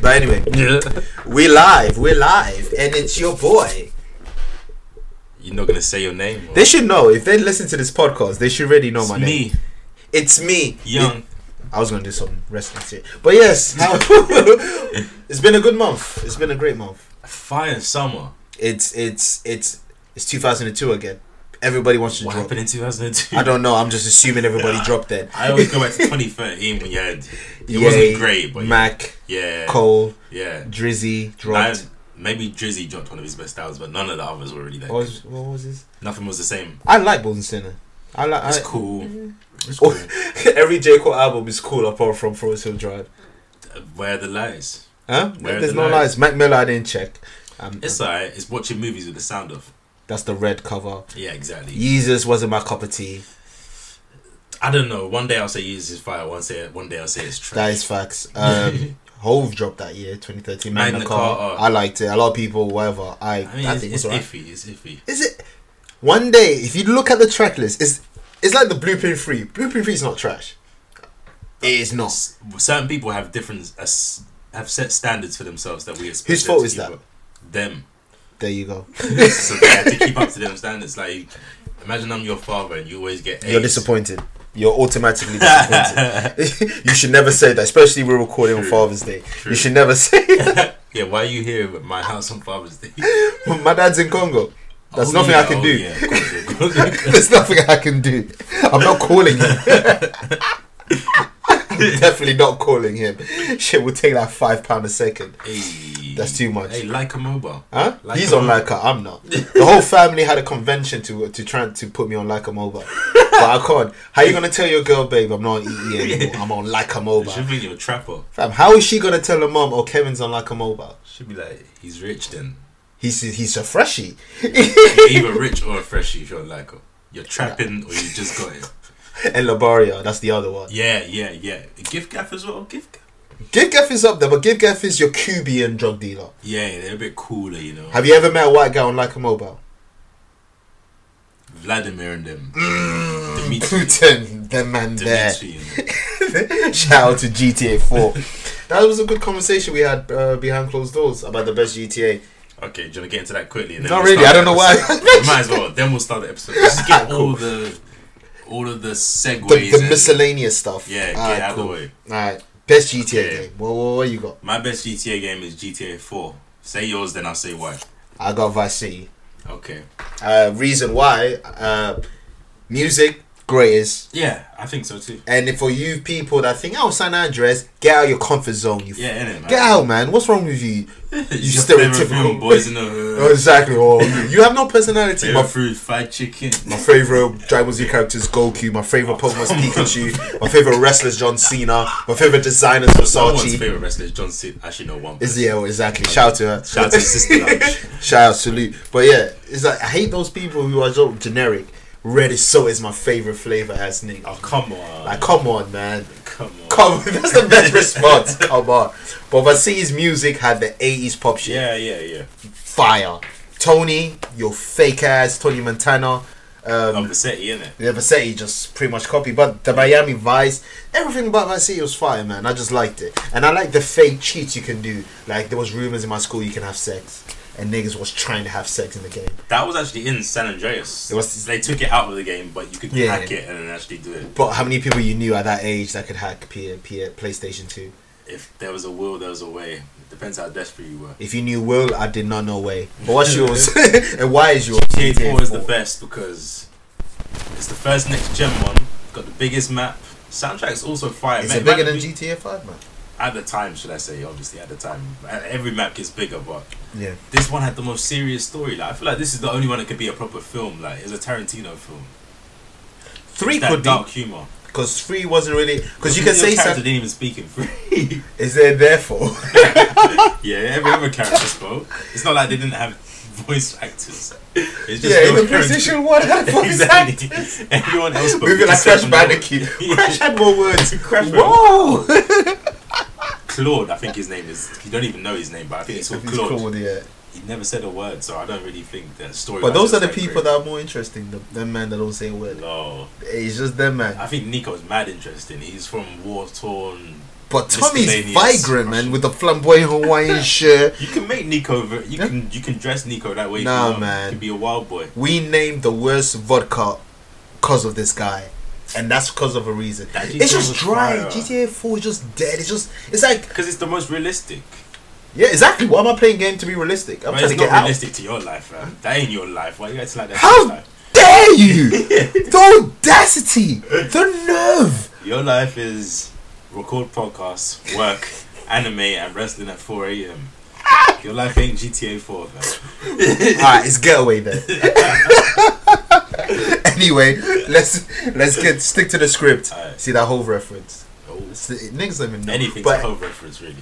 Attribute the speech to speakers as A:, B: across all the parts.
A: But anyway,
B: Yeah.
A: we live, we're live, and it's your boy.
B: You're not gonna say your name. or-
A: They should know if they listen to this podcast. They should already know
B: it's
A: my
B: me,
A: name. It's me,
B: young.
A: I was gonna do some wrestling shit, but yes, how- it's been a good month. It's been a great month.
B: Fire summer.
A: It's it's it's it's 2002 again. Everybody wants to
B: What
A: drop.
B: happened in 2002?
A: I don't know. I'm just assuming everybody dropped dead.
B: I always go back to 2013 when you had. It
A: Yay,
B: wasn't great, but
A: Mac,
B: yeah,
A: Cole,
B: yeah.
A: Drizzy
B: Nah,
A: dropped.
B: maybe Drizzy dropped one of his best albums, but none of the others were really like.
A: What was, what was this?
B: Nothing was the same.
A: I like Bolton Sinner. I like.
B: It's
A: I,
B: cool. It's
A: Oh.
B: cool.
A: Every J Cole album is cool apart from Forest Hill Drive.
B: Where are the lies?
A: Huh?
B: Where are
A: There's
B: the
A: no lies.
B: lies?
A: Mac Miller, I didn't check. Um,
B: It's alright. It's watching movies with the sound off.
A: that's the red cover.
B: Yeah, exactly.
A: Yeezus wasn't my cup of tea.
B: I don't know. One day I'll say use is fire. One day, one day I'll say it's trash.
A: That is facts. Um, Hove dropped that year, 2013.
B: Magna
A: Magna Carta.
B: Carta.
A: I liked it. A lot of people, whatever. I,
B: I mean,
A: I
B: it's,
A: think it's
B: it's
A: alright.
B: iffy. It's iffy.
A: Is it? One day, if you look at the track list, it's, it's like the Blueprint 3. Blueprint 3 is not trash. It is not.
B: S- certain people have different uh, s- have set standards for themselves that we expect.
A: Whose
B: them
A: fault
B: to
A: is
B: keep
A: that?
B: up- Them.
A: There you go.
B: so they have to keep up to them standards. Like, imagine I'm your father and you always get.
A: You're
B: A's.
A: disappointed. You're automatically disappointed. you should never say that, especially we're recording on
B: True.
A: Father's Day. You
B: True.
A: should never say that.
B: Yeah, why are you here at my house on Father's Day?
A: My dad's in Congo. There's
B: Oh,
A: nothing
B: yeah,
A: I can
B: oh,
A: do.
B: yeah, of course, of course. That's
A: There's nothing I can do. I'm not calling him. I'm definitely not calling him. Shit, we'll take that five pound a second. That's too much.
B: Hey, like a mobile.
A: Huh?
B: Like
A: He's
B: a
A: on
B: mobile.
A: Leica. I'm not. The whole family had a convention to to try to put me on Leica Mobile, but I can't. How you gonna tell your girl, babe? I'm not on EE anymore. I'm on Leica
B: You
A: Mobile.
B: should be your trapper.
A: Fam, how is she gonna tell her mom? Oh, Kevin's on Leica Mobile.
B: Should be like he's rich then.
A: He's he's a freshie.
B: You're either rich or a freshie if you're like a, you're trapping or you just got it.
A: and Labaria, that's the other one.
B: Yeah, yeah, yeah. Gift gaff as well. Gift gaff.
A: Give Geff is up there, but Give Geff is your Cuban drug dealer.
B: Yeah, they're a bit cooler, you know.
A: Have you ever met a white guy on Leica Mobile?
B: Vladimir and them.
A: Mm.
B: Dimitri.
A: Putin, the man there.
B: Dimitri, you know.
A: Shout out to GTA 4. that was a good conversation we had uh, behind closed doors about the best GTA.
B: Okay, do you want to get into that quickly? And then
A: Not
B: we'll
A: really, I
B: start
A: don't know why.
B: the episode? We might as well. Then we'll start the episode. Just get all the all of the segues.
A: The, the
B: and-
A: miscellaneous stuff.
B: Yeah, get
A: Alright,
B: out of the
A: cool.
B: way.
A: Alright, best GTA
B: Okay.
A: game. What, what, what you got?
B: My best GTA game is GTA 4. Say yours, then I'll say why.
A: I got Vice City.
B: Okay.
A: Uh, reason why, uh, music, greatest.
B: Yeah, I think so too.
A: And if for you people that think, oh, San Andres, get out of your comfort zone. You
B: Yeah, innit, man.
A: Get out, man. What's wrong with you?
B: you
A: stereotypical.
B: boys in the
A: Oh,
B: hood.
A: exactly. Oh, you- you have no personality.
B: Favorite
A: My,
B: food, fried chicken.
A: my favorite Dragon Ball Z character is Goku. My favorite Pokemon's Pikachu. My favorite wrestler is John Cena. My favorite designer is
B: No one's
A: Versace.
B: favorite wrestler is John Cena. I should know one.
A: Is
B: person.
A: yeah, well, exactly. Shout out to her.
B: Shout out to his sister. Lunch.
A: Shout out, salute. But yeah, it's like I hate those people who are so generic. Red is so is my favorite flavor as nigga.
B: Oh come on,
A: Like, come on, man.
B: come on.
A: Come on. That's the best response. Come on. But Vasili's music had the 80s pop shit.
B: Yeah, yeah, yeah.
A: Fire. Tony, your fake ass. Tony Montana. Um,
B: Love the set, innit?
A: Yeah, Vassetti just pretty much copied. But the Miami Vice, everything about Vassetti was fire, man. I just liked it. And I like the fake cheats you can do. Like, there was rumors in my school you can have sex. And niggas was trying to have sex in the game.
B: That was actually in San Andreas.
A: It was-
B: They took it out of the game, but you could
A: Yeah.
B: hack it and actually do it.
A: But how many people you knew at that age that could hack P- P- PlayStation 2?
B: If there was a will, there was a way. depends how desperate you were.
A: If you knew Will, I did not know Way. But what's yours? and why is yours?
B: GTA 4 is the
A: four.
B: best because it's the first next gen one. Got the biggest map. Soundtrack's also fire.
A: Is
B: Man,
A: it bigger than
B: might be-
A: GTA 5, man?
B: At the time, should I say? Obviously, at the time, every map gets bigger, but
A: Yeah.
B: this one had the most serious story. Like I feel like this is the only one that could be a proper film. Like it's a Tarantino film.
A: Three
B: that
A: could
B: dark
A: be.
B: humor.
A: Because three wasn't really. Because you
B: The
A: can say
B: character
A: something.
B: didn't even speak in free.
A: Is there therefore?
B: yeah, every other character spoke. It's not like they didn't have voice actors. It's just
A: yeah, in
B: no
A: the
B: character-
A: PlayStation 1 had voice
B: Exactly.
A: actors.
B: Everyone else spoke.
A: Moving like
B: except
A: Crash
B: for Nolan.
A: Bandicoot.
B: Yeah.
A: Crash had more words.
B: Crash
A: Whoa!
B: Claude, I think his name is. You don't even know his name, but I think it's called
A: He's
B: Claude.
A: cool, yeah.
B: He never said a word, so I don't really think that story.
A: But those are the people that are more interesting. The, them man that don't say a word.
B: No,
A: It's just them man.
B: I think Nico's mad interesting. He's from war torn
A: But Tommy's
B: Miscellaneous
A: vibrant, man,
B: Russian.
A: with the flamboyant Hawaiian shirt.
B: You can make Nico. ver- You can you can dress Nico that way. if
A: Nah,
B: you want.
A: man.
B: You can be a wild boy.
A: We named the worst vodka because of this guy. And that's because of a reason.
B: That GTA
A: It's just
B: was
A: dry.
B: fire.
A: GTA 4 is just dead. It's just, it's like,
B: Because it's the most realistic.
A: yeah, exactly. Why am I playing game to be realistic? I'm
B: But
A: trying
B: it's
A: to
B: not
A: get out.
B: realistic to your life, man. That ain't your life. Why you acting like that?
A: How
B: Your life?
A: dare you? the audacity, the nerve.
B: Your life is record podcasts, work, anime, and wrestling at 4 a.m.
A: Ah!
B: Your life ain't GTA 4, man.
A: All right, it's getaway then. anyway, let's let's get stick to the script.
B: Alright.
A: See that whole reference.
B: Oh,
A: It's- Niggas don't even know.
B: Anything's a
A: but
B: whole reference, really.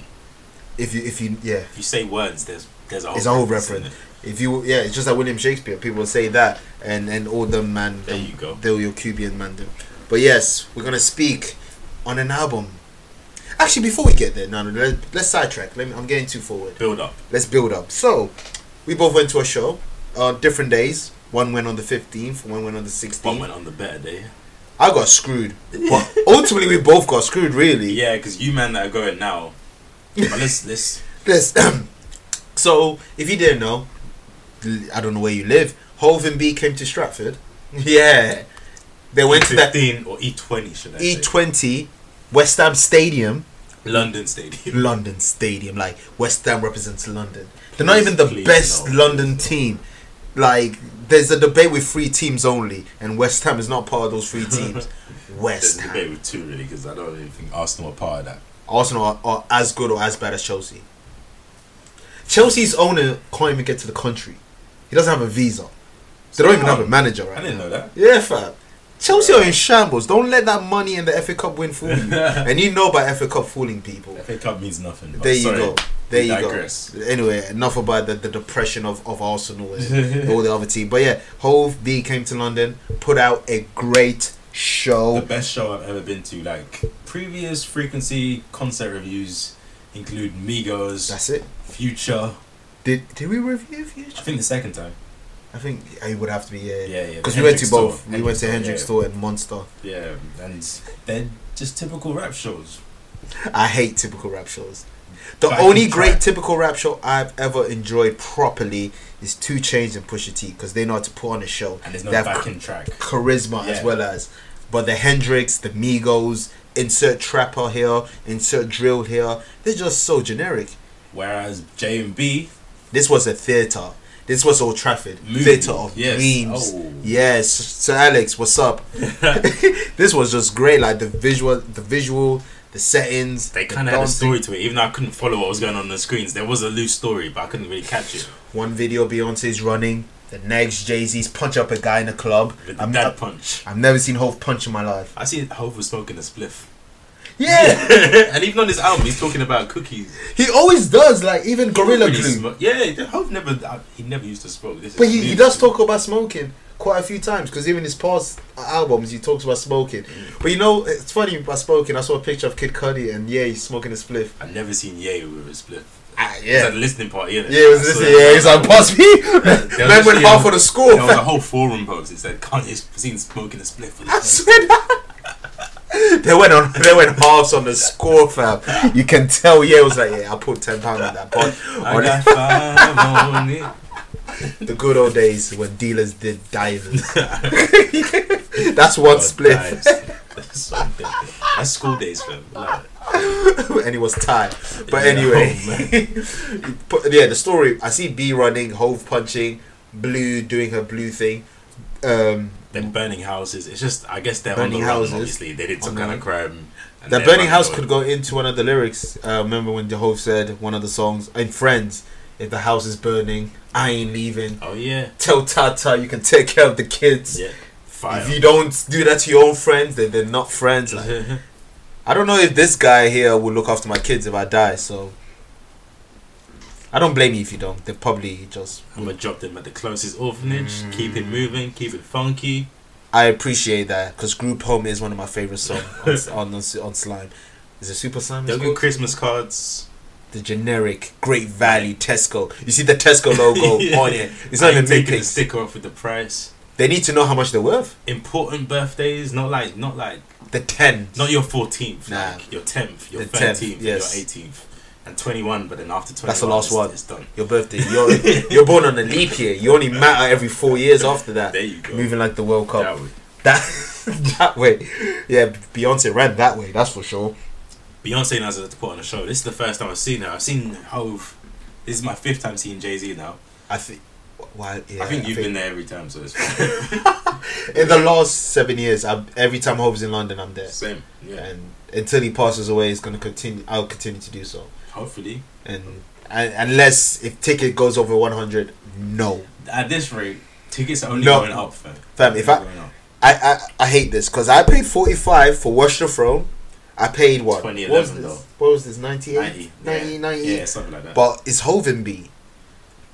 A: if you if you yeah,
B: If you say words, there's there's a whole
A: it's a whole
B: in
A: reference. If you yeah, it's just like William Shakespeare. People will say that, and and all them man.
B: There you go.
A: They'll your Cuban man them. But yes, we're gonna speak on an album. Actually, before we get there, no, no, let, let's sidetrack. Let me, I'm getting too forward.
B: it. Build up.
A: let's build up. So, we both went to a show on different days. One went on the 15th, one went on the
B: One
A: 16th.
B: went on the better day.
A: I got screwed. But ultimately, we both got screwed, really.
B: Yeah, because you man that are going now. But let's let's
A: This, so, if you didn't know, l- I don't know where you live, Hove and B came to Stratford. Yeah. They went to that E
B: E15 or E20 should I say?
A: E20 West Ham Stadium,
B: London Stadium.
A: London Stadium. Like, West Ham represents London. They're not even the
B: Please,
A: best
B: no.
A: London team. Like, there's a debate with three teams only, and West Ham is not part of those three teams.
B: There's
A: West
B: a
A: Ham.
B: debate with two really because I don't even think Arsenal are part of that.
A: Arsenal are, are as good or as bad as Chelsea. Chelsea's owner can't even get to the country. He doesn't have a visa. They don't even have a manager right
B: I didn't
A: now.
B: know that.
A: Yeah, fam. Chelsea are in shambles. Don't let that money and the FA Cup win fool you. and you know about FA Cup fooling people.
B: FA Cup means nothing. but
A: There you
B: sorry,
A: go. There
B: we
A: you
B: digress.
A: go. Anyway, enough about the, the depression of, of Arsenal and all the other team. But yeah, Hove B came to London, put out a great
B: The
A: show.
B: best show I've ever been to. Like previous frequency concert reviews include Migos,
A: That's it.
B: Future.
A: Did did we review
B: I
A: Future?
B: think the second time.
A: I think it would have to be yeah.
B: Yeah, yeah.
A: Because
B: the
A: we went to
B: Hendrix
A: both.
B: tour.
A: We went to Hendrix
B: yeah.
A: Store and Monster.
B: Yeah, and they're just typical rap shows.
A: I hate typical rap shows. The
B: Back
A: only
B: on
A: great
B: track.
A: typical rap show I've ever enjoyed properly is Two Chains and Pusha T because they know how to put on a show.
B: And there's no
A: They have
B: backing track.
A: charisma as
B: Yeah.
A: well as. But the Hendrix, the Migos, insert trapper here, insert drill here. They're just so generic.
B: Whereas J and B,
A: This was a theater. This was Old Trafford,
B: Movies,
A: theater of
B: yes.
A: dreams.
B: Oh.
A: Yes, Sir Alex, what's up? this was just great. Like the visual, the visual, the settings.
B: they
A: the
B: kind of had a
A: dancing.
B: story to it. Even though I couldn't follow what was going on, on the screens, there was a loose story, but I couldn't really catch it.
A: One video, Beyonce's running. The next, Jay Z's punch up a guy in a club.
B: With the
A: I'm
B: dad punch.
A: I've never seen Hove punch in my life.
B: I see Hov was smoking a spliff.
A: Yeah,
B: and even on this album, he's talking about cookies.
A: he always does. Like even Gorilla
B: Really
A: Glue.
B: smo- yeah, Hov never. uh, He never used to smoke. This
A: But
B: is
A: he, he
B: new
A: does
B: to
A: talk about smoking quite a few times because even his past albums he talks about smoking. But you know, it's funny about smoking. I saw a picture of Kid Cudi and yeah, he's smoking a spliff.
B: me. I've never seen Ye with a spliff.
A: Ah,
B: It was
A: yeah.
B: at a listening party, innit?
A: Yeah, it was
B: I
A: this.
B: saw
A: Yeah,
B: that.
A: he's like, pass me.
B: There
A: Man
B: was
A: went
B: actually a-
A: half on the score.
B: There was a
A: fam.
B: whole forum post that said Kanye's seen smoking a spliff with
A: I
B: his
A: swear. They went on. They went halves on the score, fam. You can tell. Yeah, it was like, yeah, I put ten pound on that pot.
B: I got five on it.
A: the good old days when dealers did divers. That's
B: Oh,
A: one split.
B: Guys, That's, so dead. That's school days, fam. Like,
A: and it was tied. But
B: Yeah.
A: anyway,
B: Oh,
A: but yeah, the story. I see B running, Hove punching, Blue doing her blue thing. Um,
B: they're burning houses. It's just, I guess they're
A: Burning
B: on the
A: houses.
B: run, obviously. They did some
A: On
B: kind
A: the
B: of crime. and
A: the
B: they're "Oh,
A: burning
B: running
A: house
B: away.
A: could go into one of the lyrics. Uh, remember when the Hove said one of the songs in Friends, "If the house is burning, I ain't leaving."
B: Oh, yeah.
A: Tell Tata you can take care of the kids.
B: Yeah.
A: If
B: Fire.
A: you don't do that to your own friends, then they're not friends. Like, I don't know if this guy here will look after my kids if I die. So I don't blame you if you don't. They probably just
B: I'm going to drop them at the closest orphanage. Keep
A: Mm.
B: it moving. Keep it funky.
A: I appreciate that because Group Home is one of my favorite songs on, on on Slime. Is it Super Slime? it's
B: They'll get
A: called?
B: Christmas cards.
A: The generic Great Value Tesco. You see the Tesco logo
B: Yeah.
A: on it. It's
B: I
A: not even
B: ain't
A: big
B: taking the
A: pics.
B: sticker off with the price.
A: They need to know how much they're worth.
B: Important birthdays. Not like, not like
A: the tenth.
B: Not your 14th,
A: Nah.
B: like your 10th, your
A: The
B: 13th,
A: 10th,
B: and
A: yes.
B: your 18th, and 21, but then after 21,
A: That's the last
B: it's,
A: one.
B: It's done.
A: Your birthday. You're you're born on a leap year. You only matter every four years after that.
B: There you go.
A: Moving like the World Cup.
B: That way.
A: That that way. Yeah, Beyonce ran that way. That's for sure.
B: Beyonce knows how to put on a show. This is the first time I've seen her. I've seen Hove. This is my fifth time seeing Jay Z now.
A: I think. Well, yeah,
B: I think you've been there every time, so it's
A: in the last seven years. I, every time Hope's in London, I'm there.
B: same. Yeah.
A: And until he passes away, he's gonna continue. I'll continue to do so.
B: Hopefully,
A: And, and unless if ticket goes over 100, no,
B: at this rate, tickets are only
A: No.
B: going up. Fam.
A: fam. If
B: They're
A: I
B: going up.
A: I I, I hate this because I paid 45 for Watch the Throne. I paid what? what was
B: 2011
A: this?
B: though.
A: What was this? 98,
B: 90,
A: 90,
B: yeah.
A: 90.
B: yeah, something like that.
A: But it's Hovenby.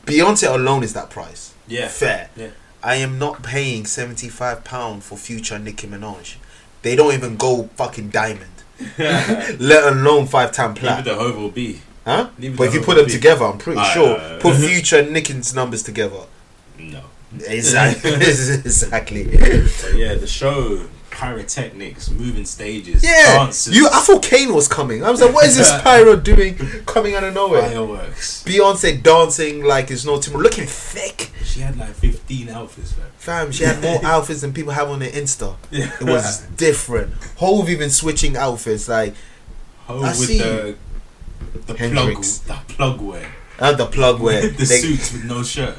A: Beyonce alone is that price.
B: yeah,
A: Fair.
B: Yeah.
A: I am not paying seventy-five pound for future Nicki Minaj. They don't even go fucking diamond,
B: Even
A: let alone five-time plat.
B: the Hove will be.
A: Huh?
B: Leave
A: But
B: the
A: if you
B: Hove
A: put
B: will
A: them
B: be.
A: together, I'm pretty
B: Aye,
A: sure.
B: aye, aye.
A: Put future and Nicki's numbers together.
B: No.
A: Exactly. exactly.
B: But yeah, the show, pyrotechnics, moving stages,
A: Yeah.
B: dances,
A: You. I thought Kane was coming. I was like, what is this pyro doing? Coming out of nowhere.
B: fireworks.
A: Beyonce dancing like it's no tomorrow, looking thick.
B: She had like 15 outfits, man.
A: Fam, she had more outfits than people have on their Insta.
B: Yeah.
A: It was different. Hove even switching outfits, like
B: Hove
A: I
B: with
A: see.
B: the the
A: Hendrix.
B: plug, the plug wear,
A: and the plug wear,
B: the
A: they-
B: suits with no shirt,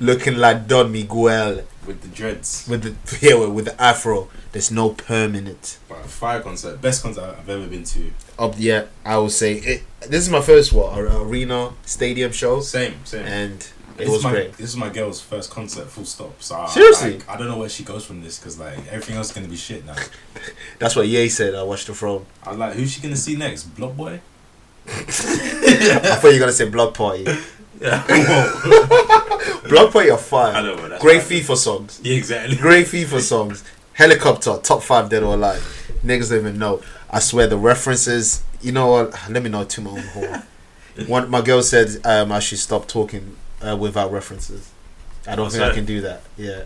A: looking like Don Miguel
B: with the dreads.
A: with the yeah, with the afro. There's no permanent.
B: But a fire concert, best concert I've ever been to.
A: Up, yeah, I would say it. This is my first what ar- arena stadium shows,
B: Same, same.
A: and it
B: This
A: was
B: is my,
A: great.
B: This is my girl's first concert, full stop. So I,
A: Seriously?
B: like, I don't know where she goes from this because like everything else is gonna be shit now.
A: That's what Ye said. I watched the throne.
B: I was like, who's she gonna see next? Block Boy.
A: I thought you were gonna say blood party.
B: Yeah.
A: Blood party are
B: I
A: fire.
B: know where that's
A: Great
B: from.
A: FIFA songs.
B: Yeah, exactly.
A: Great FIFA songs. Helicopter, top five dead or alive. Niggas don't even know. I swear the references. You know what? Let me know to my own horn. One, my girl said um, I should stop talking uh, without references. I don't
B: What's
A: think I
B: that?
A: can do that. Yeah.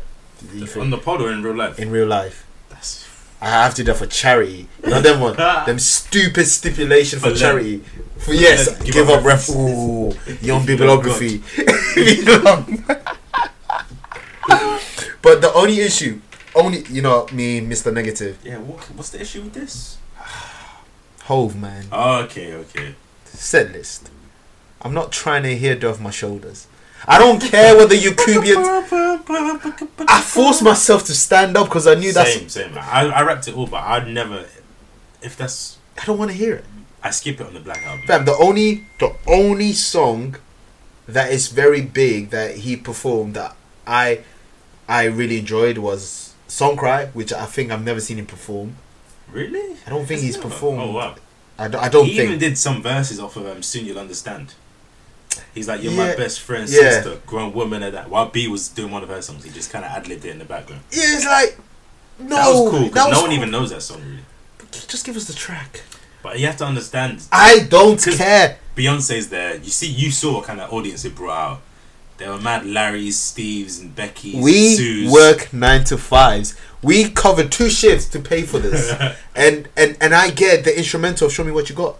A: You
B: On
A: think-
B: the pod or in real life?
A: in real life.
B: That's
A: I have to do that for charity. You know them one, them stupid stipulation for
B: For them.
A: charity. For yes,
B: them.
A: give,
B: Give
A: up,
B: up
A: ref. Ooh, young bibliography. but the only issue, only you know me, Mister Negative,
B: yeah. What, what's the issue with this?
A: Hove man,
B: Oh, Okay, okay.
A: set list. I'm not trying to hear off my shoulders. I don't care whether you Kubian. I forced myself to stand up because I knew that's.
B: Same, same. I, I rapped it all, but I'd never. If that's,
A: I don't want to hear it.
B: I skip it on the black album.
A: Fam, the only the only song that is very big that he performed that I I really enjoyed was Song Cry, which I think I've never seen him perform.
B: Really?
A: I don't think
B: That's
A: he's
B: never-
A: performed.
B: Oh wow!
A: I don't, I don't
B: he even
A: think.
B: did some verses off of um, "Soon You'll Understand." He's like, "You're
A: Yeah,
B: my best friend,
A: yeah.
B: sister, grown woman," and that. While B was doing one of her songs, he just kind of ad libbed it in the background.
A: Yeah, it's like no,
B: that was cool because
A: that
B: no
A: was
B: one
A: cool.
B: even knows that song really.
A: Just give us the track.
B: But you have to understand,
A: I don't
B: Just-
A: care.
B: Beyonce's there. You see, you saw what kind of audience it brought out. There were mad Larrys, Steves, and Beckys.
A: We
B: Sues.
A: work nine to fives. We cover two shifts to pay for this, and and and I get the instrumental. of Show me what you got.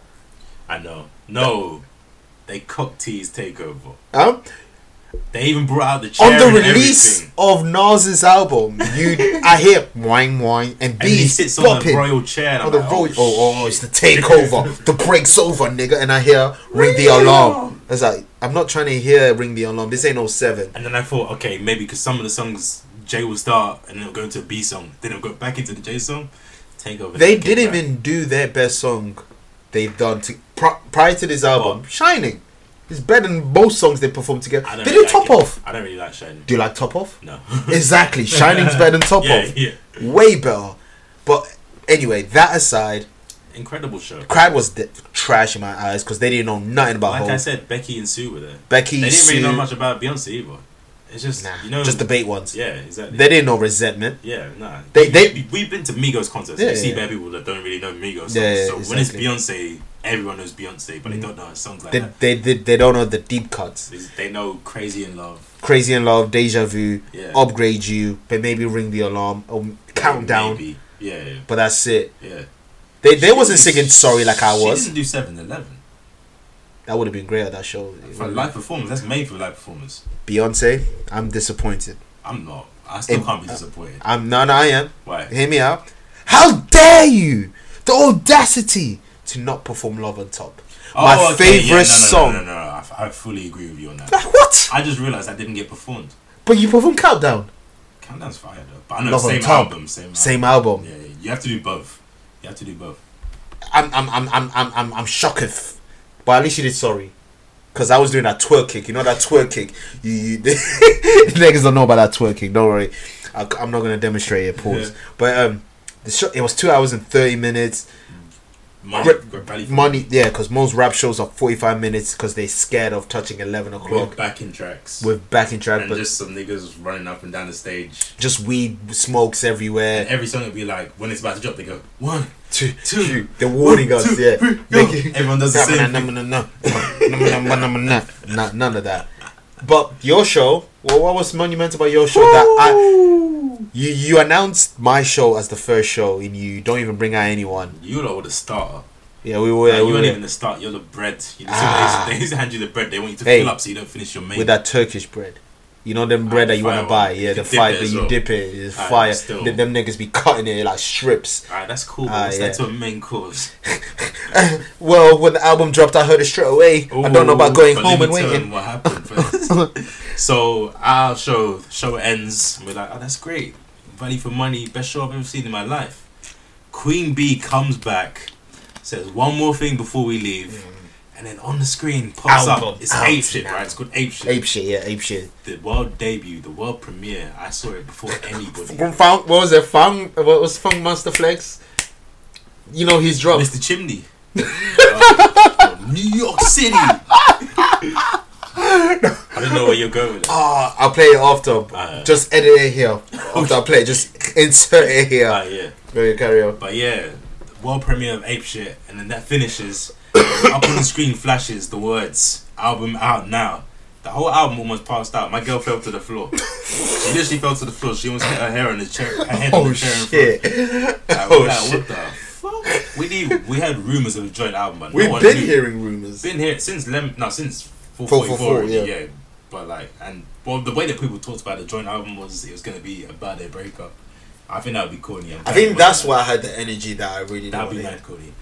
B: I know. No, they cocked tease takeover.
A: Huh?
B: They even brought out the chair
A: on the
B: and
A: release
B: everything.
A: of Nas's album, you I hear whine whine and
B: And he
A: bees
B: sits on the
A: bopping on
B: royal chair. And
A: the,
B: I'm like,
A: road. Oh, oh,
B: shit.
A: it's the takeover. the break's over, nigga. And I hear ring the
B: Ring the
A: alarm.
B: alarm.
A: I was like, I'm not trying to hear ring the alarm. This ain't 07.
B: And then I thought, okay, maybe because some of the songs Jay will start and then it'll go into a B song, then it'll go back into the J song. Takeover.
A: They
B: then
A: didn't
B: came back.
A: even do their best song they've done to pri- prior to this album. Shining is better than most songs they performed together. They
B: I don't
A: did
B: really
A: top
B: like it.
A: off.
B: I don't really like Shane.
A: Do you like top off?
B: No.
A: Exactly. Shining's better than top
B: yeah,
A: off.
B: yeah.
A: Way better. But anyway, that aside.
B: Incredible show.
A: Crowd was d- trash in my eyes because they didn't know nothing about
B: Like
A: Hov.
B: I said, Becky and Sue were there.
A: Becky,
B: They didn't
A: Sue,
B: really know much about Beyonce either. It's just
A: nah,
B: you know
A: just the bait ones.
B: yeah exactly.
A: They didn't know resentment.
B: yeah, nah.
A: They- they-
B: we, have been to Migos concerts.
A: Yeah,
B: you see
A: yeah.
B: bare people that don't really know Migos. Songs.
A: Yeah, yeah,
B: so when it's
A: exactly. Mm.
B: Beyonce, everyone knows Beyonce, but they don't know her songs like
A: They,
B: that.
A: they, they, they don't know the deep cuts.
B: They, they know Crazy in Love.
A: Crazy in Love, Deja Vu,
B: Yeah.
A: Upgrade You, but maybe Ring the Alarm, or Countdown.
B: Maybe. Yeah, yeah,
A: But that's it.
B: yeah.
A: They they wasn't
B: She-
A: singing sorry like I
B: She
A: was.
B: didn't do Seven Eleven
A: That would have been great at that show.
B: for live performance. That's made for live performance.
A: Beyonce, I'm disappointed.
B: I'm not. I still
A: It-
B: can't be disappointed.
A: I'm no, no, I am.
B: Why?
A: Hear me out. How dare you? The audacity to not perform Love on Top. My
B: Oh, okay,
A: favorite song.
B: No, no, no, no, no. I, f- I fully agree with you on that.
A: Like what?
B: I just realized I didn't get performed.
A: But you perform Countdown.
B: Countdown's fire though, but I know
A: Love on
B: same
A: Top.
B: album, same
A: Same album.
B: album. Yeah, yeah, you have to do both. You have to do both.
A: I'm I'm I'm I'm I'm I'm, I'm shocked. But at least you did sorry. Cause I was doing that twerk kick. You know that twerk kick. You, you niggas don't know about that twerk kick. Don't worry. I, am not gonna demonstrate it. Pause.
B: Yeah.
A: But um, the show, it was two hours and thirty minutes.
B: Money,
A: Grip-
B: grip value for
A: Money, yeah, because most rap shows are forty five minutes because they're scared of touching eleven
B: money.
A: o'clock
B: With backing tracks.
A: with backing track,
B: and
A: but just,
B: just some niggas running up and down the stage.
A: weed smokes everywhere.
B: And every song would be like, when it's about to drop, they go one,
A: Two,
B: two,
A: the warning
B: one,
A: us,
B: two,
A: yeah.
B: three, go.
A: Make it-
B: Everyone does the
A: Nah,
B: same.
A: nah,
B: thing.
A: nah, nah, nah, nah, nah, nah, nah, nah. None of that. But your show, well, what was monumental about your show that I you you announced my show as the first show and you don't even bring out anyone.
B: You lot were the starter.
A: Oh, Yeah, we were,
B: Like,
A: we
B: you
A: were
B: weren't even the start. You're the bread. You just
A: Ah.
B: they, just hand you the bread. They want you to
A: Hey.
B: fill up so you don't finish your main.
A: with that Turkish bread. You know them bread
B: Ah,
A: that you want
B: fire
A: to buy,
B: one.
A: yeah,
B: You
A: the
B: can dip
A: fire
B: it
A: that
B: as
A: you
B: well.
A: dip it, it's
B: Ah,
A: fire.
B: still.
A: Them, them niggas be cutting it like strips.
B: Alright, that's cool.
A: Ah,
B: but Let's
A: yeah.
B: get to a main course.
A: Well, when the album dropped, I heard it straight away. I don't know about
B: Ooh,
A: going
B: but
A: home
B: let
A: and
B: me tell
A: waiting.
B: them What happened? first. so our show show ends. We're like, oh, that's great. Value for money, best show I've ever seen in my life. Queen B comes back, says one more thing before we leave, and then on the screen pops
A: Mm. Album
B: up. It's
A: out
B: ape shit,
A: now.
B: right? It's called ape shit.
A: Ape shit, yeah, ape shit.
B: The world debut, the world premiere. I saw it before anybody.
A: From Funk, what was it? Funk, what was Funk Master Flex? You know his drop.
B: Mr. Chimney. Uh, from New York City. I don't know where you're going with that.
A: Ah, I'll play it after.
B: Ah.
A: just edit it here.
B: Oh,
A: After I play, it, just insert it here.
B: Ah, yeah.
A: Okay, carry on.
B: But yeah, world premiere of Ape Shit, and then that finishes. up on the screen flashes the words "album out now." The whole album almost passed out. My girl fell to the floor. she literally fell to the floor. She almost hit her hair on the chair. Her head on
A: Oh
B: the chair in
A: shit!
B: front. Like,
A: Oh,
B: we're like,
A: shit.
B: What the fuck? We need. We had rumors of a joint album, but
A: We've
B: no one
A: been
B: knew.
A: hearing rumors.
B: Been here since Lem. No, since four
A: 444,
B: forty-four. already,
A: yeah.
B: yeah. But like, and well, the way that people talked about the joint album was it was gonna be about their breakup. I think that would be corny.
A: I think that's why I had the energy that I really
B: That'd be
A: wanted.
B: mad, Cody.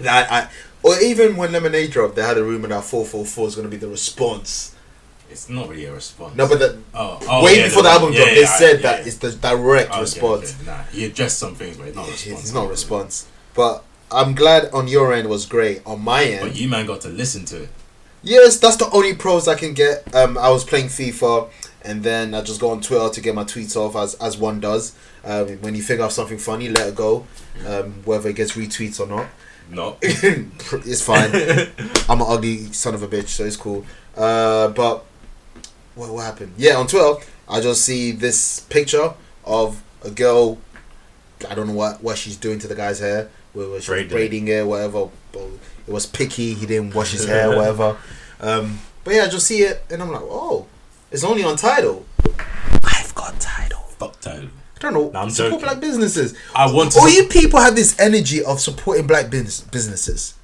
A: That I, or even when Lemonade dropped, they had a rumor that four four four is gonna be the response.
B: It's not really a response.
A: No, but the,
B: oh, oh,
A: way
B: yeah,
A: before
B: no,
A: the album
B: yeah,
A: dropped,
B: yeah,
A: they
B: yeah,
A: said
B: yeah,
A: that
B: yeah.
A: it's the direct
B: Okay,
A: response.
B: okay, Nah, he addressed some things, but it's not a response.
A: It's not a response. But I'm glad on your end was great. On my
B: But
A: end,
B: you man got to listen to it.
A: yes, that's the only pros I can get. Um, I was playing FIFA, and then I just go on Twitter to get my tweets off, as as one does. Um, when you figure out something funny, let it go. Um, whether it gets retweets or not,
B: No.
A: it's fine. I'm an ugly son of a bitch, so it's cool. Uh, but what, what happened? Yeah, on Twitter, I just see this picture of a girl. I don't know what what she's doing to the guy's hair. Whether she's
B: Braiding it.
A: braiding it, whatever. But it was picky. He didn't wash his hair, whatever. Um, but yeah, I just see it, and I'm like, oh, it's only on title. I've got title.
B: Fuck title.
A: I don't know.
B: No, I'm
A: support
B: joking.
A: black businesses.
B: I want to.
A: All you people have this energy of supporting black business businesses,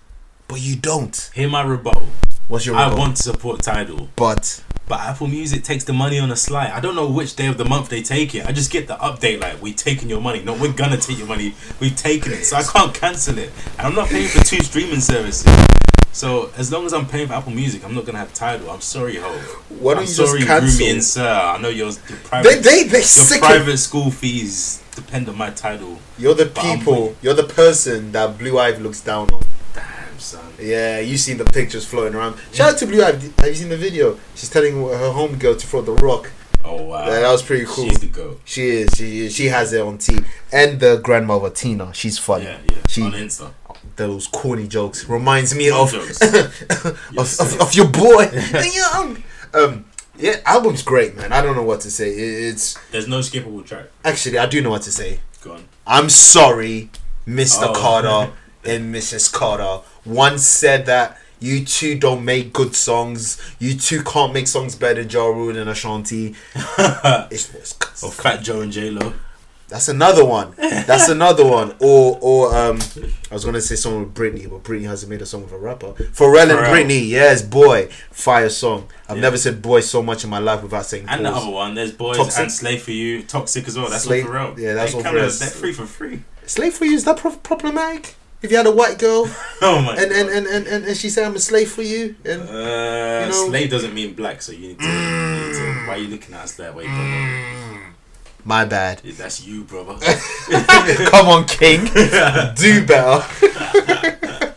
A: but you don't.
B: Hear my rebuttal.
A: What's your?
B: I
A: rebuttal?
B: want to support Tidal,
A: but
B: but Apple Music takes the money on a slide. I don't know which day of the month they take it. I just get the update like we taking your money. No, we're gonna take your money. We've taken it, so I can't cancel it. And I'm not paying for two streaming services. So as long as I'm paying for Apple Music, I'm not gonna have Tidal. I'm sorry, ho.
A: why don't
B: I'm
A: you
B: sorry,
A: just cancel?
B: Rumi and Sir. I know your, your
A: They
B: private,
A: they they
B: your
A: sick. of-
B: private school fees depend on my title.
A: You're the
B: But I'm
A: people.
B: with-
A: You're the person that Blue Ivy looks down on.
B: Damn, son.
A: Yeah, you seen the pictures floating around. Shout out to Blue Ivy. Have you seen the video? She's telling her homegirl to throw the rock.
B: Oh, wow.
A: Yeah, that was pretty cool.
B: She's the goat.
A: She is. She is. She has it on T. And the grandmother Tina. She's funny.
B: Yeah, yeah.
A: She-
B: on Insta.
A: Those corny jokes reminds me
B: Corny
A: of
B: jokes.
A: of,
B: Yes.
A: of of your boy. Young. um. Yeah, album's great, man. I don't know what to say. It, it's
B: There's no skippable track.
A: actually I do know what to say.
B: Go on.
A: I'm sorry, Mr.
B: Oh.
A: Carter and Mrs. Carter. One said that you two don't make good songs. You two can't make songs better than Ja Rule and Ashanti. it's, it's,
B: Or Fat Joe and J Lo.
A: That's another one. That's another one. Or or um, I was gonna say someone with Britney, but Britney hasn't made a song with a rapper. Pharrell and
B: Pharrell.
A: Britney, yes, boy, fire song. I've
B: Yeah.
A: never said boy so much in my life without saying.
B: And uh, the
A: pause.
B: other one, there's boys
A: Toxic.
B: and Slay for You, Toxic as well. That's
A: Slay-
B: all for real.
A: yeah, that's all for
B: Canada,
A: us.
B: They're free for free.
A: Slave for you is that pro- problematic? If you had a white girl
B: Oh my.
A: and
B: God.
A: and, and, and, and and she said I'm a slave for you and
B: Uh,
A: You know- Mm.
B: slave doesn't mean black, so you need to. you need to- why are you looking at us that way, brother?
A: my bad.
B: That's you, brother.
A: Come on, King, do better.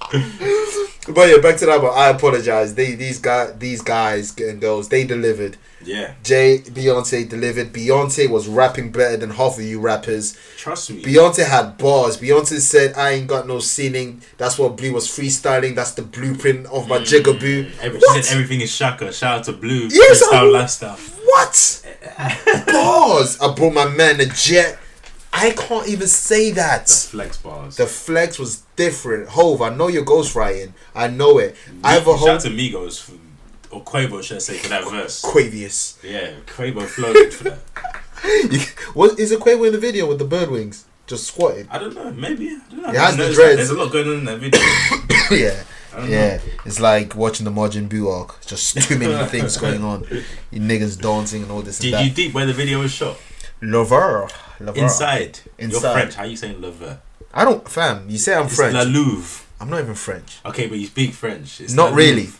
A: but yeah, back to that. But I apologize. They these guy these guys and girls they delivered.
B: yeah,
A: Jay Beyonce delivered. Beyonce was rapping better than half of you rappers.
B: trust me.
A: Beyonce had bars. Beyonce said, "I ain't got no ceiling." That's what Blue was freestyling. That's the blueprint of my jigaboo.
B: Every, she
A: What?
B: said everything is shaka. Shout out to Blue.
A: Yes, I
B: freestyle
A: will.
B: lifestyle.
A: What? bars. I brought my man a jet. I can't even say that.
B: Flex bars.
A: The flex was different. Hove, I know you're ghostwriting. I know it. I have a
B: Shout
A: whole
B: out to Migos for, or Quavo, should I say, for that verse.
A: Quavius.
B: Yeah, Quavo floated for that.
A: what is it Quavo in the video with the bird wings? Just squatting.
B: I don't know. Maybe. I don't know. I
A: He has the dreads.
B: didn't notice that. There's a lot going on in that video.
A: yeah.
B: I don't
A: Yeah. It's like watching the Margin Buu arc. Just too many things going on. You niggas dancing and all this
B: Did
A: and
B: you
A: that.
B: deep where the video was shot?
A: Lover. Lover.
B: Inside.
A: Inside.
B: You're French. How you saying lover?
A: I don't fam, you say I'm
B: It's
A: French.
B: La Louvre.
A: I'm not even French.
B: Okay, but you speak French. It's
A: Not
B: La
A: really.
B: Louvre.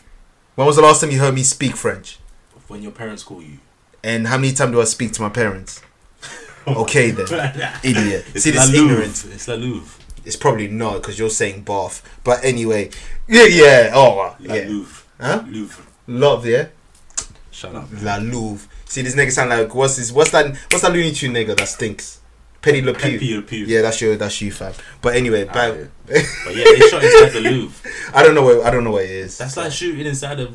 A: When was the last time you heard me speak French?
B: When your parents call you.
A: And how many times do I speak to my parents? Okay then. Idiot.
B: It's
A: See
B: La
A: this
B: Louvre.
A: ignorance.
B: It's La Louvre.
A: It's probably not because you're saying bath. But anyway, yeah, yeah. Oh, uh,
B: La
A: yeah.
B: Louvre.
A: Huh?
B: Louvre.
A: Love, yeah.
B: Shut up.
A: La Louvre. See, this nigga sound like what's this? What's that? What's that Looney Tune nigga that stinks? Penny Le
B: Pew.
A: Pew.
B: pew.
A: Yeah, that's your that's you fam. But anyway,
B: Ah,
A: back,
B: yeah. but yeah, they shot inside the Louvre.
A: I don't know where I don't know where it is.
B: That's like shooting inside of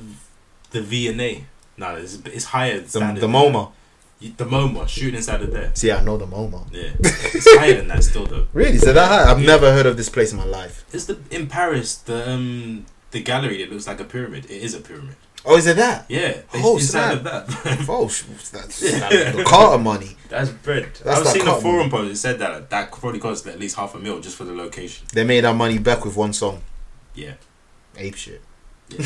B: the V and A. No, it's, it's higher.
A: the,
B: standard.
A: the MoMA.
B: You- The MoMA shooting inside of there.
A: See, I know the MoMA.
B: Yeah, it's higher than that still though.
A: Really? So that high? I've
B: Yeah.
A: never heard of this place in my life.
B: It's the in Paris the um the gallery that looks like a pyramid. It is a pyramid.
A: Oh, is it that?
B: Yeah, it's
A: Oh,
B: inside of that.
A: Oh, sh- that's the Carter money.
B: That's bread.
A: That's
B: I've
A: that
B: seen a
A: cotton.
B: forum post that said that that probably cost at least half a mil just for the location.
A: They made our money back with one song.
B: Yeah.
A: ape shit.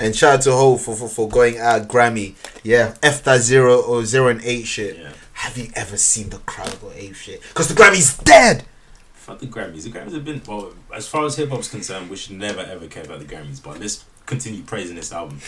A: and shout out to Ho for, for, for going out Grammy. Yeah, F that zero or zero and eight shit.
B: Yeah.
A: Have you ever seen the crowd go ape shit? Because the Grammy's dead!
B: Fuck the Grammys. The Grammys have been well as far as hip hop's concerned, we should never ever care about the Grammys, but let's continue praising this album.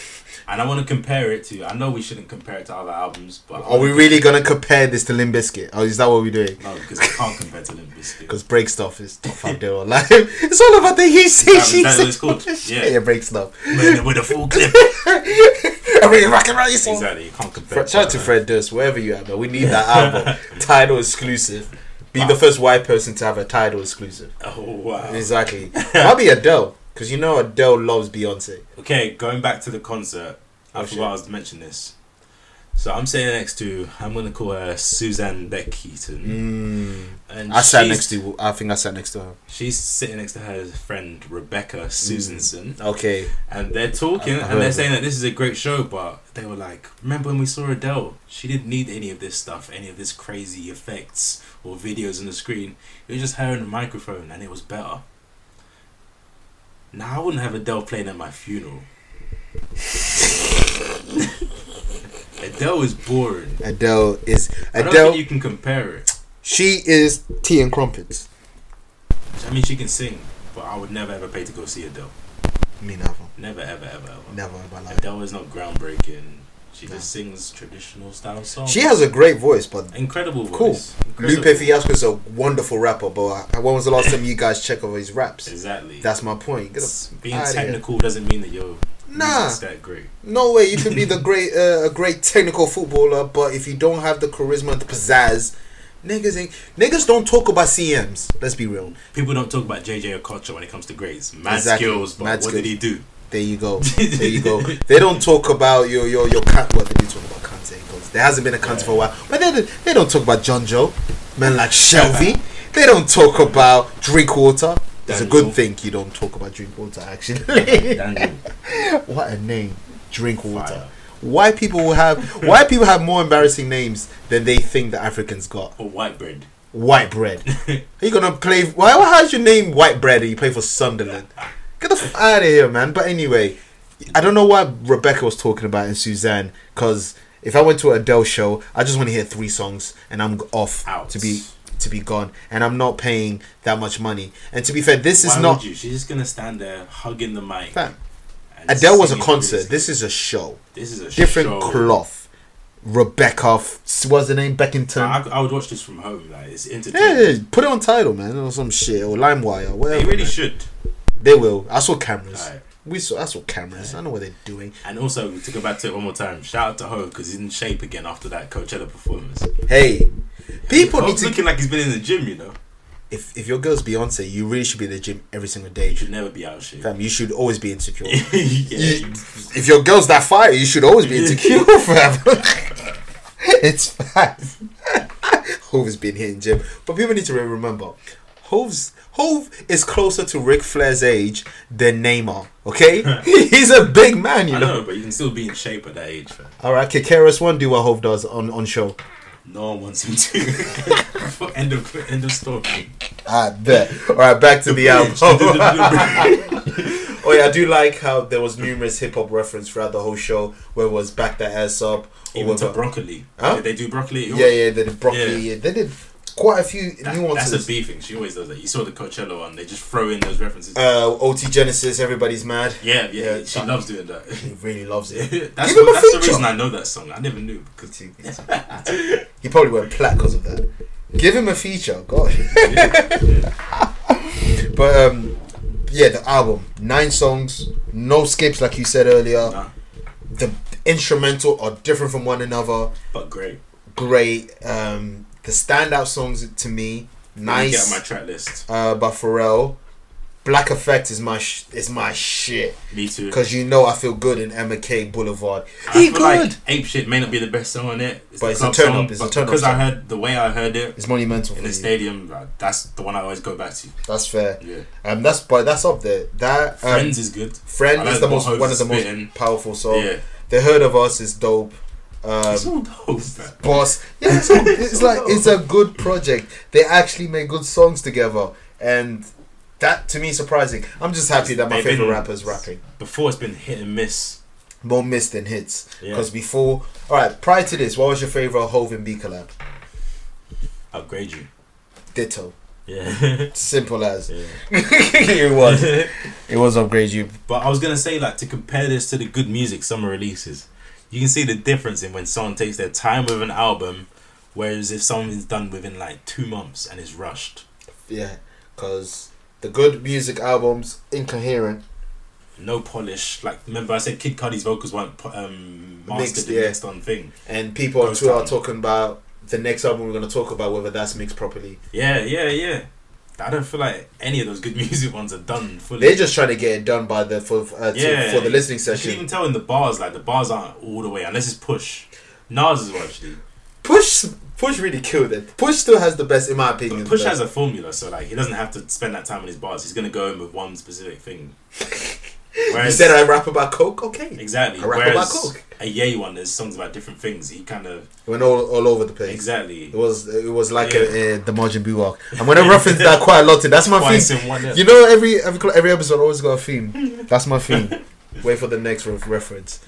B: And I wanna compare it to I know we shouldn't compare it to other albums, but I
A: Are we
B: wanna-
A: really gonna compare this to Limp Bizkit? Oh, is that what we're doing?
B: No, because I can't compare to Limp Bizkit.
A: Because break stuff is top five deal alive. It's all about the he say
B: That-
A: she
B: that
A: say.
B: was called-
A: Yeah.
B: yeah.
A: yeah, break stuff.
B: With a- with a full clip.
A: I really rock and roll you song.
B: Exactly, you can't compare.
A: Fred, shout out to Fred Durst, wherever you are, man. We need that album. title exclusive. Be the
B: Wow.
A: first white person to have a title exclusive.
B: Oh wow.
A: Exactly. I'll be Adele because you know Adele loves Beyonce.
B: Okay, going back to the concert, I
A: Oh,
B: forgot
A: shit.
B: I was to mention this. So I'm sitting next to, I'm gonna call her Suzanne Beck Keaton, and
A: Mm. I sat
B: Mm. she's-
A: next to. I think I sat next to her.
B: She's sitting next to her friend Rebecca Susanson,
A: Okay.
B: and they're talking,
A: I've
B: and
A: heard
B: they're
A: of
B: saying that this is a great show, but they were like, remember when we saw Adele? She didn't need any of this stuff, any of this crazy effects or videos on the screen. It was just her and a microphone, and it was better. Now I wouldn't have Adele playing at my funeral. Adele is boring.
A: Adele is
B: I don't think
A: Adele.
B: you can compare it.
A: she is tea and crumpets.
B: I mean, she can sing, but I would never ever pay to go see Adele.
A: Me never.
B: Never, ever, ever, ever.
A: Never in my life.
B: Adele is not groundbreaking. She
A: No.
B: just sings traditional style songs.
A: She has a great voice, but
B: incredible
A: Cool.
B: voice.
A: Lupe
B: Incredible.
A: Fiasco is a wonderful rapper. But I- when was the last time you guys check over his raps?
B: Exactly.
A: That's my point. Get
B: It's-
A: the-
B: Being
A: outta here.
B: technical doesn't mean that you're
A: Nah.
B: music's that great.
A: No way you can be the great uh, a great technical footballer, but if you don't have the charisma and the pizzazz, niggas ain't niggas don't talk about CMs. Let's be real.
B: People don't talk about JJ Okocha when it comes to grades. Mad
A: Exactly.
B: skills, but
A: Mad
B: what did he do?
A: There you go. There you go. They don't talk about your your your cat. Well, they do talk about Kante because there hasn't been a Kante for a while. But they don't- they don't talk about John Joe, men like Shelby. They don't talk about Drinkwater. It's a good
B: Daniel.
A: thing you don't talk about Drinkwater actually.
B: Daniel.
A: what a name, Drinkwater.
B: Fire.
A: White people will have white people have more embarrassing names than they think the Africans got.
B: or white bread.
A: White bread. Are you gonna play? Why? How's your name White Bread? And you play for Sunderland? Get the f- out of here, man. But anyway, I don't know why Rebecca was talking about it and Suzanne because if I went to an Adele show, I just want to hear three songs and I'm off
B: Out.
A: to be to be gone, and I'm not paying that much money. And to be fair, this
B: Why
A: is
B: would
A: not.
B: you? She's just gonna stand there hugging the mic.
A: Fam,
B: and
A: Adele was a
B: singing
A: concert.
B: This,
A: This is a show.
B: this is a
A: Different
B: show.
A: cloth. Rebecca, f- what's the name? Beckington.
B: I, I would watch this from home. Like it's
A: Yeah,
B: entertaining.
A: yeah, put it on title, man, or some shit, or LimeWire, or whatever.
B: They really
A: man.
B: should.
A: They will. I saw cameras.
B: Alright.
A: We saw. I saw cameras. I know what they're doing.
B: And also to go back to it one more time. Shout out to Ho because he's in shape again after that Coachella performance.
A: Hey, people
B: Ho's
A: need to.
B: looking like he's been in the gym. You know,
A: If if your girl's Beyonce, you really should be in the gym every single
B: you
A: day.
B: should never be out of shape.
A: Fam, you should always be insecure.
B: yeah.
A: You- if your girl's that fire, you should always be insecure, fam. it's fast. Hove has been hitting Jim, but people need to re- remember, Hove's Hove is closer to Ric Flair's age than Neymar. Okay, he's a big man, you
B: I
A: know.
B: know, but you can still be in shape at that age. Man.
A: All right, Kakaris one do what Hove does on on show.
B: No one wants him to. end of end of story.
A: I bet. Ah, All right, back to the album. oh yeah, I do like how there was numerous hip hop reference throughout the whole show, whether it was back that ass up or
B: Even to
A: whether,
B: broccoli.
A: Huh?
B: Did they do broccoli?
A: yeah, yeah, they did broccoli.
B: Yeah.
A: Yeah. They did quite a few
B: That-
A: nuances.
B: That's a B thing. She always does that. You saw the Coachella one. They just throw in those references.
A: uh, OT Genesis, everybody's mad.
B: yeah, yeah,
A: yeah,
B: She
A: that-
B: loves doing that.
A: He really loves
B: that's
A: it.
B: that's
A: him a
B: the
A: feature.
B: reason I know that song. I never knew because
A: he probably went plat because of that. Give him a feature, God. but um, yeah, the album, nine songs, no skips, like you said earlier.
B: Nah.
A: The instrumental are different from one another.
B: but great.
A: Great. Um, the standout songs to me,
B: Get on
A: nice.
B: my track list.
A: uh, by Pharrell. Black Effect is my sh- is my shit.
B: Me too.
A: Cause you know I feel good in Emma K Boulevard.
B: I feel like Ape Shit may not be the best song on it.
A: But
B: the
A: it's a
B: club
A: turn
B: song,
A: up, it's a
B: but
A: turn up
B: Because I
A: song.
B: heard the way I heard it
A: It's monumental. for
B: in the
A: me.
B: stadium, like, that's the one I always go back to.
A: That's fair.
B: Yeah.
A: Um, that's but that's up there. That um,
B: Friends is good.
A: Friend
B: I
A: is
B: like
A: the
B: what
A: most
B: Hope's
A: one of the
B: spitting.
A: most powerful songs.
B: Yeah.
A: The Herd of Us is dope. Um,
B: It's all dope, man.
A: Boss, yeah, it's, it's like it's a good project. They actually make good songs together, and that to me is surprising. I'm just happy that my
B: They've been-
A: favorite rapper is rapping
B: Before it's been hit and miss.
A: more missed than hits.
B: Yeah.
A: Because before, all right, prior to this, what was your favorite Hove and B collab?
B: Upgrade you.
A: Ditto.
B: Yeah.
A: Simple as
B: yeah.
A: it was. It was upgrade you.
B: But I was gonna say, like, to compare this to the good music summer releases, you can see the difference in when someone takes their time with an album, whereas if something's done within like two months and is rushed,
A: Yeah, because the good music albums incoherent.
B: no polish. Like, remember I said Kid Cudi's vocals weren't po- um, mastered
A: Mixed,
B: and
A: yeah.
B: mixed on thing.
A: and people on
B: Ghost
A: Twitter are
B: album.
A: talking about the next album we're going to talk about whether that's mixed properly.
B: Yeah, yeah, yeah. I don't feel like any of those good music ones are done fully.
A: They're just trying to get it done by the for uh, to-
B: yeah
A: for the listening
B: You can even
A: session.
B: tell in the bars, like the bars aren't all the way unless it's push. Nas is actually.
A: Push Push really killed it. Push still has the best in my opinion.
B: Push
A: though.
B: has a formula, so like he doesn't have to spend that time on his bars. He's gonna go in with one specific thing.
A: you
B: Whereas,
A: said I rap about coke, okay?
B: exactly.
A: I rap
B: whereas
A: about coke.
B: a Ye one, there's songs about different things. He kind of
A: It went all, all over the place.
B: exactly
A: It was it was like a,
B: Yeah.
A: uh the Margin Boo walk. I'm gonna reference that quite a lot. That's my
B: twice
A: theme.
B: in one.
A: You know, every every cl- every episode always got a theme. That's my theme. Wait for the next re- reference.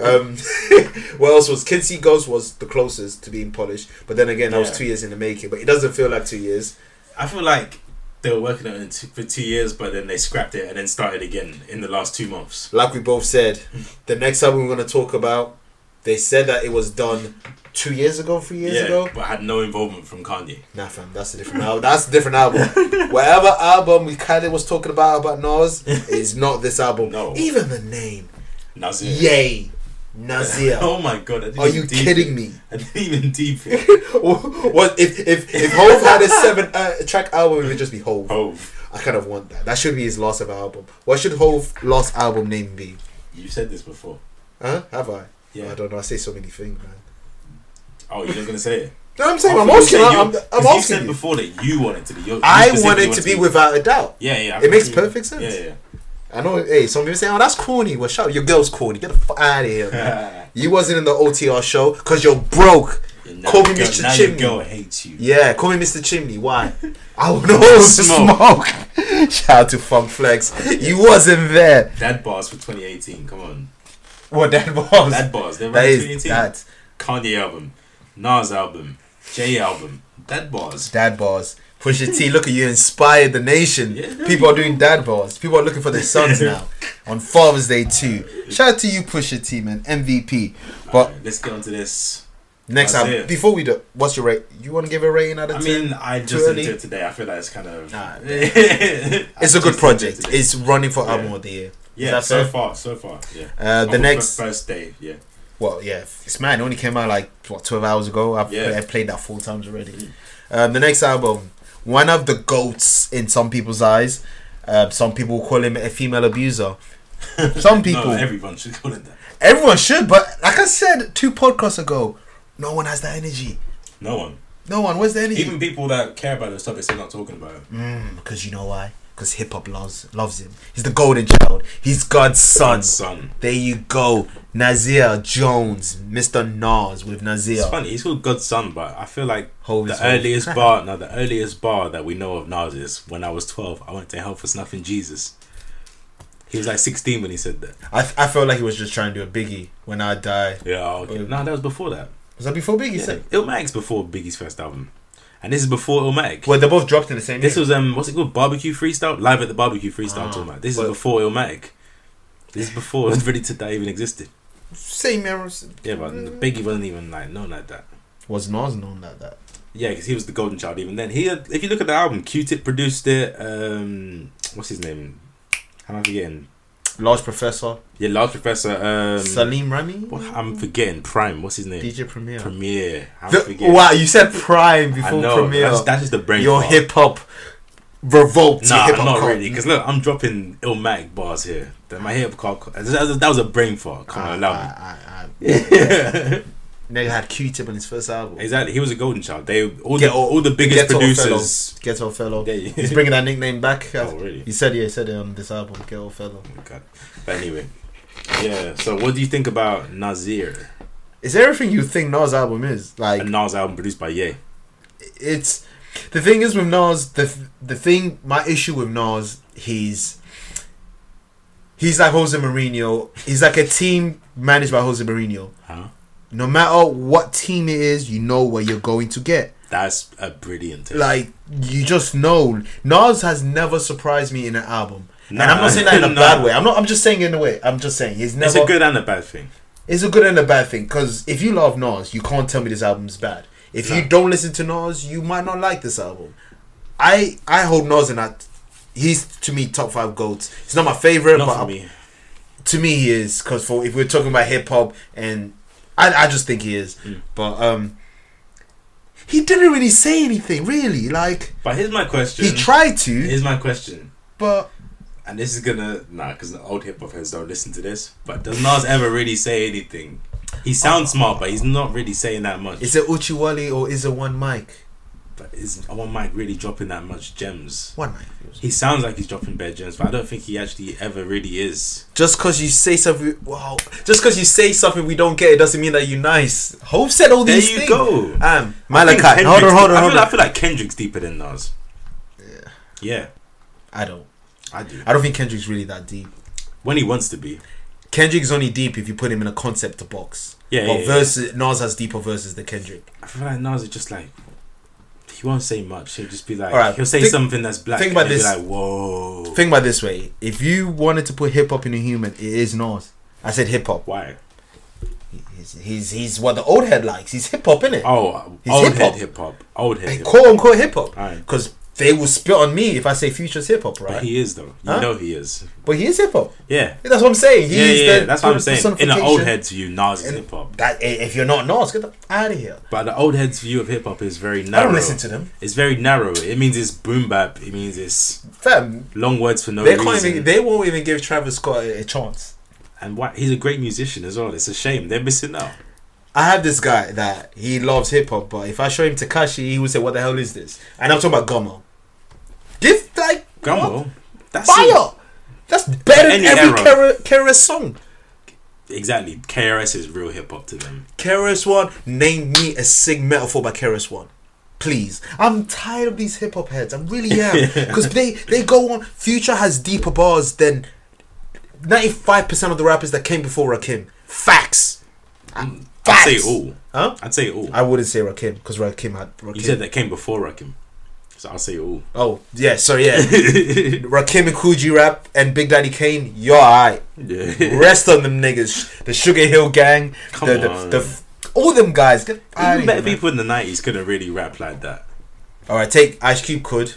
A: Um, what else was Kid See Ghost was the closest to being polished, but then again, that was
B: Yeah.
A: two years in the making. But it doesn't feel like two years.
B: I feel like they were working on it t- for two years, but then they scrapped it and then started again in the last two months.
A: Like we both said, the next album we're gonna talk about, they said that it was done two years ago, three years
B: yeah,
A: ago.
B: but had no involvement from Kanye.
A: Nah, fam, that's a different album. That's a different album. Whatever album we kind of was talking about about Nas is not this album.
B: No.
A: Even the name,
B: Nazir.
A: Yay, Nazir.
B: Oh my god! I didn't
A: Are
B: even
A: you
B: deep
A: kidding
B: it.
A: me?
B: I didn't even deep it.
A: what if if if Hove had a seven uh, track album, it would just be Hove.
B: Hove,
A: I kind of want that. That should be his last ever album. What should Hove last album name be?
B: you said this before.
A: Huh? Have I?
B: Yeah.
A: I don't know. I say so many things, man.
B: Oh, you're not gonna say it.
A: No, I'm saying I'm
B: I thought
A: asking.
B: you said you-
A: I'm, I'm
B: 'cause you
A: asking
B: said
A: you.
B: before that you wanted to be. you- you
A: I
B: specifically
A: want it
B: wanted
A: to be without a doubt.
B: Yeah, yeah. I
A: It makes
B: agree.
A: perfect sense.
B: Yeah,
A: I know. Hey, some people say, "Oh, that's corny." Well, shut up. Your girl's corny. Get the fuck out of here. man.
B: yeah.
A: You wasn't in the OTR show because you're broke.
B: Now
A: Call me
B: your girl-
A: Mr.
B: Now your
A: Chimney.
B: girl hates you.
A: Yeah, call me Mr. Chimney. Why? I don't know.
B: Smoke.
A: Smoke. Shout out to Funk Flex. You wasn't there.
B: Dad bars for 2018. Come on.
A: What that was?
B: Dad bars. They're
A: that
B: right,
A: is
B: 2018.
A: that.
B: Kanye album, Nas album, Jay album, Dad bars.
A: Dad bars. Pusha T, look at you inspired the nation.
B: Yeah, no,
A: People are doing dad bars. People are looking for their sons now. On Father's Day too. Shout out to you, Pusha T, man, MVP. But
B: Alright, let's get onto this.
A: next
B: that's
A: time,
B: it.
A: before we do, what's your rate? You want to give a rating out of
B: I
A: ten?
B: mean, I just did
A: early?
B: it today. I feel like it's kind of.
A: Nah.
B: it's
A: it's a good project. It's running for album of the year.
B: yeah.
A: Is that
B: so
A: fair?
B: far, so far. Yeah.
A: Uh,
B: Of
A: the next
B: fir- first day. Yeah.
A: Well, yeah, it's mad. It only came out like what twelve hours ago. I've
B: Yeah.
A: I played that four times already. Um, the next album, one of the goats in some people's eyes. Um, some people call him a female abuser. Some people,
B: No, everyone should call it that.
A: everyone should. But like I said two podcasts ago, no one has that energy.
B: No one.
A: No one. Where's the energy?
B: Even people that care about those topics, they're not talking about it.
A: Mm. Because you know why? Because hip hop loves loves him. He's the golden child. He's God's son.
B: Son.
A: There you go, Nazir Jones, Mr. Nas with Nazir.
B: It's funny. He's called God's son, but I feel like
A: Hold his
B: the
A: hold.
B: earliest bar. No, the earliest bar that we know of Nas is when I was twelve. I went to hell for snuffing Jesus. He was like sixteen when he said that.
A: I, I felt like he was just trying to do a Biggie. When I die,
B: Yeah. Okay. No, that was before that.
A: was that before Biggie?
B: Yeah.
A: said?
B: Illmatic's before Biggie's first album, and this is before Illmatic.
A: Well, they both dropped in the same.
B: This
A: year.
B: was um, what's it called? Barbecue freestyle, live at the barbecue freestyle
A: Ah,
B: tour. man. This is
A: but-
B: before Illmatic. This is before Ready to Die even existed.
A: same year. as-
B: Yeah, but Biggie wasn't even like known like that.
A: Was Nas known like that?
B: Yeah, because he was the golden child even then. He, had, if you look at the album, Q-Tip produced it. Um, what's his name? How am I forgetting?
A: Large Professor,
B: Yeah, Large Professor. Um,
A: Salim Remy,
B: what- I'm forgetting Prime. What's his name?
A: DJ Premier.
B: Premiere. I'm
A: The-
B: forgetting.
A: wow, you said Prime
B: I
A: before
B: know.
A: Premier.
B: That's, that's just the brain.
A: Your
B: fart.
A: hip hop revolt. your
B: Nah,
A: hip-hop
B: not
A: cult.
B: really. Because look, I'm dropping Illmatic bars here. That my hip hop. That was- that was a brain fart. Come
A: Ah,
B: on, allow me.
A: ah, ah, ah. Nigga had Q-Tip on his first album.
B: Exactly, he was a golden child. They all
A: Get-
B: the all the biggest
A: Ghetto
B: producers.
A: Fellow. Ghetto Fellow.
B: There you-
A: He's bringing that nickname back.
B: Oh, really?
A: He said, yeah, he said it on this album, Ghetto Fellow.
B: oh God. But anyway, yeah. So what do you think about Nazir,
A: It's everything you think Nas' album is. Like,
B: a Nas album produced by Ye?
A: it's the thing is with Nas the the thing my issue with Nas he's he's like Jose Mourinho he's like a team managed by Jose Mourinho
B: Huh?
A: no matter what team it is you know what you're going to get
B: That's a brilliant. take.
A: like you just know Nas has never surprised me in an album
B: Nah.
A: and I'm not saying that in a
B: Nah.
A: bad way I'm not I'm just saying in a way I'm just saying he's never
B: it's a good and a bad thing.
A: it's a good and a bad thing because if you love Nas, you can't tell me this album's bad. If you
B: No.
A: don't listen to Nas, you might not like this album. I I hold Nas in that. He's to me top five goats. He's not my favorite,
B: Not
A: but
B: for me.
A: to me he is because for if we're talking about hip hop and I, I just think he is.
B: Hmm.
A: But um, he didn't really say anything really. Like
B: But here's my question.
A: he tried to,
B: here's my question.
A: but
B: And this is gonna nah, because the old hip hop heads don't listen to this. But does Nas ever really say anything? He sounds smart, but he's not really saying that much.
A: is it Uchiwali or is it One Mic?
B: but is one mic really dropping that much gems?
A: One Mic.
B: He sounds like he's dropping bare gems, but I don't think he actually ever really is.
A: Just because you say something, wow. Just because you say something we don't get, it doesn't mean that you're nice. Hope said all
B: There
A: these
B: you
A: things.
B: go.
A: Um,
B: I think
A: Malachi, hold
B: Kendrick's
A: on, hold on,
B: deep- I
A: hold
B: feel, I
A: on.
B: feel like Kendrick's deeper than Nas. Yeah. Yeah,
A: I don't.
B: I do.
A: I don't think Kendrick's really that deep.
B: When he wants to be.
A: Kendrick's only deep if you put him in a concept box. But
B: Yeah, yeah, yeah.
A: versus Nas has deeper verses than Kendrick.
B: I feel like Nas is just like he won't say much. He'll just be like
A: Alright,
B: he'll say
A: think-
B: something that's black.
A: think about
B: and he'll
A: this.
B: Be like whoa.
A: Think about it this way: if you wanted to put hip hop in a human, it is Nas. I said hip hop.
B: Why?
A: He's, he's he's what the old head likes. He's hip hop, innit?
B: Oh,
A: He's
B: old
A: hip-hop.
B: head hip hop. Old head.
A: And
B: Hip
A: quote unquote hip hop.
B: Aye.
A: Because they will spit on me if I say Future's hip hop, right?
B: But he is though. You
A: Huh?
B: know he is.
A: but he is hip hop.
B: Yeah.
A: That's what I'm saying. He's
B: Yeah, yeah,
A: the
B: that's what I'm saying. In an old
A: personification.
B: head's view, Nas is
A: And
B: hip hop.
A: That i- if you're not Nas, get the out of here.
B: But the old head's view of hip hop is very narrow.
A: I don't listen to them.
B: It's very narrow. It means it's boom bap. It means it's
A: Fam,
B: long words for no
A: they can't
B: reason.
A: even. They won't even give Travis Scott a, a chance.
B: and why, he's a great musician as well. It's a shame they're missing out.
A: I have this guy that he loves hip hop, but if I show him Takashi, he will say, "What the hell is this?" And I'm talking about Gummo. Give like
B: Gumbo, that's
A: fire. That's better than
B: Any
A: every
B: era.
A: Kara, Kara song.
B: Exactly. KRS is real hip hop to them.
A: KRS One, name me a sig metaphor by KRS One. Please, I'm tired of these hip hop heads. I really am because they they go on. Future has deeper bars than ninety five percent of the rappers that came before Rakim. Facts.
B: I'd
A: Facts.
B: say all.
A: Huh?
B: I'd say all.
A: I wouldn't say Rakim because Rakim had. Rakim.
B: You said that came before Rakim. So I'll say all.
A: Oh yeah, sorry yeah. Rakim and Coogee rap and Big Daddy Kane, you're alright.
B: Yeah.
A: Rest on them niggas, the Sugar Hill Gang,
B: Come
A: the, the,
B: on.
A: the all them guys. Get outta
B: Even better
A: here, man.
B: people in the 90s couldn't really rap like that.
A: All right, take Ice Cube could.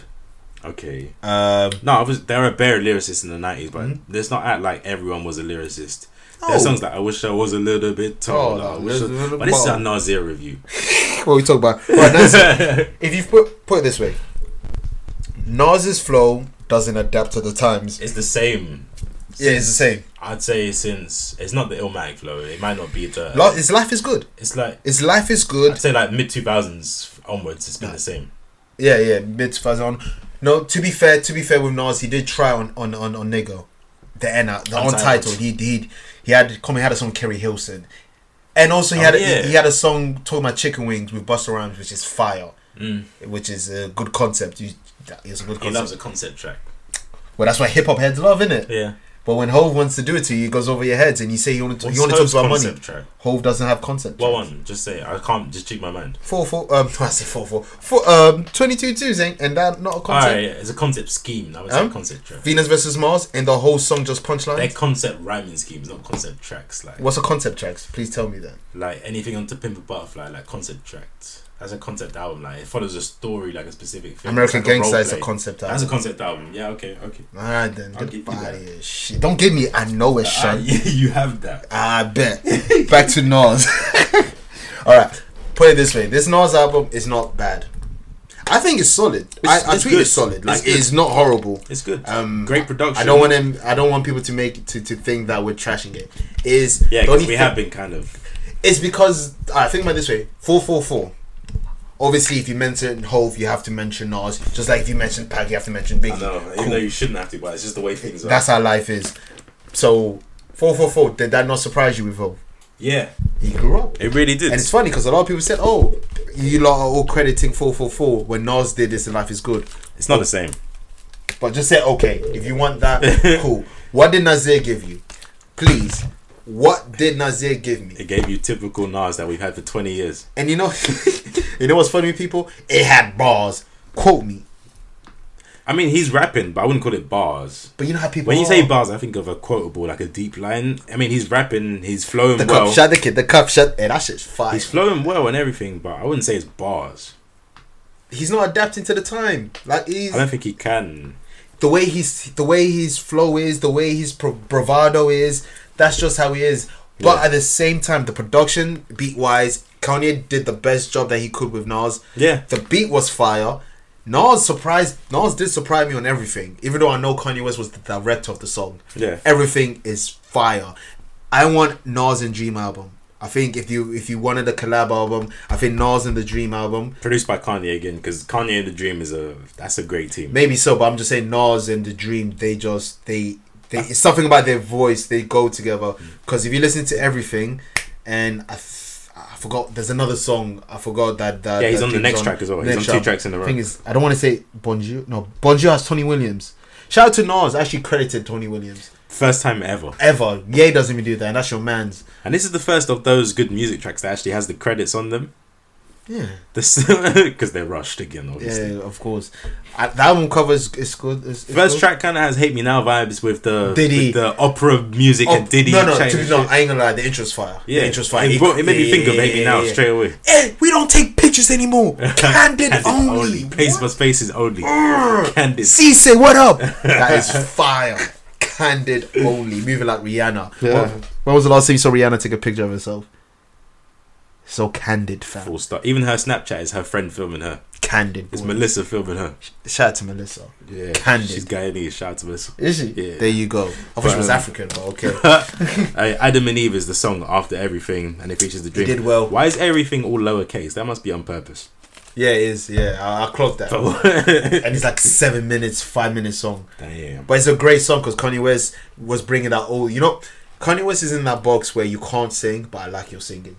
B: Okay.
A: Um,
B: No, I was, there are bare lyricists in the 90s, but
A: Hmm?
B: let's not act like everyone was a lyricist.
A: No.
B: There are songs like I Wish I Was a Little Bit Taller.
A: no,
B: I wish I-
A: there's Oh, a
B: but this is
A: ball.
B: our Nasir review.
A: what we talk about? All right, Nas, if you put put it this way, Nas's flow doesn't adapt to the times.
B: It's the same.
A: Yeah, it's the same.
B: I'd say since it's not the Illmatic flow, it might not be the.
A: Lo- his life is good.
B: it's like
A: His life is
B: I'd
A: good.
B: say like mid two thousands onwards, it's been the same.
A: Yeah, yeah. Mid fuzz on. No, to be fair, to be fair with Nas, he did try on on on, on Nego, the N, the
B: Untitled.
A: untitled. He he he had come. He had a song with Kerry Hilson, and also he
B: Oh,
A: had a,
B: yeah.
A: he, had a song talking about chicken wings with Busta Rhymes, which is fire, which is a good concept. You, that is a good
B: Mm. He
A: concept.
B: loves Oh, a concept track.
A: Well, that's why hip hop heads love, innit?
B: Yeah.
A: But when Hove wants to do it to you, it goes over your heads, and you say you only talk, you only talk about money.
B: Track?
A: Hove doesn't have concept.
B: What one? Just say it. I can't just cheat my mind.
A: Four four. Um, I say four four. Four um, twenty two twos, ain't and that not a concept.
B: Alright, yeah, it's a concept scheme. That was
A: Um,
B: a concept track.
A: Venus versus Mars, and the whole song just punchlines.
B: They're concept rhyming schemes, not concept tracks. Like
A: What's a concept tracks? Please tell me that.
B: like anything on to Pimp a Butterfly, like concept tracks. That's a concept album. Like it follows a story, like a specific thing.
A: American
B: It's like
A: Gangsta is a
B: roleplay.
A: concept
B: That's
A: album.
B: a concept album. Yeah. Okay. Okay.
A: All right then, get
B: I'll
A: the
B: give you
A: fuck
B: that.
A: out of here. Shit, don't give me. I know it,
B: Ah,
A: son.
B: yeah, you have that.
A: I bet. Back to Nas. All right, put it this way: this Nas album is not bad. I think it's solid.
B: It's-
A: I, I
B: it's
A: tweet
B: good.
A: it's solid. Like
B: It's
A: it's,
B: good.
A: not horrible.
B: It's good.
A: Um,
B: Great production.
A: I don't want him. I don't want people to make to, to think that we're trashing it. Is the
B: Yeah, because
A: only
B: we
A: thing-
B: have been kind of.
A: It's because I think about it this way: four four four. Obviously, if you mention Hove, you have to mention Nas. Just like if you mention Pac, you have to mention Biggie.
B: I know, even
A: Cool.
B: though you shouldn't have to, but it's just the way things are.
A: That's how life is. So four four four. Did that not surprise you with Hove?
B: yeah,
A: He grew up.
B: it really did.
A: And it's funny because a lot of people said, "Oh, you lot are all crediting 444 when Nas did this and Life is Good."
B: It's not the same.
A: But just say, "Okay, if you want that, cool." What did Nazir give you? Please, what did Nazir give me?
B: It gave you typical Nas that we've had for 20 years.
A: And you know, you know what's funny, with people? It had bars. Quote me.
B: I mean, he's rapping, but I wouldn't call it bars.
A: But you know how people
B: When you say
A: are.
B: bars, I think of a quotable, like a deep line. I mean, he's rapping, he's flowing
A: the
B: well.
A: cup shut, the kid, the cup shut, and that shit's fire.
B: He's
A: He's,
B: flowing well and everything, but I wouldn't say it's bars.
A: not adapting to the time. Like he's
B: I don't think he can.
A: the way he's the way his flow is, the way his pro- bravado is. That's just how he is. But
B: Yeah.
A: at the same time, the production, beat wise, Kanye did the best job that he could with Nas.
B: Yeah.
A: The beat was fire. Nas surprised. Nas did surprise me on everything, even though I know Kanye West was the director of the song.
B: Yeah.
A: Everything is fire. I want Nas and Dream album. I think if you if you wanted a collab album, I think Nas and the Dream album
B: Produced by Kanye again, because Kanye and the Dream is a that's a great team.
A: Maybe so, but I'm just saying Nas and the Dream. They just they they it's something about their voice. They go together
B: Mm.
A: because if you listen to everything, and I, f- I forgot there's another song. I forgot that that
B: Yeah, he's
A: that
B: on the
A: thing's
B: next track as well. He's
A: next
B: on two
A: track.
B: tracks in a row.
A: Thing is, I don't want to say Bonjour. No, Bonjour has Tony Williams. Shout out to Nas. I Actually credited Tony Williams.
B: First time ever.
A: Ever, yeah, doesn't even do that, and that's your man's.
B: And this is the first of those good music tracks that actually has the credits on them.
A: Yeah,
B: because they're rushed again, obviously.
A: yeah, of course. I, the album cover is, is good. Is, is
B: First
A: good.
B: track kind of has "Hate Me Now" vibes with the
A: Diddy.
B: with the opera music
A: Oh,
B: and Diddy.
A: no, no,
B: change.
A: to, no, I ain't gonna lie. The intro's fire.
B: yeah,
A: the intro's fire.
B: It, brought, it made me think of
A: Yeah,
B: "Hate Me Now"
A: yeah, yeah.
B: straight away.
A: Hey, we don't take pictures anymore. Candid
B: Candid
A: only.
B: Face
A: What?
B: for faces only. Candid.
A: Cisse, what up? that is fire. Candid only. Moving like Rihanna.
B: Yeah.
A: When, when was the last time you saw Rihanna take a picture of herself? So candid, fam.
B: Full stop. Even her Snapchat is her friend filming her.
A: Candid.
B: It's
A: boy.
B: Melissa filming her.
A: Shout out to Melissa.
B: Yeah,
A: Candid.
B: She's Guyanese. Shout out to Melissa.
A: Is she?
B: Yeah.
A: There you go. I thought she was
B: um,
A: African, but okay.
B: Uh, Adam and Eve is the song after everything, and it features the dream.
A: did well.
B: Why is everything all lowercase? That must be on purpose.
A: Yeah, it is. Yeah, I, I clocked that. and
B: Damn.
A: it's like seven minutes, five minute song. But it's a great song because Kanye West was bringing that old, you know, Kanye West is in that box where you can't sing, but I like your singing.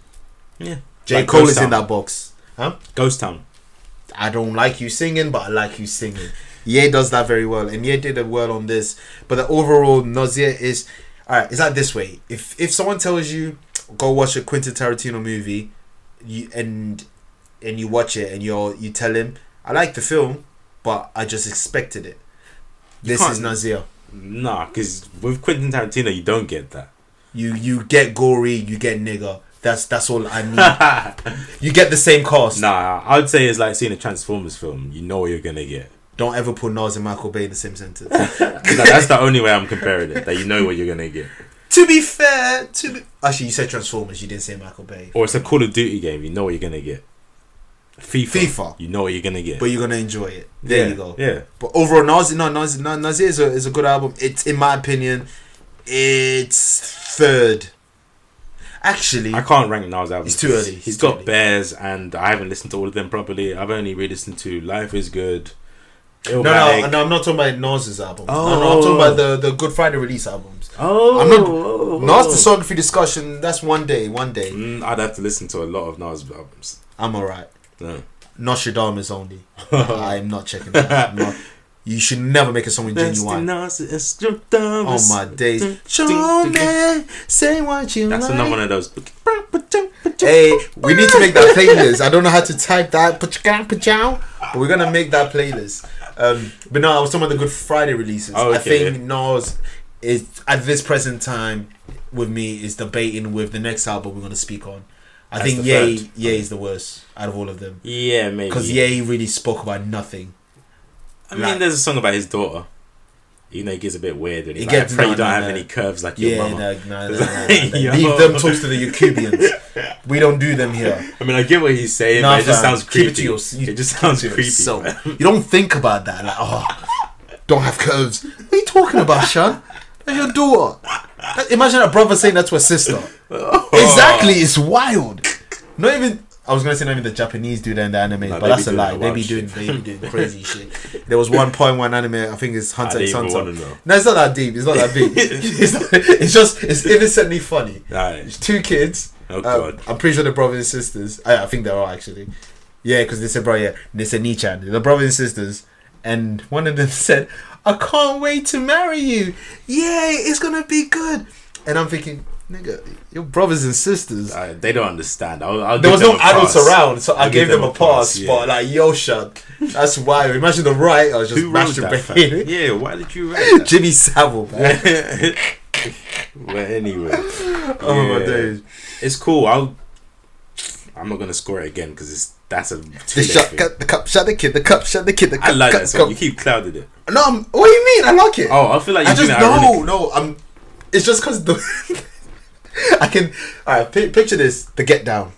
B: Yeah.
A: J.
B: Like
A: Cole
B: Ghost
A: is in
B: Town.
A: that box. Huh?
B: Ghost Town.
A: I don't like you singing, but I like you singing. Ye does that very well, and Ye did it well on this. But the overall nausea is all right. It's like this way: if if someone tells you go watch a Quentin Tarantino movie, you, and and you watch it, and you you tell him I like the film, but I just expected it. This is
B: can't-
A: nausea.
B: Nah, because with Quentin Tarantino, you don't get that.
A: You you get gory, you get nigger. That's that's all I need. you get the same cost.
B: Nah, I'd say it's like seeing a Transformers film. You know what you're gonna get.
A: Don't ever put Nas and Michael Bay in the same sentence.
B: No, that's the only way I'm comparing it. That you know what you're gonna get.
A: To be fair, to be actually, you said Transformers. You didn't say Michael Bay,
B: Or it's a Call of Duty game. You know what you're gonna get. FIFA.
A: FIFA.
B: You know what you're gonna get.
A: but you're gonna enjoy it. There
B: Yeah,
A: you go.
B: Yeah.
A: But overall, Nas, no, Nas, no, Nasir is a, is a good album. It's in my opinion, it's third. Actually,
B: I can't rank Nas albums.
A: It's too early.
B: He's
A: It's too
B: got
A: early.
B: Bears, and I haven't listened to all of them properly. I've only re-listened to Life Is Good.
A: no, no, no, I'm not talking about Nas's album. no, no, I'm talking
B: Oh.
A: about the the Good Friday release albums.
B: Oh,
A: I'm not- Nas discography discussion. That's one day. One day.
B: Mm, I'd have to listen to a lot of Nas albums.
A: I'm alright.
B: No.
A: Nostradamus only. I'm not checking that. I'm not- you should never make a song with genuine.
B: Oh
A: Oh my days.
B: Show
A: me, say what you
B: That's another one of those.
A: Hey, we need to make that playlist. I don't know how to type that. Pachow, pachow. But we're gonna make that playlist. Um, but no, I was talking about the Good Friday releases.
B: Oh,
A: I
B: okay.
A: think Nas is at this present time with me is debating with the next album we're gonna speak on. I
B: That's
A: think
B: the
A: Ye
B: third.
A: Ye is the worst out of all of them
B: Yeah, maybe.
A: because Ye really spoke about nothing.
B: I mean,
A: like-
B: there's a song about his daughter. You know, it gets a bit weird when he
A: It
B: like,
A: gets-
B: I pray
A: no,
B: you don't
A: no,
B: have
A: no.
B: any curves like your
A: Yeah,
B: mama.
A: no, no, no, no, no.
B: Yo.
A: Leave them talks to the Yacubians. We don't do them here.
B: I mean, I get what he's saying,
A: Nah,
B: but it just
A: fam,
B: sounds
A: keep
B: creepy.
A: it to
B: It,
A: yours- you-
B: just sounds
A: to
B: creepy.
A: yourself.
B: man.
A: you don't think about that. Like, oh, don't have curves. What are you talking about, Sean? That's your daughter. That- Imagine a brother saying that to a sister. Exactly, it's wild. Not even. I was gonna say not even the Japanese do that in the anime,
B: Nah,
A: but
B: they
A: that's
B: be
A: a
B: doing
A: lie.
B: that
A: They
B: wild
A: be doing they be doing crazy shit. There was one point one anime, I think it's Hunter
B: I
A: x
B: didn't even
A: Hunter.
B: want to know.
A: No, it's not that deep. It's not that big. it's, not- it's just it's innocently funny. It's
B: Alright.
A: two kids.
B: Oh,
A: Um,
B: God.
A: I'm pretty sure they're brothers and sisters. I, I think they are actually. Yeah, because they said, bro, yeah, they said Nichan. They're brothers and sisters. And one of them said, I can't wait to marry you. Yay, it's going to be good. And I'm thinking, nigga, your brothers and sisters.
B: Uh, they don't understand. I'll, I'll
A: There
B: give
A: was no
B: them a
A: adults
B: pass.
A: around, so I
B: I'll
A: gave
B: give
A: them a pass.
B: yeah.
A: But like, yo, shut. That's why. Imagine the right. I was just
B: who wrote that? fam?
A: masturbating.
B: Yeah, why did you write
A: Jimmy Savile. man.
B: that? well, anyway.
A: Oh my
B: Yeah.
A: days.
B: It's cool. I'll. I'm not gonna score it again because it's that's a. Too
A: The
B: late
A: shot,
B: thing.
A: cut the cup, shut the kid, the cup, shut the kid, the cup.
B: I like
A: cup,
B: that song. You
A: cup.
B: keep clouded it.
A: No, I'm, what do you mean? I like it.
B: Oh, I feel like
A: I
B: you're
A: just
B: doing
A: no,
B: it ironically.
A: no. I'm. It's just because the. I can. All right. Pi- picture this: the Get Down,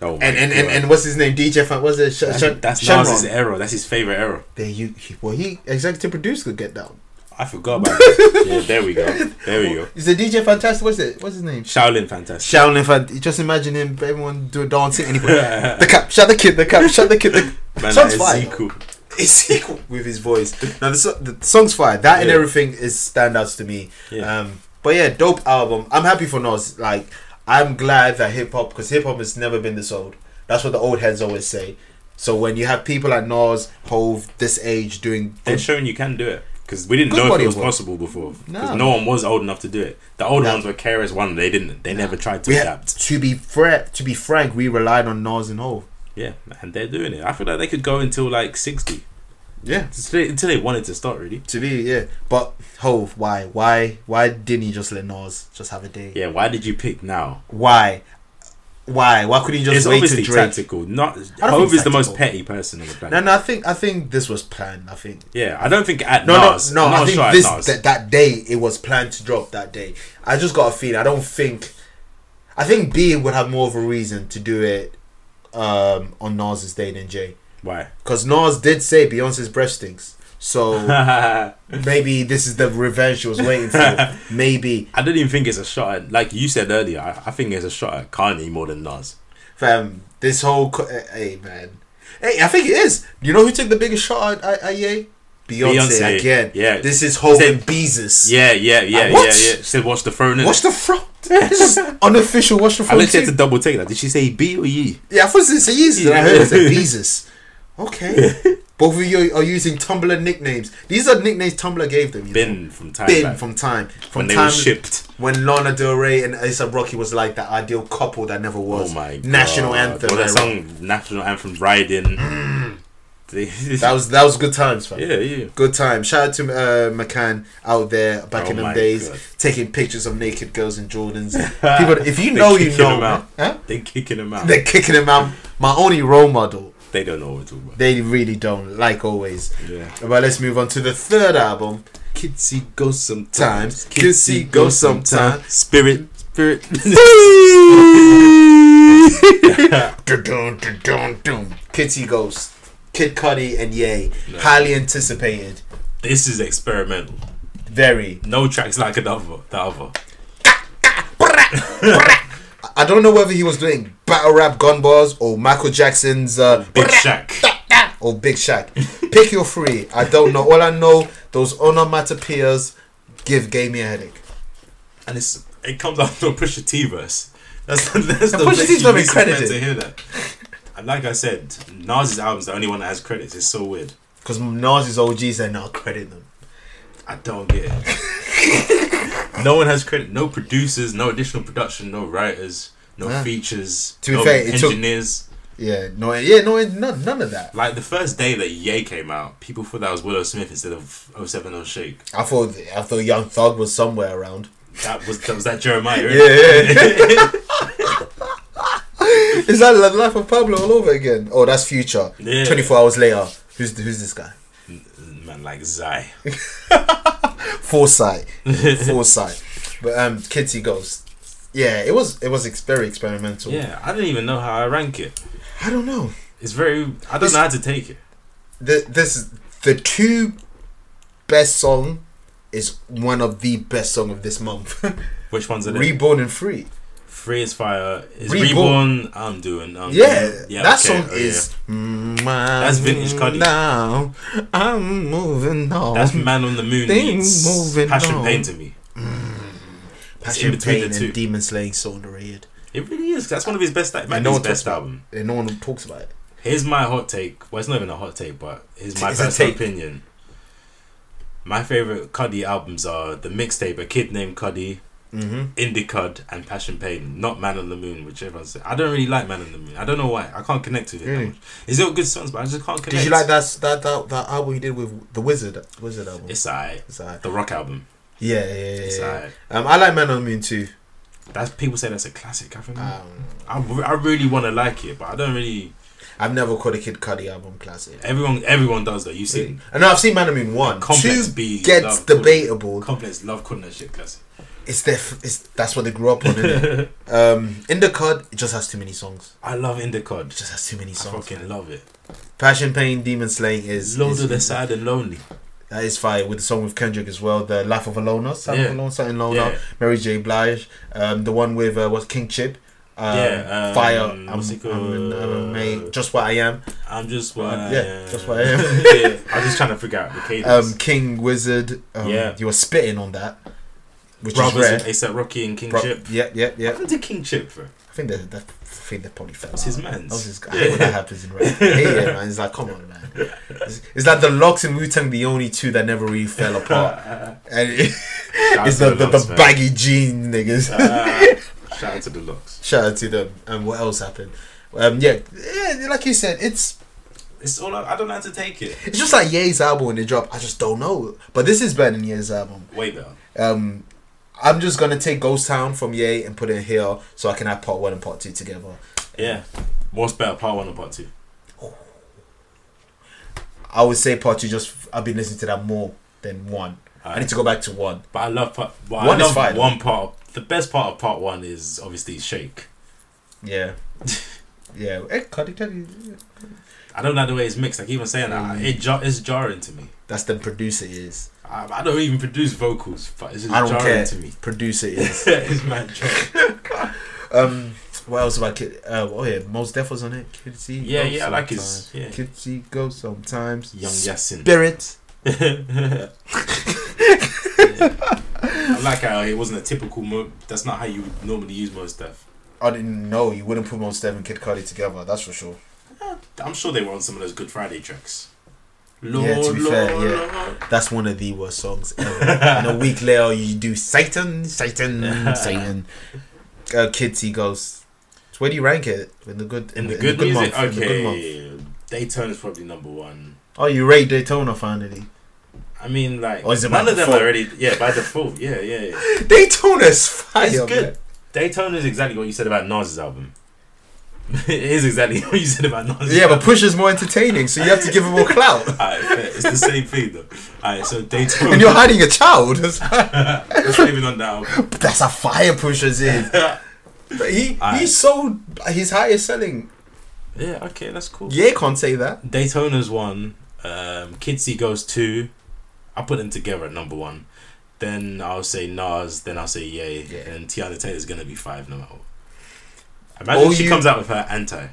B: Oh my
A: and and, and
B: God.
A: and what's his name? DJ. Fan, what's it? Sh- Sh-
B: that's
A: Shenron.
B: Nas's error. That's his favorite error.
A: There you. He, well, he executive produced the Get Down.
B: I forgot about that. yeah, there we go. There we go.
A: Is the DJ Fantastic? What's it? What's his name?
B: Shaolin Fantastic.
A: Shaolin Fantastic. Just imagine him. Everyone do dancing anyway. the cap. Shut the kid. The cap. Shut the kid. The,
B: Man,
A: Sounds
B: that
A: fine.
B: Ezekiel.
A: It's equal with his voice. Now the, so- the song's fire. That and
B: Yeah.
A: everything is standouts to me.
B: Yeah.
A: Um, but yeah, dope album. I'm happy for Nas. Like, I'm glad that hip hop because hip hop has never been this old. That's what the old heads always say. So when you have people like Nas, Hove, this age doing,
B: They're showing you can do it because we didn't
A: Good
B: know if
A: body
B: it
A: of
B: was
A: work.
B: possible before. Because
A: No.
B: no. one was old enough to do it. The older
A: No.
B: ones were KRS One. They didn't. They never tried to
A: we had,
B: adapt.
A: to be fra- to be frank, we relied on Nas and Hove.
B: Yeah, and they're doing it. I feel like they could go until like sixty
A: Yeah.
B: until they, until they wanted to start. Really.
A: To be yeah, but Hove, why, why, why didn't he just let Nas just have a day?
B: Yeah. Why did you pick now?
A: Why, why, why couldn't he just
B: it's
A: wait
B: obviously
A: to Drake?
B: tactical. Not
A: it's
B: Hove is the most
A: tactical.
B: petty person on the planet.
A: No, no, I think I think this was planned. I think
B: Yeah, I don't think at
A: no,
B: Nas.
A: no, no. I
B: Nas
A: think
B: shot at
A: this
B: Nas.
A: that that day it was planned to drop that day. I just got a feeling. I don't think. I think B would have more of a reason to do it um, on Nas's day than Jay,
B: Why?
A: because Nas did say Beyonce's breath stinks. So
B: I
A: maybe this is the revenge she was waiting for. Maybe,
B: don't even think it's a shot at. Like you said earlier, I, I think it's a shot at Kanye more than Nas.
A: fam. This whole co- eh, hey man, hey, I think it is. You know who took the biggest shot at, at, at Ye? Beyonce,
B: Beyonce,
A: again.
B: yeah.
A: This is Hope
B: Said-
A: and Beezus.
B: Yeah, yeah, yeah,
A: Like,
B: yeah,
A: what?
B: yeah. She said, "Watch the throne." innit?
A: Watch the front. This is unofficial. Watch the
B: I
A: front.
B: literally
A: too.
B: had to double take that. Did she say B or E? ye?
A: Yeah, I thought it was Yeezus. and I heard it said
B: Yeah.
A: Beezus. Okay. Both of you are using Tumblr nicknames. These are nicknames Tumblr gave them. You know?
B: Bin from time.
A: Bin
B: back.
A: from time. From
B: when they
A: time
B: were shipped.
A: When Lana Del Rey and ASAP Rocky was like that ideal couple that never was.
B: Oh my god.
A: National anthem.
B: Well, that
A: man.
B: song, National Anthem, Riding. They-
A: That was that was good times, fam.
B: yeah, yeah.
A: Good time. Shout out to uh, McCann out there back
B: Oh
A: in them
B: my
A: days,
B: God.
A: taking pictures of naked girls in Jordans. People, if you know, you
B: kicking
A: know.
B: them out.
A: Huh?
B: They kicking him out.
A: They're
B: They,
A: kicking him out. My only role model.
B: don't know what to do.
A: They really don't, like always.
B: Yeah.
A: But let's move on to the third album.
B: Kitsy go sometimes.
A: Times. Kitsy go sometime.
B: Spirit. Spirit.
A: Dun-dun, dun-dun, dun. Kitty Ghost, Kid Cudi, and Ye. Highly anticipated.
B: this is experimental.
A: Very.
B: No tracks like another. The other.
A: I- I don't know whether he was doing battle rap gun bars or Michael Jackson's uh,
B: Big Shaq.
A: or Big Shaq. Pick your three. I don't know. All I know, those onomatopoeias give gave me a headache.
B: And it's, it comes after a Pusha T verse. That's, that's the
A: Pusha
B: best
A: T's not been
B: reason for men
A: credited.
B: to hear that. And like I said, Nas's album's the only one that has credits. It's so weird.
A: Because Nas's OGs and I'll credit them.
B: I don't get it. no one has credit. No producers. No additional production. No writers. No
A: Yeah.
B: features.
A: To be
B: no
A: fair, it took-
B: engineers.
A: Yeah, no, yeah, no, none, none of that.
B: Like the first day that Ye came out, people thought that was Willow Smith instead of 070 Shake.
A: I thought, I thought Young Thug was somewhere around.
B: That was that was that Jeremiah.
A: Yeah. Is that the life of Pablo all over again? Oh, that's Future.
B: Yeah.
A: Twenty four hours later, who's who's this guy?
B: Man, like Zai.
A: Foresight, foresight. But um, Kitty Ghost. Yeah, it was it was ex- very experimental.
B: Yeah, I don't even know how I rank it.
A: I don't know.
B: It's very. I don't
A: It's-
B: know how to take it.
A: the this the two best song is one of the best song of this month.
B: Which ones are they?
A: Reborn and Free.
B: Free as fire is
A: Reborn.
B: reborn. I'm doing. I'm
A: Yeah,
B: doing-
A: that
B: okay,
A: song
B: oh, yeah.
A: is.
B: That's vintage Cardi.
A: Now I'm moving on.
B: That's man on the moon.
A: Thing
B: meets
A: moving
B: passion
A: on.
B: pain to me.
A: Passion
B: in between
A: Pain
B: the two.
A: and Demon Slaying so underrated.
B: It really is. That's one of his best. That might
A: And no
B: be his
A: one talks
B: best
A: about
B: album.
A: it. And no one talks about it.
B: Here's my hot take. Well, it's not even a hot take, but here's my
A: It's a
B: personal
A: take.
B: opinion. My favorite Cuddy albums are the mixtape A Kid Named Cuddy,
A: Mm-hmm.
B: Indie Cud, and Passion Pain. Not Man on the Moon, which everyone's. I don't really like Man on the Moon. I don't know why. I can't connect with it.
A: Really?
B: That much. It's all good songs, but I just can't connect.
A: Did you like that that that, that album you did with the Wizard Wizard album?
B: It's alright.
A: It's alright.
B: The rock album.
A: Yeah, yeah, yeah.
B: It's
A: yeah.
B: alright.
A: Um, I like Man on the Moon too.
B: That's people say that's a classic. I think
A: Um,
B: I, re- I really want to like it, but I don't really.
A: I've never called a Kid Cudi album classic.
B: Everyone, everyone does that. You see,
A: And I've seen Man of Moon one.
B: Complex
A: Two
B: B
A: gets
B: love
A: debatable.
B: complex love calling that shit classic.
A: It's their. f- It's that's what they grew up on. Isn't it? Um, in the card, it just has too many songs.
B: I love
A: It
B: Indicod.
A: just has too many
B: I
A: songs.
B: fucking love it.
A: Passion, pain, demon slaying is
B: Load
A: is-
B: of the sad and lonely.
A: That is fire with the song with Kendrick as well. The life of a loner, Sound of
B: Yeah.
A: a Loner, Something Loner,
B: Yeah.
A: Mary J. Blige. Um, the one with uh, what's King Chip. Um,
B: Yeah, um,
A: fire. I'm,
B: what's it
A: I'm, I'm,
B: called?
A: made- just what I am.
B: I'm just what. I
A: Yeah,
B: am.
A: just what I am.
B: yeah, I'm just trying to figure out the cadence.
A: Um, King Wizard. Um,
B: Yeah.
A: you were spitting on that, which
B: Brothers,
A: is rare.
B: ASAP Rocky and King
A: Bro-
B: Chip.
A: Yep, yep,
B: I
A: yep.
B: Happened to King Chip, bro.
A: I think that that I think that probably fell.
B: That's his
A: out.
B: man's.
A: That was his guy.
B: Yeah.
A: I hate when that happens in rap. I hate it, man. It's like, come on, man. It's, it's like the locks and Wu Tang, the only two that never really fell apart. And it-
B: Shout out
A: it's
B: to
A: the, the,
B: Lux,
A: the
B: man.
A: baggy jean niggas.
B: Ah, Shout out to the locks.
A: Shout out to them. And what else happened? Um, yeah, yeah, like you said, it's
B: It's all I, I don't know how to take it.
A: it's just like Ye's album when they drop. I just don't know, but this is better than Ye's album.
B: Way better.
A: Um, I'm just gonna take Ghost Town from Ye and put it here so I can have part one and part two together.
B: Yeah. What's better, part one or part two?
A: I would say part two. Just I've been listening to that more than one. I need to go back to one.
B: But I love part. Well,
A: One
B: I
A: is
B: love
A: fine.
B: One part. The best part of part one is obviously Shake.
A: Yeah, yeah. Eh, Cardi- Cardi-
B: I don't like the way it's mixed. I keep on saying
A: Mm.
B: that. It jar- it's jarring to me.
A: That's the producer is.
B: I, I don't even produce vocals, but it's just
A: I don't
B: jarring
A: care.
B: to me.
A: Producer is.
B: it's mad jarring.
A: um, what else about Kid? Uh, oh yeah, Most Def was on it. Kidsy.
B: Yeah,
A: Go
B: yeah, I like his-
A: Sometimes.
B: yeah.
A: Kidsy go sometimes.
B: Young Yasin.
A: Spirit.
B: Yeah. I like how it wasn't a typical. Mo- that's not how you would normally use most stuff.
A: I didn't know you wouldn't put Mostert and Kid Cudi together. That's for sure.
B: I'm sure they were on some of those Good Friday tracks. Lord,
A: Yeah, to be
B: Lord,
A: fair,
B: Lord.
A: That's one of the worst songs ever. and a week later, you do Satan, Satan, Satan. Uh, Kid T goes. So Where do you rank it in the good
B: In the good music,
A: month, in the good month.
B: okay. Daytona's probably number one.
A: Oh, you rate Daytona finally.
B: I mean, like
A: Or is it by
B: none of them
A: default?
B: are already. Yeah, by default. Yeah, yeah. yeah.
A: Daytona's fire.
B: It's good.
A: man.
B: Daytona is exactly what you said about Nas's album. it is exactly what you said about Nas.
A: Yeah, but Push is more entertaining, so you have to give him more clout.
B: Alright, fair. it's the same thing though. Alright, so Daytona.
A: And you're hiding a child. That's
B: Let's leave it on that album.
A: that's how fire Pusher's is. But he
B: Aye.
A: he sold his highest selling.
B: yeah, okay, that's cool.
A: Yeah, can't say that.
B: Daytona's one. Um, Kitsy goes two. I put them together at number one. Then I'll say Nas. Then I'll say Yay.
A: Yeah.
B: And Tiana Taylor's gonna be five no matter. what. Imagine
A: All
B: she
A: you-
B: comes out with her anti.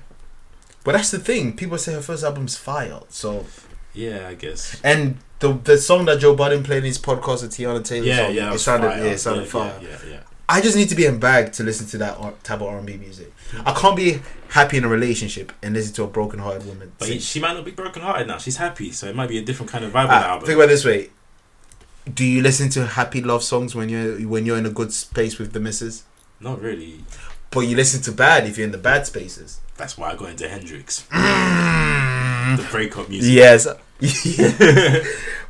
A: But that's the thing. People say her first album's fire. So
B: Yeah, I guess.
A: and the the song that Joe Budden played in his podcast with Tiana Taylor.
B: Yeah,
A: song,
B: yeah,
A: It sounded
B: fire.
A: yeah, it sounded
B: yeah,
A: fire.
B: Yeah, yeah, yeah.
A: I just need to be in bag to listen to that R- type of R and B music. I can't be happy in a relationship and listen to a broken hearted woman.
B: But
A: sing.
B: she might not be broken hearted now. She's happy, so it might be a different kind of vibe on the
A: Ah,
B: album.
A: think about it this way. Do you listen to happy love songs when you're when you're in a good space with the missus?
B: Not really.
A: But you listen to bad if you're in the bad spaces.
B: That's why I got into Hendrix.
A: Mm.
B: the breakup music.
A: Yes.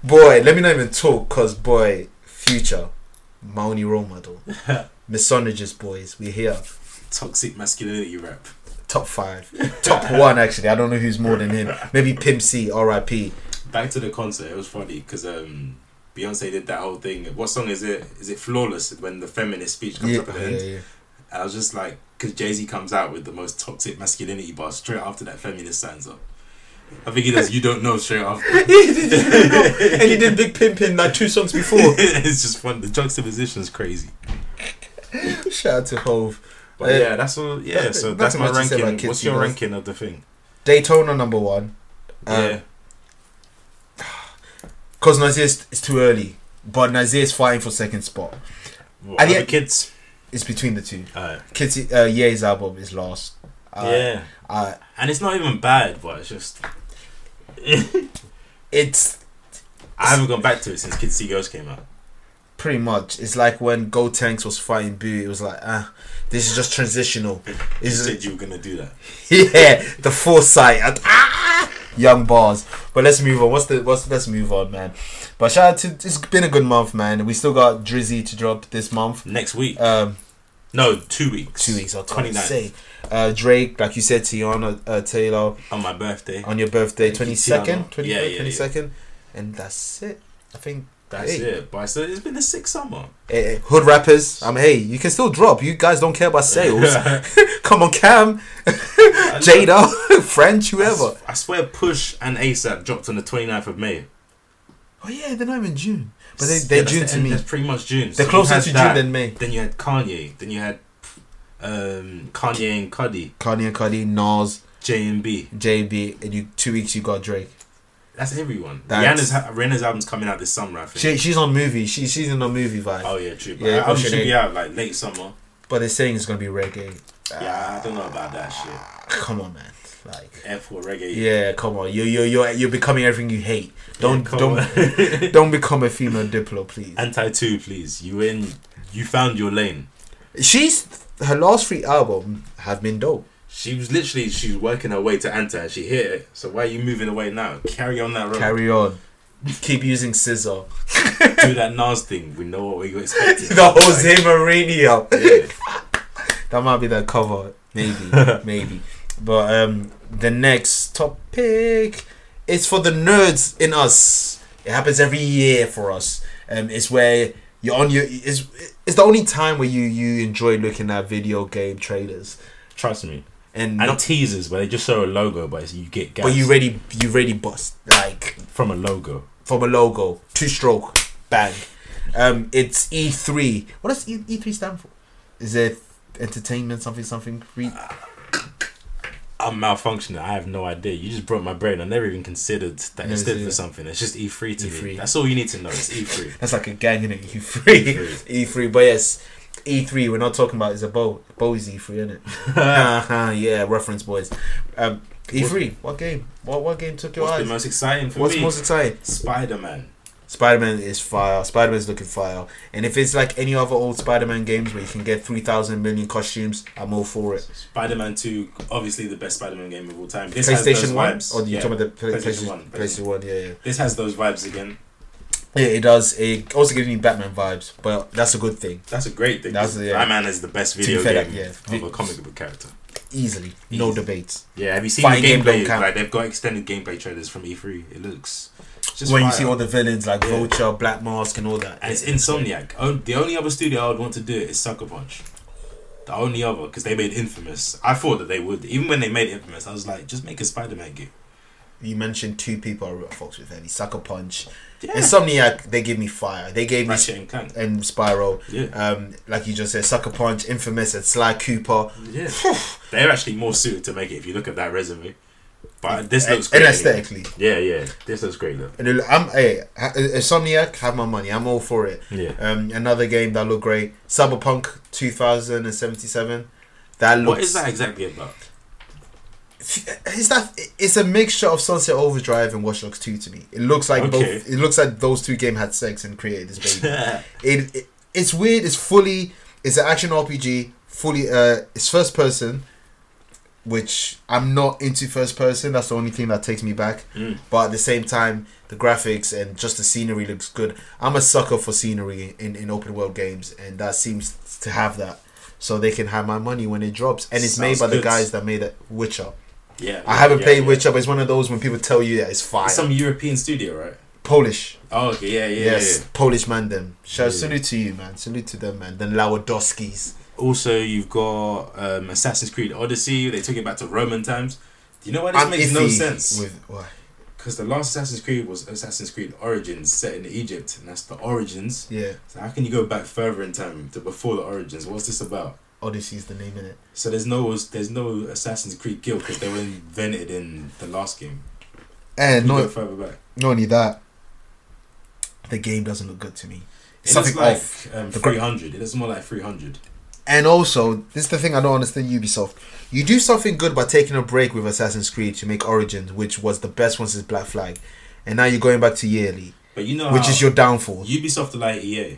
A: boy, let me not even talk because, boy, future, my only role model. Misogynist boys, we're here.
B: Toxic masculinity rap.
A: Top five. Top one, actually. I don't know who's more than him. Maybe Pimp C, RIP.
B: Back to the concert. It was funny because um, Beyonce did that whole thing. What song is it? Is it Flawless when the feminist speech comes
A: Yeah,
B: up at the
A: yeah,
B: end?
A: yeah.
B: And I was just like, because Jay Z comes out with the most toxic masculinity bar straight after that feminist stands up. I think he does. You don't know straight after.
A: and he did Big Pimpin' like two songs before.
B: it's just fun. The juxtaposition is crazy.
A: Shout out to Hove.
B: But
A: Uh,
B: yeah, that's all. Yeah, so
A: nothing
B: that's my
A: much to say about
B: ranking.
A: Kids
B: What's
A: Who
B: your
A: Dance.
B: ranking of the thing?
A: Daytona number one. Um,
B: Yeah,
A: Because Nazir's it's too early. But Nazir's fighting for second spot.
B: What,
A: and
B: other
A: yet-
B: kids.
A: It's between the two.
B: Uh,
A: Kitty uh, Ye's album is last. Uh,
B: yeah,
A: Uh,
B: and it's not even bad, but it's just
A: it's
B: I haven't gone back to it since Kids See Girls came out.
A: pretty much it's like when Go Tanks was fighting Boo. It was like ah, this is just transitional.
B: You
A: Is
B: said you were gonna do that.
A: yeah, the foresight. and, ah, young bars. But let's move on. What's the what's let's move on, man. But shout out to it's been a good month, man. We still got Drizzy to drop this month.
B: Next week?
A: Um,
B: no, two weeks.
A: two weeks. I'll twenty
B: 29th.
A: nine. Uh, Drake, like you said, Tiana uh, Taylor
B: on my birthday.
A: on your birthday,
B: Thank you,
A: twenty second,
B: Tiana.
A: twenty
B: Yeah, yeah, yeah.
A: twenty second, and that's it. I think
B: That's
A: hey.
B: it. But so it's been a sick summer.
A: Eh, eh, hood rappers. I'm hey, you can still drop. You guys don't care about sales. Come on, Cam, Jada, French,
B: I s-
A: whoever.
B: I swear, Push and ASAP dropped on the 29th of May.
A: Oh yeah, they're not even June, but they
B: Yeah,
A: they're
B: that's
A: June
B: the
A: to
B: end-
A: me.
B: That's pretty much June.
A: They're
B: you
A: closer
B: had
A: to
B: that,
A: June than May.
B: Then you had Kanye. Then you had um, Kanye and Cuddy,
A: Cardi and Cardi, Nas,
B: J and B.
A: JB, and you two weeks you got Drake.
B: That's everyone.
A: That's-
B: Rihanna's, ha- Rihanna's album's coming out this summer, I think.
A: She, she's on movie. She, she's in a movie vibe,
B: oh yeah, true. But
A: Yeah,
B: yeah, album
A: Ocean
B: should be
A: Eight.
B: out like late summer.
A: but they're saying it's gonna be reggae.
B: Yeah, I don't know about that shit.
A: Come on, man. Like,
B: F for reggae.
A: yeah, come on. You you you you're becoming everything you hate. Don't
B: come
A: don't don't become a female Diplo, please.
B: Anti two, please. You in? You found your lane.
A: She's her last three album have been dope.
B: She was literally she was working her way to anti. and She hit it. So why are you moving away now? Carry on that road.
A: Carry on. Keep using Scissor.
B: Do that Nas thing. We know what we were expecting.
A: the Jose Mourinho. that might be the cover, maybe, maybe. But um, the next topic is for the nerds in us. It happens every year for us. Um, it's where you're on your. It's, it's the only time where you you enjoy looking at video game trailers
B: Trust me.
A: and.
B: And teasers where they just show a logo, but it's- you get gas
A: but you ready, you ready, bust like
B: from a logo.
A: from a logo, two stroke, bang. Um, it's E three. What does E three stand for? Is it entertainment something something? Re-
B: I'm malfunctioning. I have no idea. You just broke my brain. I never even considered that it
A: Never E
B: stood
A: see
B: for
A: it.
B: something. It's just E3 to me.
A: E3.
B: That's all you need to know. It's E E3.
A: That's like a gang E in
B: E
A: E3. E3, E but yes, E3. We're not talking about Isabel. Bowie's E3, isn't it? uh-huh, yeah, reference boys. Um, E3. What game? What what game took your
B: What's been
A: eyes?
B: most exciting for
A: What's
B: me?
A: most exciting?
B: Spider Man.
A: Spider Man is fire. Spider Man's looking fire. And if it's like any other old Spider Man games where you can get three thousand million costumes, I'm all for it.
B: Spider Man 2, obviously the best Spider Man game of all time. This has those
A: PlayStation One,
B: vibes.
A: or you
B: Yeah.
A: talking about the
B: PlayStation
A: PlayStation
B: One,
A: One? PlayStation One, yeah, yeah.
B: This has those vibes again.
A: Yeah, it does. It also gives me Batman vibes, but that's a good thing.
B: That's a great thing.
A: That's- yeah.
B: Batman is the best video
A: fair,
B: game
A: yeah.
B: of a comic book character.
A: Easily, no
B: Easy.
A: debates.
B: Yeah, have you seen
A: Fighting
B: the
A: game don't
B: gameplay?
A: count.
B: like they've got extended gameplay trailers from E3. It looks just
A: when you
B: fire.
A: see all the villains like
B: Yeah.
A: Vulture, Black Mask, and all that,
B: and it's Insomniac. Oh, the only other studio I would want to do it is Sucker Punch. The only other because they made Infamous. I thought that they would. Even when they made Infamous, I was like, just make a Spider-Man game.
A: You mentioned two people I wrote folks with Eddie Sucker Punch,
B: Yeah,
A: Insomniac. They give me fire. They gave me
B: Ratchet and Clank.
A: and Spiral.
B: Yeah,
A: Um, like you just said, Sucker Punch, Infamous, and Sly Cooper.
B: yeah. They're actually more suited to make it if you look at that resume. But this
A: And-
B: looks
A: and
B: great. anyway.
A: aesthetically.
B: Yeah, yeah. This looks great though.
A: And it- I'm hey, ha- Insomniac have my money. I'm all for it.
B: Yeah.
A: Um, another game that looked great, Cyberpunk 2077. That looks.
B: What is that exactly about?
A: Is that? It's a mixture of Sunset Overdrive and Watch Dogs 2 to me. It looks like
B: Okay.
A: both. It looks like those two game had sex and created this baby. it, it it's weird. It's fully it's an action RPG. Fully, uh, it's first person, which I'm not into first person. That's the only thing that takes me back.
B: Mm.
A: But at the same time, the graphics and just the scenery looks good. I'm a sucker for scenery in, in open world games, and that seems to have that. So they can have my money when it drops, and it's made
B: Sounds
A: by the
B: good.
A: guys that made it Witcher.
B: yeah,
A: I haven't
B: yeah,
A: played
B: yeah.
A: Witcher, but it's one of those when people tell you that it's fire.
B: It's some European studio, right?
A: Polish.
B: Oh, okay, yeah, yeah,
A: Yes,
B: yeah.
A: Polish man. Them. Shout
B: Yeah.
A: salute to you, man. Salute to them, man. Then Lawadoskis.
B: Also, you've got um, Assassin's Creed Odyssey. They took it back to Roman times. Do you know why this
A: I'm
B: makes no
A: iffy
B: sense?
A: With why?
B: Because the last Assassin's Creed was Assassin's Creed Origins, set in Egypt, and that's the origins.
A: Yeah,
B: So how can you go back further in time to before the origins? What's this about?
A: Odyssey's the name in it.
B: So there's no there's no Assassin's Creed guild because they were invented in the last game.
A: And
B: You go
A: not
B: further back.
A: not only that, the game doesn't look good to me.
B: It
A: Something
B: looks
A: off.
B: like um,
A: The gra-
B: 300. It looks more like 300.
A: And also, this is the thing I don't understand Ubisoft. You do something good by taking a break with Assassin's Creed to make Origins, which was the best one since Black Flag, and now you're going back to yearly,
B: But you know
A: which
B: how
A: is your downfall.
B: Ubisoft are like E EA.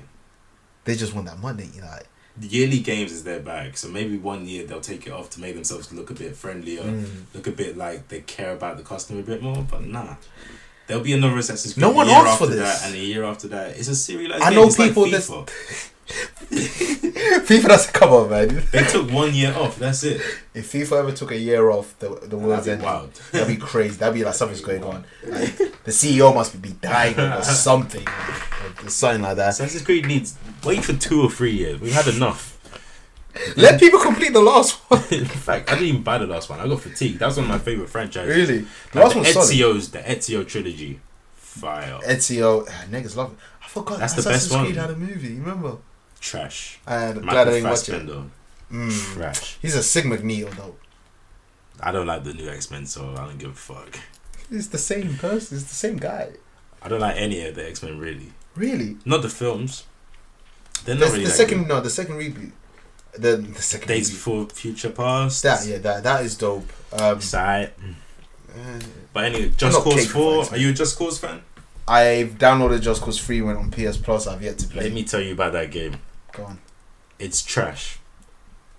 A: They just want that money, you know.
B: The yearly games is their bag, so maybe one year they'll take it off to make themselves look a bit friendlier,
A: Hmm.
B: look a bit like they care about the customer a bit more. But nah, there'll be another Assassin's Creed.
A: No
B: a
A: one
B: year
A: asked for
B: after
A: this.
B: That, and a year after that, it's a serialized.
A: I
B: game.
A: know
B: It's like
A: people that-
B: FIFA.
A: FIFA doesn't come on, man.
B: They took one year off. That's it.
A: If FIFA ever took a year off, the the
B: That'd
A: world's
B: be
A: end.
B: wild.
A: That'd be crazy. That'd be like something's going on. Like, the CEO must be dying or something, or something like that.
B: Assassin's Creed needs wait for two or three years. We've had enough.
A: Let people complete the last one.
B: In fact, I didn't even buy the last one. I got fatigued. That was one of my favorite franchises.
A: Really, the
B: Like,
A: last one's
B: the
A: solid.
B: Ezio's the Ezio trilogy. Fire.
A: Ezio, ah, niggas love it. I forgot
B: That's the
A: Assassin's
B: best one.
A: Creed had a movie. You remember?
B: Trash.
A: And glad I
B: Michael
A: didn't watch it.
B: Fassbender.
A: Mm.
B: Trash.
A: He's a Sigma Neo though.
B: I don't like the new X Men, so I don't give a fuck.
A: He's the same person. He's the same guy.
B: I don't like any of the X Men really.
A: Really?
B: Not the films. They're
A: The,
B: not really
A: the
B: that
A: second,
B: good.
A: no, the second reboot. The, the second.
B: Days
A: reboot.
B: Before Future Past.
A: That yeah, that that is dope. Um,
B: Side.
A: eh,
B: But anyway, Just
A: not
B: Cause
A: caping for
B: Four.
A: X-Men.
B: Are you a Just Cause fan?
A: I've downloaded Just Cause Free when on PS Plus. I've yet to play.
B: Let me tell you about that game.
A: Go on.
B: It's trash,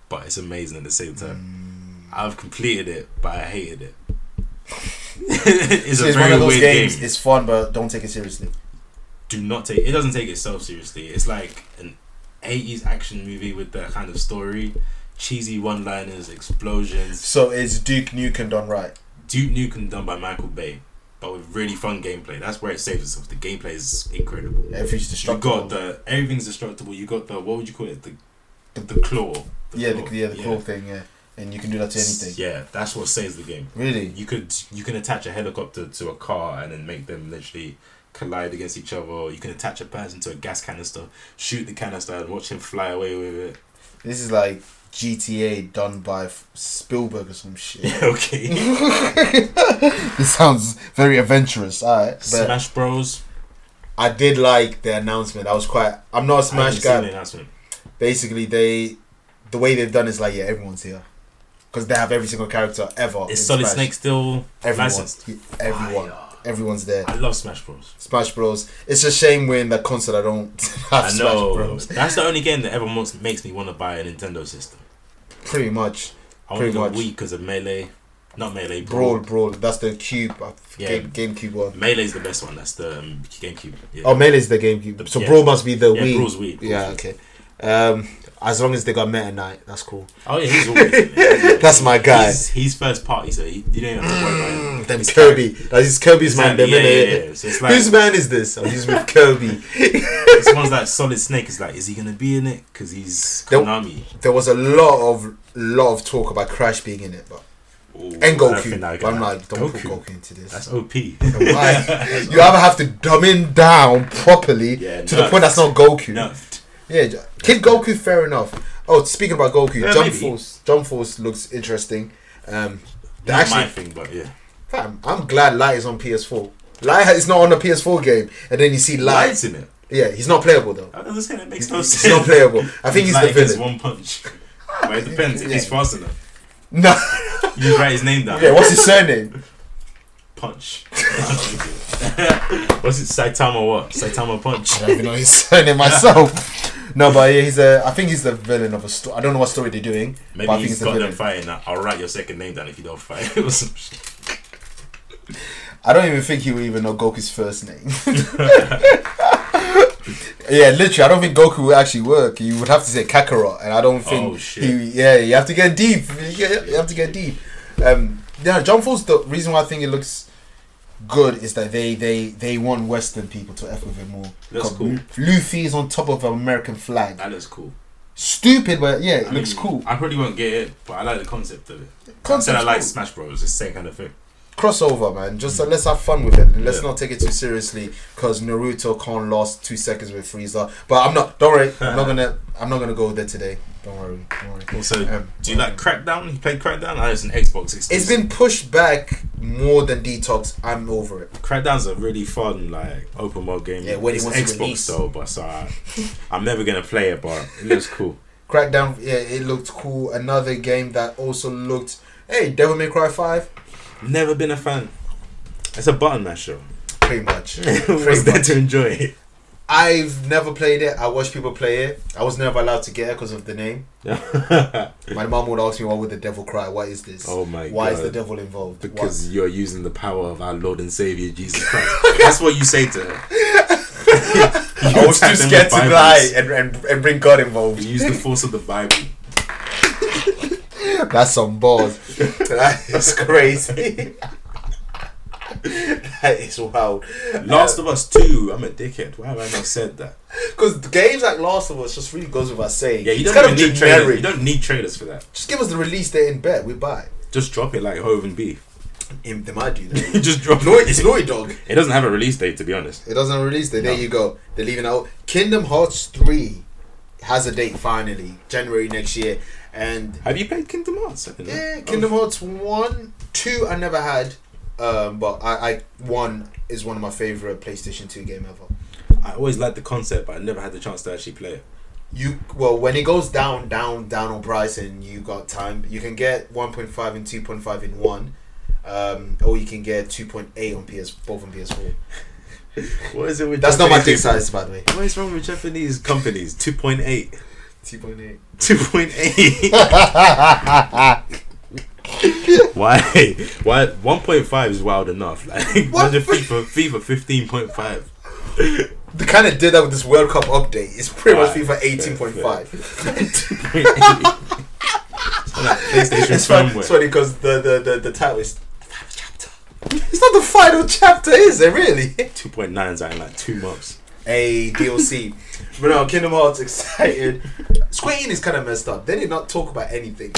B: but it's amazing at the same time.
A: Mm.
B: I've completed it, but I hated it. it's
A: So
B: a very weird game.
A: It's fun, but don't take it seriously.
B: Do not take it doesn't take itself seriously. It's like an eighties action movie with that kind of story, cheesy one liners, explosions.
A: So it's Duke Nukem done right.
B: Duke Nukem done by Michael Bay, but with really fun gameplay. That's where it saves itself. The gameplay is incredible.
A: Everything's
B: You
A: destructible.
B: got the everything's destructible. You got the what would you call it? The the claw.
A: yeah, the, yeah, the cool thing, yeah, and you can do that to anything.
B: Yeah, that's what saves the game.
A: Really,
B: you could you can attach a helicopter to a car and then make them literally collide against each other or you can attach a person to a gas canister shoot the canister and watch him fly away with it
A: this is like GTA done by F- Spielberg or some shit.
B: okay.
A: this sounds very adventurous. Alright, but
B: Smash Bros.
A: I did like the announcement. I was quite. I'm not a
B: I haven't
A: Smash
B: seen the
A: guy.
B: announcement.
A: Basically, they the way they've done is like yeah, everyone's here because they have every single character ever. in
B: Is Solid
A: Oh, Smash.
B: Snake still
A: Everyone.
B: licensed?
A: Yeah, Everyone.
B: Fire.
A: Everyone's there.
B: I love Smash Bros.
A: Smash Bros. It's a shame when that console I don't have
B: I
A: Smash
B: know.
A: Bros.
B: That's the only game that ever most makes me want to buy a Nintendo system.
A: Pretty much.
B: I want to
A: Pretty
B: go
A: much.
B: Wii because of Melee. Not Melee, Brawl.
A: Brawl, Brawl. That's the cube. uh, Game, GameCube one.
B: Melee's the best one. That's the um, GameCube. Yeah.
A: Oh, Melee's the GameCube. So
B: Yeah.
A: Brawl must be the
B: yeah,
A: Wii.
B: Brawl's Wii. Brawl's
A: yeah,
B: Wii.
A: okay. Um, as long as they got Meta Knight, that's cool.
B: Oh yeah, he's always. in it.
A: That's my guy.
B: He's, he's first party, so he, you don't even have to worry about him.
A: Then
B: He's
A: Kirby. That is Kirby's man.
B: Exactly,
A: Them,
B: yeah, yeah,
A: innit?
B: yeah. So it's like-
A: Whose man is this? I'm just with Kirby.
B: It's one's like Solid Snake. Is like, is he gonna be in it? Because he's
A: Nope.
B: Konami.
A: There was a lot of lot of talk about Crash being in it, but
B: Ooh, I
A: and
B: don't
A: Goku.
B: think I
A: But
B: got
A: I'm
B: that.
A: like, don't
B: Goku.
A: put Goku into this.
B: That's OP.
A: Why? you either have to dumb him down properly
B: Yeah,
A: to
B: nerfed.
A: the point that's not Goku.
B: Nerfed.
A: Yeah, J- Kid Goku, fair enough. Oh, speaking about Goku,
B: Yeah,
A: Jump
B: maybe.
A: Force. Jump Force looks interesting. Um, the-
B: Not my
A: actually,
B: thing, but yeah.
A: fam, I'm glad Light is on PS4. Light is not on a PS4 game, and then you see Light.
B: Lights in it.
A: Yeah, he's not playable though.
B: I was saying it makes no sense.
A: He's not playable. I think he's
B: Light
A: the
B: gets
A: villain.
B: one punch. But it depends if he's fast enough.
A: No.
B: You write his name down.
A: yeah, what's his surname?
B: punch? What's it? Saitama what? Saitama punch.
A: I don't even know his surname myself. No, but yeah, he's a. I think he's the villain of a story. I don't know what story they're doing,
B: Maybe
A: but I think he's
B: he's
A: the
B: got them
A: villain.
B: fighting. Now. I'll write your second name down if you don't fight. Or some shit.
A: I don't even think he would even know Goku's first name. yeah, literally, I don't think Goku would actually work. You would have to say Kakarot, and I don't think.
B: Oh, shit.
A: He, yeah, you have to get deep. You you have to get deep. Um, yeah, John Force. The reason why I think it looks good is that they they they want Western people to f with it more.
B: That's
A: 'Cause
B: cool.
A: Luffy is on top of an American flag.
B: That looks cool.
A: Stupid, but yeah, it
B: I
A: looks
B: mean,
A: cool.
B: I probably won't get it, but I like the concept of it. I said
A: Concept's
B: I like
A: cool.
B: Smash Bros. It's the same kind of thing.
A: crossover, man. Just uh, let's have fun with it. and Let's
B: Yeah.
A: not take it too seriously because Naruto can't last two seconds with Frieza. But I'm not. Don't worry. I'm not gonna. I'm not gonna go there today. Don't worry. Don't worry.
B: Also,
A: Um,
B: do you like Crackdown? You played Crackdown? I know it's an Xbox exclusive.
A: It's been pushed back more than Detox. I'm over it.
B: Crackdown's a really fun like open world game.
A: Yeah, when it
B: it's
A: wants to
B: Xbox
A: release.
B: though, but so I, I'm never gonna play it. But it looks cool.
A: Crackdown. Yeah, it looked cool. Another game that also looked. Hey, Devil May Cry Five.
B: Never been a fan. It's a button masher.
A: Pretty much.
B: Was
A: Pretty
B: there
A: much.
B: to enjoy it?
A: I've never played it. I watched people play it. I was never allowed to get it because of the name. My mom would ask me, "What would the devil cry? What is this?
B: Oh my
A: Why is
B: God.
A: the devil involved? Why-
B: Because you're using the power of our Lord and Savior Jesus Christ. That's what you say to her. You
A: I was too
B: attack them with
A: scared to
B: Bibles.
A: lie and, and, and bring God
B: You
A: involved.
B: use the force of the Bible.
A: That's some balls. that is crazy. that is wild.
B: Last of Us Two. I'm a dickhead. Why have I not said that?
A: Because Uh, games like Last of Us just really goes without saying.
B: Yeah, you
A: it's
B: don't
A: kind
B: even
A: of
B: need trailers.
A: generic.
B: You don't need trailers for that.
A: Just give us the release date in bed. We buy.
B: Just drop it like Hove and B.
A: It, they might do that.
B: Just drop
A: Noi-
B: it.
A: it's Naughty Dog.
B: It doesn't have a release date, to be honest.
A: It doesn't release date. There
B: No.
A: you go. They're leaving out. Kingdom Hearts 3 has a date finally. January next year. And
B: Have you played Kingdom Hearts? I don't know.
A: Yeah, Kingdom Hearts one, two I never had, um, but I, I one is one of my favorite PlayStation two game ever.
B: I always liked the concept, but I never had the chance to actually play it.
A: You well when it goes down, down, down on price, and you got time, you can get one point five and two point five in one, um, or you can get two point eight on PS both on PS four.
B: What is it with
A: That's not my
B: Japanese
A: tick
B: people?
A: size by the way.
B: What is wrong with Japanese companies? 2.8.
A: Two point eight.
B: 2.8. Why? Why? 1.5 is wild enough. Like,
A: What?
B: imagine FIFA, FIFA 15.5.
A: They kind of did that with this World Cup update. It's pretty much
B: Right.
A: FIFA eighteen point five.
B: 2.8. Like PlayStation
A: It's funny,
B: firmware.
A: it's funny because the, the, the, the title is It's not the final chapter, is it really?
B: 2.9 is out in like two months.
A: A DLC. but no, Kingdom Hearts excited. Square Enix kind of messed up. They did not talk about anything.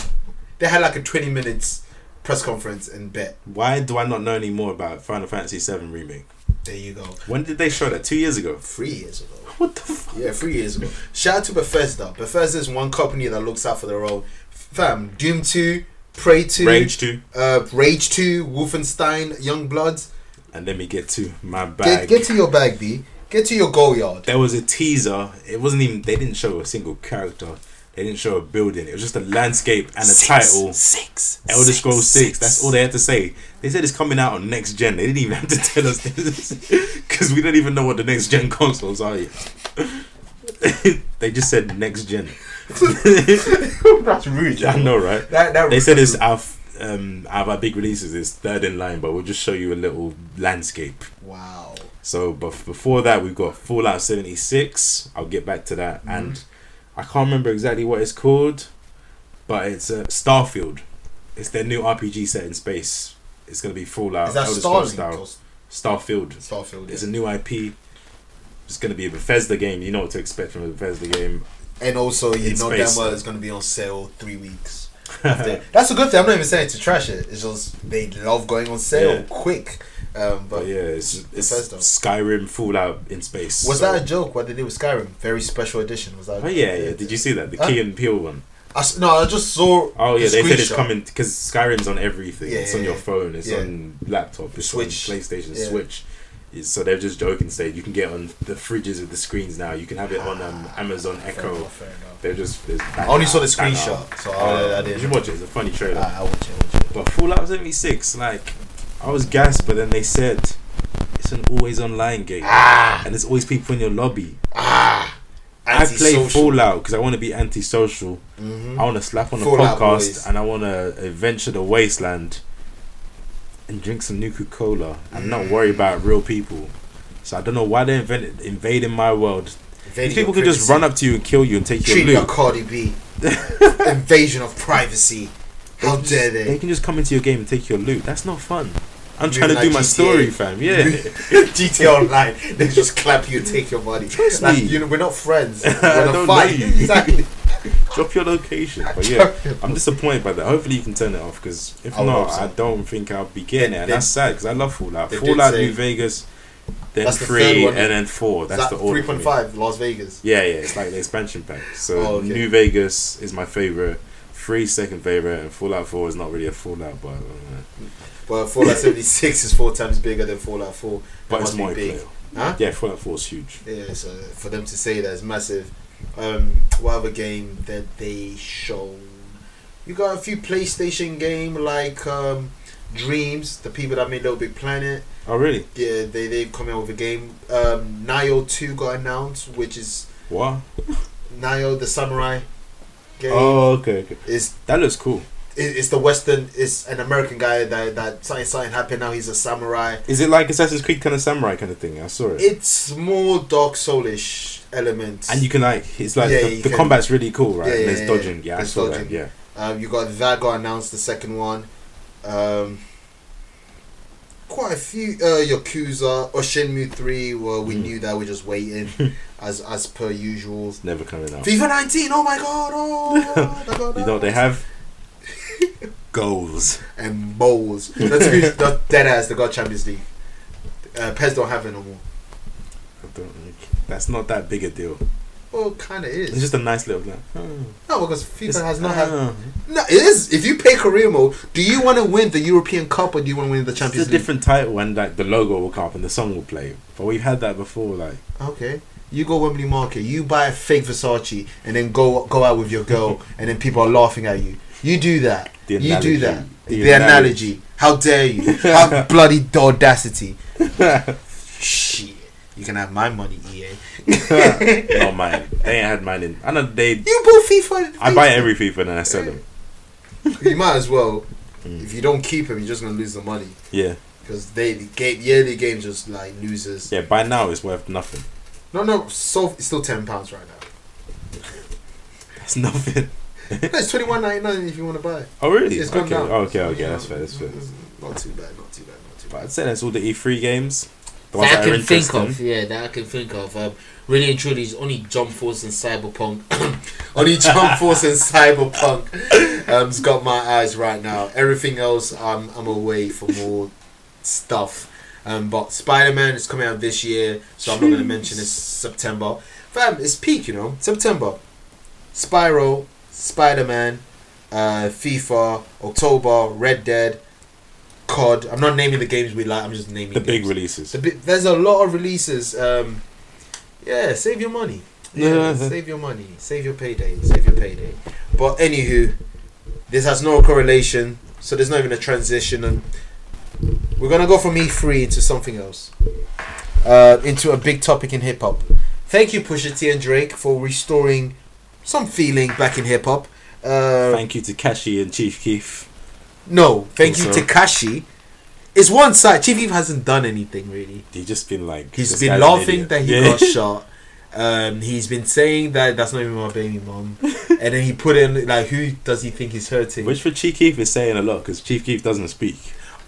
A: They had like a 20 minutes press conference and bet.
B: Why do I not know any more about Final Fantasy VII remake?
A: There you go.
B: When did they show that? Two years ago.
A: Three years ago.
B: What the fuck?
A: Yeah, three years ago. Shout out to Bethesda. Bethesda is one company that looks out for their own. Fam, Doom 2, Prey 2,
B: Rage two,
A: Uh, Rage 2, Wolfenstein, Young Bloods.
B: and let me get to my
A: Get,
B: bag.
A: get to your bag, B. Get to your goal yard.
B: there was a teaser. It wasn't even. They didn't show a single character. They didn't show a building. It was just a landscape and a title.
C: Six.
B: Elder Scrolls Six. That's all they had to say. They said it's coming out on next gen. They didn't even have to tell us because we don't even know what the next gen consoles are yet. they just said next gen.
A: That's rude.
B: I know, right?
A: That, that
B: They said it's our f- um our, our big releases is third in line, but we'll just show you a little landscape.
A: Wow.
B: So, but before that, we've got Fallout seventy six. I'll get back to
A: Mm-hmm.
B: that, and I can't remember exactly what it's called, but it's uh, Starfield. It's their new RPG set in space. It's gonna be Fallout.
A: Is that
B: Uh, Elder Scrolls
A: Starlink or
B: style. Starfield?
A: Starfield?
B: It's
A: yeah.
B: a new IP. It's gonna be a Bethesda game. You know what to expect from a Bethesda game.
A: and also, you
B: in
A: know
B: space.
A: damn well it's going to be on sale three weeks. after. That's a good thing. I'm not even saying to trash it. It's just they love going on sale
B: Yeah.
A: quick. Um, but
B: But yeah, it's, it's
A: Bethesda.
B: Skyrim Fallout in space.
A: Was
B: So-
A: that a joke? What they did with Skyrim? Very special edition. Was that?
B: Oh yeah, yeah. Did you see that the
A: Huh?
B: Key and Peel one?
A: I s- no, I just saw.
B: Oh
A: the
B: yeah, they said it's
A: screenshot.
B: coming because Skyrim's on everything.
A: Yeah,
B: it's
A: yeah,
B: on your
A: yeah.
B: phone. It's
A: Yeah.
B: on laptop. It's
A: Switch.
B: on PlayStation
A: Yeah.
B: Switch. It's- So they're just joking. Saying you can get on the fridges with the screens now. You can have it on um, Amazon
A: Fair
B: Echo.
A: enough, fair enough.
B: They're just. it's-
A: I only saw the
B: Bang
A: screenshot,
B: out.
A: so I, I
B: Uh, Oh, you
A: didn't.
B: should watch it. It's a funny trailer.
A: Ah, I'll watch it. I'll watch it.
B: But Fallout 76, like, I was gassed, but then they said it's an always online game.
A: Ah.
B: And there's always people in your lobby. I play
A: Antisocial. Mm-hmm.
B: Fallout because I want to be antisocial. I want to slap on a
A: Fallout
B: podcast
A: boys.
B: and I want to adventure the wasteland and drink some Nuka Cola and not
A: Mm.
B: worry about real people. So I don't know why they invented invading my world. These
A: Video
B: people could just
A: privacy.
B: run up to you and kill you and take
A: Treat
B: your
A: like
B: loot.
A: Cardi B. Invasion of privacy. How dare they?
B: They can just come into your game and take your loot. That's not fun. I'm
A: Move
B: trying to
A: like
B: do my
A: GTA.
B: story, fam. Yeah.
A: GTA Online, they just clap you and take your money.
B: Trust
A: like,
B: me.
A: You know, we're not friends.
B: I
A: We're in
B: don't
A: a
B: know
A: fight.
B: you.
A: Exactly.
B: drop your location. But yeah, I'm disappointed by that. Hopefully you can turn it off because if
A: I would
B: not,
A: hope so.
B: I don't think I'll be getting it, and
A: They-
B: that's sad because I love Fallout.
A: they did
B: Fallout
A: say-
B: New Vegas, then
A: That's the third
B: three,
A: one.
B: and then four. That's
A: That's
B: the order.
A: three
B: for
A: point
B: me.
A: five, Las Vegas.
B: Yeah, yeah, it's like the expansion pack. So
A: Oh, okay.
B: New Vegas is my favorite. Three second favorite, and Fallout Four is not really a Fallout, but uh,
A: Well, Fallout seventy six is four times bigger than Fallout four. That
B: but it's
A: must be
B: multiplayer.
A: Huh?
B: Yeah, Fallout Four is huge.
A: Yeah, so for them to say that is massive. Um, what other game that they shown? You got a few PlayStation game like um, Dreams, the people that made Little Big Planet.
B: Oh really?
A: Yeah, they they've come out with a game. Um, Nio two got announced, which is
B: What?
A: Nio the Samurai game.
B: Oh okay, okay.
A: It's
B: That looks cool.
A: it- it's the Western. It's an American guy that that something something happened. Now he's a samurai.
B: Is it like Assassin's Creed kind of samurai kind of thing? I saw it.
A: It's more Dark Soulish elements.
B: And you can like, it's like
A: Yeah,
B: the,
A: you
B: the
A: can-
B: combat's really cool, right?
A: Yeah,
B: and
A: yeah,
B: there's
A: yeah,
B: dodging. Yeah, I
A: there's
B: saw that.
A: dodging.
B: Yeah,
A: Um, you got that got announced the second one. Um, quite a few uh, Yakuza or Shenmue three. Well, we
B: Mm.
A: knew that. We're just waiting, as as per usual.
B: it's never coming out.
A: FIFA nineteen. Oh my god! Oh, my god,
B: You know what they have goals.
A: and bowls. That's good. That dead ass. They got Champions League. Uh, Pez don't have it no more.
B: I don't think that's not that big a deal.
A: Well, kind of
B: It's
A: is.
B: just a nice little like, oh,
A: No, because FIFA
B: it's-
A: has not had.
B: oh.
A: No, it is. If you pay career mode, do you want to win the European Cup or do you want to win the
B: It's
A: Champions
B: a
A: League?
B: different title when like the logo will come up and the song will play. But we've had that before. Like
A: Okay. You go Wembley Market, you buy a fake Versace, and then go go out with your girl, and then people are laughing at you. You do that.
B: The
A: you do that. The,
B: analogy. The
A: analogy. How dare you? How bloody d- audacity. Shit. You can have my money, E EA.
B: not mine. They ain't had mine in. I know they.
A: You bought FIFA.
B: I buy every FIFA and then I sell them.
A: You might as well.
B: Mm.
A: If you don't keep him, you're just gonna lose the money
B: Yeah,
A: because they the game yearly games just like loses.
B: yeah. By now it's worth nothing.
A: No, no, so it's still ten pounds right now.
B: That's nothing.
A: No, it's twenty one ninety nine if you want to buy. it.
B: Oh really?
A: It's gone Mm-hmm.
B: okay.
A: down.
B: okay, okay,
A: Yeah,
B: That's fair. That's fair.
A: Not too bad. Not too bad. Not too
B: But
A: bad.
B: I'd say that's all the E3 E games. The ones
A: that I
B: that, are
A: can think
B: interesting.
A: of, yeah, that I can think of. Um, really and truly, it's only Jump Force and Cyberpunk. only Jump Force and Cyberpunk um, has got my eyes right now. Everything else, I'm I'm away for more stuff. Um, but Spider Man is coming out this year, so I'm not going to mention it's September. Fam, it's peak, you know. September, Spiral, Spider Man, uh, FIFA, October, Red Dead, COD. I'm not naming the games we like. I'm just naming
B: The big
A: games.
B: releases.
A: The bi- there's a lot of releases. Um, yeah, save your money. Yeah,
B: Yeah.
A: save your money. Save your payday. Save your payday. But anywho, this has no correlation, so there's not even a transition. And we're gonna go from E3 into something else, uh, into a big topic in hip hop. Thank you, Pusha T and Drake, for restoring some feeling back in hip hop. Uh,
B: Thank you to Kashi and Chief Keef.
A: no, thank you,
B: Think so.
A: Takashi. It's one side. Chief Keef hasn't done anything really.
B: He just been like
A: He's
B: this
A: been
B: guy's an
A: laughing
B: idiot.
A: that he
B: Yeah.
A: got shot. Um, he's been saying that that's not even my baby mom, and then he put in like, who does he think he's hurting?
B: Which for Chief Keef is saying a lot because Chief Keef doesn't speak.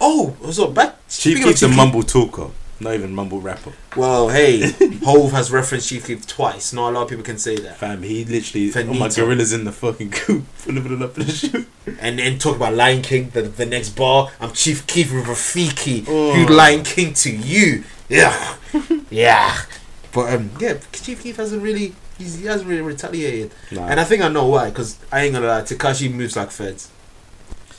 A: oh, so back.
B: Chief
A: speaking of
B: Keef's a
A: Chief
B: mumble talker, not even mumble rapper.
A: Keef- Well, hey, Hove has referenced Chief Keef twice. Not a lot of people can say that,
B: Fam, he literally. Oh my
A: Finito.
B: gorilla's in the fucking coop. Flipping it up in the shoe.
A: and then talk about Lion King. The, the next bar, I'm Chief Keef with Rafiki.
B: Oh.
A: Who Lion King to you? Yeah, yeah. But um, yeah, Chief Keef hasn't really, he's, he hasn't really retaliated.
B: Nah.
A: And I think I know why, because I ain't gonna lie, Takashi moves like feds.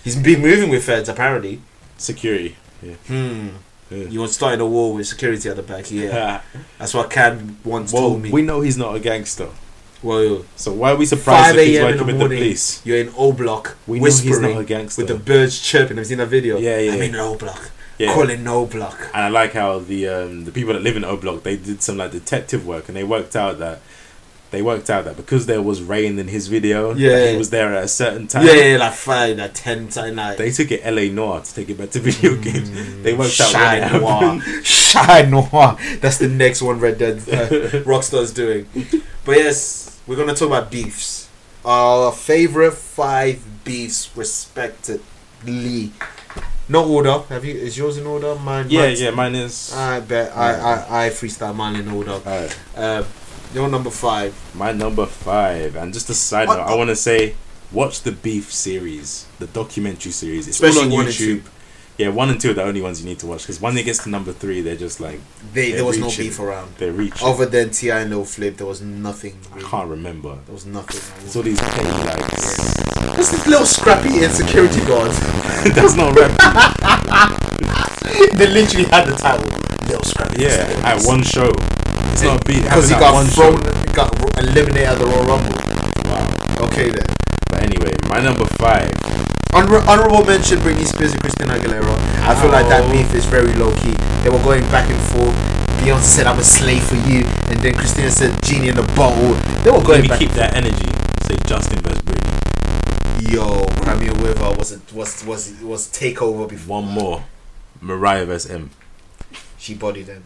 A: He's been moving with feds, apparently.
B: Security. Yeah.
A: Hmm.
B: Yeah.
A: You want starting a war with security at the back, yeah.
B: Ah.
A: That's what Cam once
B: well,
A: told me.
B: we know he's not a gangster.
A: well,
B: So why are we
A: 5
B: surprised if he's
A: a.m. in the
B: working with the
A: morning,
B: police?
A: you're in O Block,
B: We know he's
A: whispering
B: not a gangster.
A: with the birds chirping. Have you seen that video?
B: Yeah, yeah,
A: I'm
B: yeah.
A: in O Block,
B: yeah.
A: calling No Block.
B: And I like how the um, the people that live in O Block they did some like detective work and they worked out that they worked out that because there was rain in his video, that
A: Yeah.
B: he was there at a certain time.
A: Yeah, yeah, like five, like ten, time, like
B: They took it LA Noir to take it back to video games. They worked out when it
A: Shy
B: happened.
A: Noir. Shy Noir. That's the next one Red Dead uh, Rockstar's doing. But yes, we're going to talk about beefs. Our favorite five beefs, respectively. No order. Have you? Is yours in order? Mine.
B: Yeah,
A: mine's-
B: yeah, mine is.
A: I bet. I, I, I freestyle mine in order.
B: Alright,
A: Uh, your number five.
B: my number five, and just a side
A: What
B: note,
A: the-
B: I want to say, watch the Beef series, the documentary series. It's
A: Especially
B: all
A: one
B: on
A: and
B: YouTube. Yeah, one and two are the only ones you need to watch because when it gets to number three, they're just like
A: They,
B: They're
A: there was no
B: reaching.
A: beef around.
B: they're reaching.
A: Other than Ti and Lil Flip, there was nothing.
B: I
A: Really.
B: can't remember.
A: There was nothing.
B: It's all these petty likes.
A: What's this little scrappy insecurity guards?
B: That's not rap.
A: they literally had the title Little Scrappy.
B: Yeah, at one show. It's not a beat.
A: because he
B: happened at
A: got
B: one
A: thrown,
B: Show.
A: he got ro- eliminated at the Royal Rumble. Okay then.
B: But anyway, my number five.
A: Honor- honorable mention: Britney Spears and Christina Aguilera. I feel like that
B: Ow.
A: beef is very low key. They were going back and forth. Beyonce said, "I'm a slave for you," and then Christina said, "Genie in the bottle." They were
B: Let
A: going
B: me
A: back.
B: keep that energy. Say Justin versus Britney.
A: Yo, Grammy River was a, was was was takeover before
B: One more. Mariah versus M.
A: she bodied him.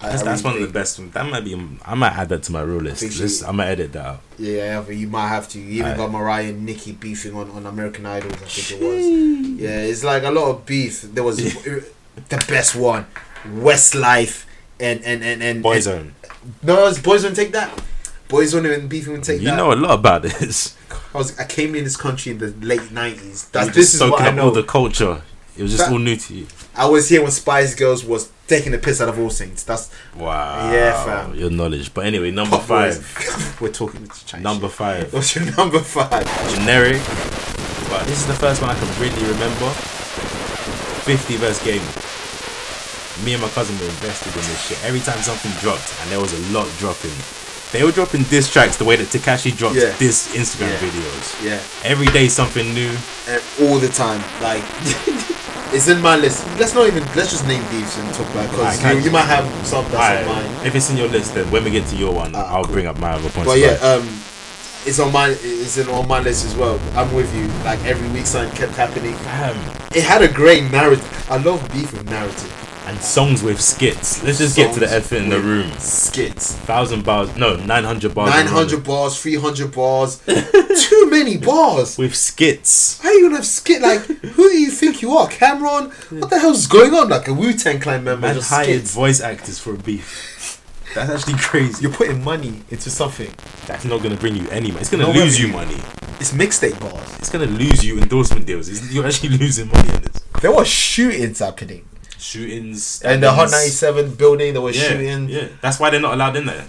A: I-
B: That's,
A: I
B: that's
A: really
B: one of the best ones. That might be. I might add that to my rule list.
A: think she-
B: Just, I'm gonna edit that out.
A: think- Yeah, but you might have to. You even
B: Aye.
A: got Mariah and Nicki beefing on on American Idols. I think it was. Yeah, it's like a lot of beef. There was the best one, Westlife and and and and
B: Boyzone.
A: and- No, it's Boyzone take that. Boyzone and beefing would take
B: You
A: that.
B: know a lot about this.
A: I was I came in this country in the late nineties.
B: You're
A: That's
B: just
A: this is what
B: soaking
A: I
B: up
A: know.
B: all the culture. It was just
A: That-
B: all new to you.
A: I was here when Spice Girls was taking the piss out of All Saints. That's
B: Wow.
A: Yeah, fam.
B: Your knowledge. But anyway, number
A: Pop Boys.
B: five.
A: We're talking to Chinese.
B: Number five.
A: What's your number five?
B: generic, but this is the first one I can really remember. 50 verse game. Me and my cousin were invested in this shit. Every time something dropped, and there was a lot dropping, they were dropping diss tracks the way that Takashi drops
A: Yeah.
B: diss Instagram
A: Yeah.
B: videos.
A: Yeah,
B: Every day something new.
A: and uh, all the time. Like it's in my list. Let's not even. Let's just name beefs and talk about because
B: Alright, can
A: you,
B: I-
A: you might have some that's on
B: Alright,
A: mine.
B: if it's in your list, then when we get to your one,
A: Ah,
B: I'll
A: cool.
B: bring up my other points.
A: But yeah, um, it's on my it's in on my list as well. I'm with you. Like every week, something kept happening.
B: Damn.
A: It had a great narrative. I love beef with narrative.
C: and songs with skits. Let's just get to the
D: Songs
C: effort in the
D: with
C: room.
D: Skits.
C: Thousand bars, no, nine hundred bars. in a row.
D: 900 bars, 300 bars. Too many bars.
C: with skits.
D: How you gonna have skit? Like, who do you think you are, Cameron? What the hell's going on? Like a Wu Tang Clan member
C: Man
D: just
C: hired
D: skits.
C: voice actors for a beef. That's actually crazy.
A: You're putting money into something.
C: That's not gonna bring you any money. It's gonna
A: No
C: lose you
A: revenue.
C: money.
A: It's mixtape bars.
C: It's gonna lose you endorsement deals. It's- You're actually losing money on this.
A: There were shootings happening.
C: Shootings
A: And the Hot
C: stabbings.
A: 97 building, there was
C: Yeah,
A: shooting. Yeah.
C: yeah. That's why they're not allowed in there.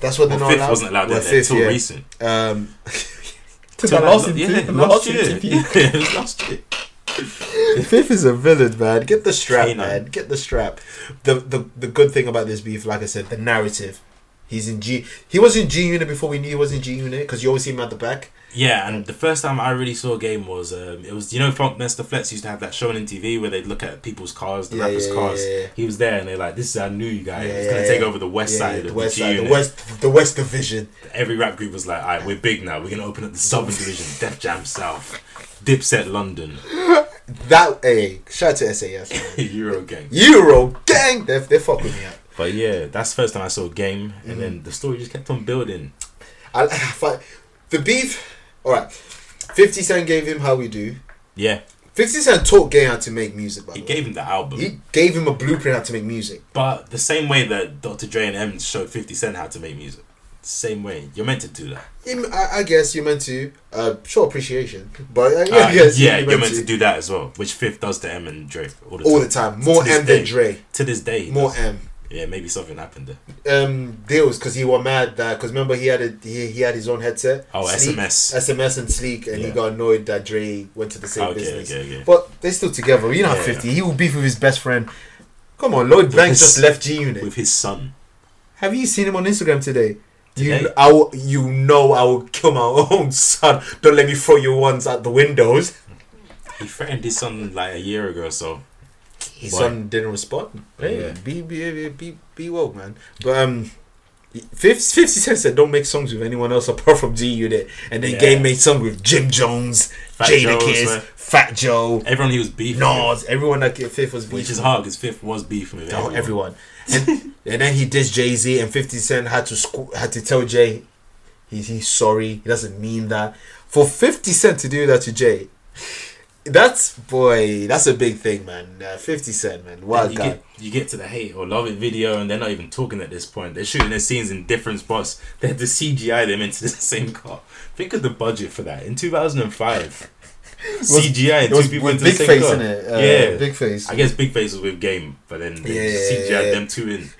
A: that's what they're
C: Well,
A: not
C: fifth
A: allowed.
C: wasn't allowed
A: Well,
C: in there until
A: yeah.
C: recent.
A: Um, to
C: Till
A: the
C: that-
A: last in
C: yeah,
A: two-
C: last
A: last in
C: year.
A: two
C: Yeah,
A: people.
C: it was last year.
A: Fifth is a villain, man. Get the strap,
C: Canine.
A: man. Get the strap. The, the the good thing about this beef, like I said, the narrative. He's in G. He was in G Unit before we knew he was in G Unit because you always see him at the back.
B: Yeah, and the first time I really saw a game was um, it was you know Funk Mr. Flex used to have that show on TV where they'd look at people's cars, the
A: Yeah,
B: rappers'
A: yeah,
B: cars.
A: yeah, yeah.
B: He was there and they're like, This is our new guy,
A: Yeah,
B: he's
A: yeah,
B: gonna take
A: yeah.
B: over the west side
A: the
B: of
A: West
B: the
A: side, the
B: G-Unit."
A: West, the West Division.
B: Every rap group was like, Alright, we're big now, we're gonna open up the Southern Division, Def Jam South, Dipset London,
A: That hey, shout out to SAS. man.
B: Euro Gang.
A: Euro gang, they they fuck with me up.
B: But yeah, that's the first time I saw a game and then the story just kept on building.
A: I, fi- the beef. All right, Fifty Cent gave him how we do.
B: Yeah.
A: Fifty Cent taught Gay how to make music. By the
B: He
A: way.
B: gave him the album.
A: he gave him a blueprint how to make music.
B: But the same way that Dr. Dre and M showed 50 Cent how to make music. Same way. You're meant to do that.
A: Im- I, I guess you're meant to uh, show appreciation, but uh, yeah,
B: Uh,
A: yes,
B: yeah, you're meant to. do that as well, which Fifth does to M and Dre all the
A: all the time.
B: time.
A: More
B: To this
A: M than
B: day.
A: Dre.
B: to this day. he
A: More
B: does.
A: M.
B: Yeah, maybe something happened there.
A: Um, deals because he was mad that because remember he had a he, he had his own headset.
B: Oh,
A: Sleek,
B: SMS.
A: SMS and Sleek, and he
B: Yeah.
A: got annoyed that Dre went to the same
B: Okay,
A: business.
B: okay, okay.
A: But they're still together. You know, how
B: Yeah,
A: fifty. He will beef with his best friend. Come on, Lloyd Banks
B: his-
A: just left G Unit.
B: With his son.
A: Have you seen him on Instagram today? You,
B: Today?
A: I will, you know, I will kill my own son. Don't let me throw your ones out the windows.
B: He threatened his son like a year ago or so.
A: His
C: Why?
A: son didn't respond. Hey,
C: Yeah.
A: be, be, be, be, be woke, man. But um, 50, 50 Cent said, don't make songs with anyone else apart from G Unit. And then
B: Yeah.
A: Game made songs with Jim Jones,
B: Fat
A: Jada
B: Joe as
A: Kiss,
B: well.
A: Fat Joe,
B: Everyone he was beefing with.
A: Nas, everyone that Fifth was
B: Which
A: beefing.
B: is hard because Fifth was beefing with
A: Oh,
B: everyone.
A: everyone. And, and then he dissed Jay Z, and 50 Cent had to squ- had to tell Jay he's, he's sorry. He doesn't mean that. For 50 Cent to do that to Jay, that's, boy, that's a big thing, man. Uh, 50 Cent, man.
B: Then
A: Wild
B: you
A: guy.
B: get, you get to the hate or love it video, and they're not even talking at this point. They're shooting their scenes in different spots. They had to CGI them into the same car. Think of the budget for that in 2005. CGI
A: It
B: and
A: was
B: two people
A: with
B: into the
A: Big
B: same
A: Face
B: car.
A: in it. Uh,
B: yeah,
A: Big Face.
B: I guess Big Face was with Game, but then they
A: Yeah,
B: just
A: yeah,
B: CGI'd
A: yeah.
B: them two in.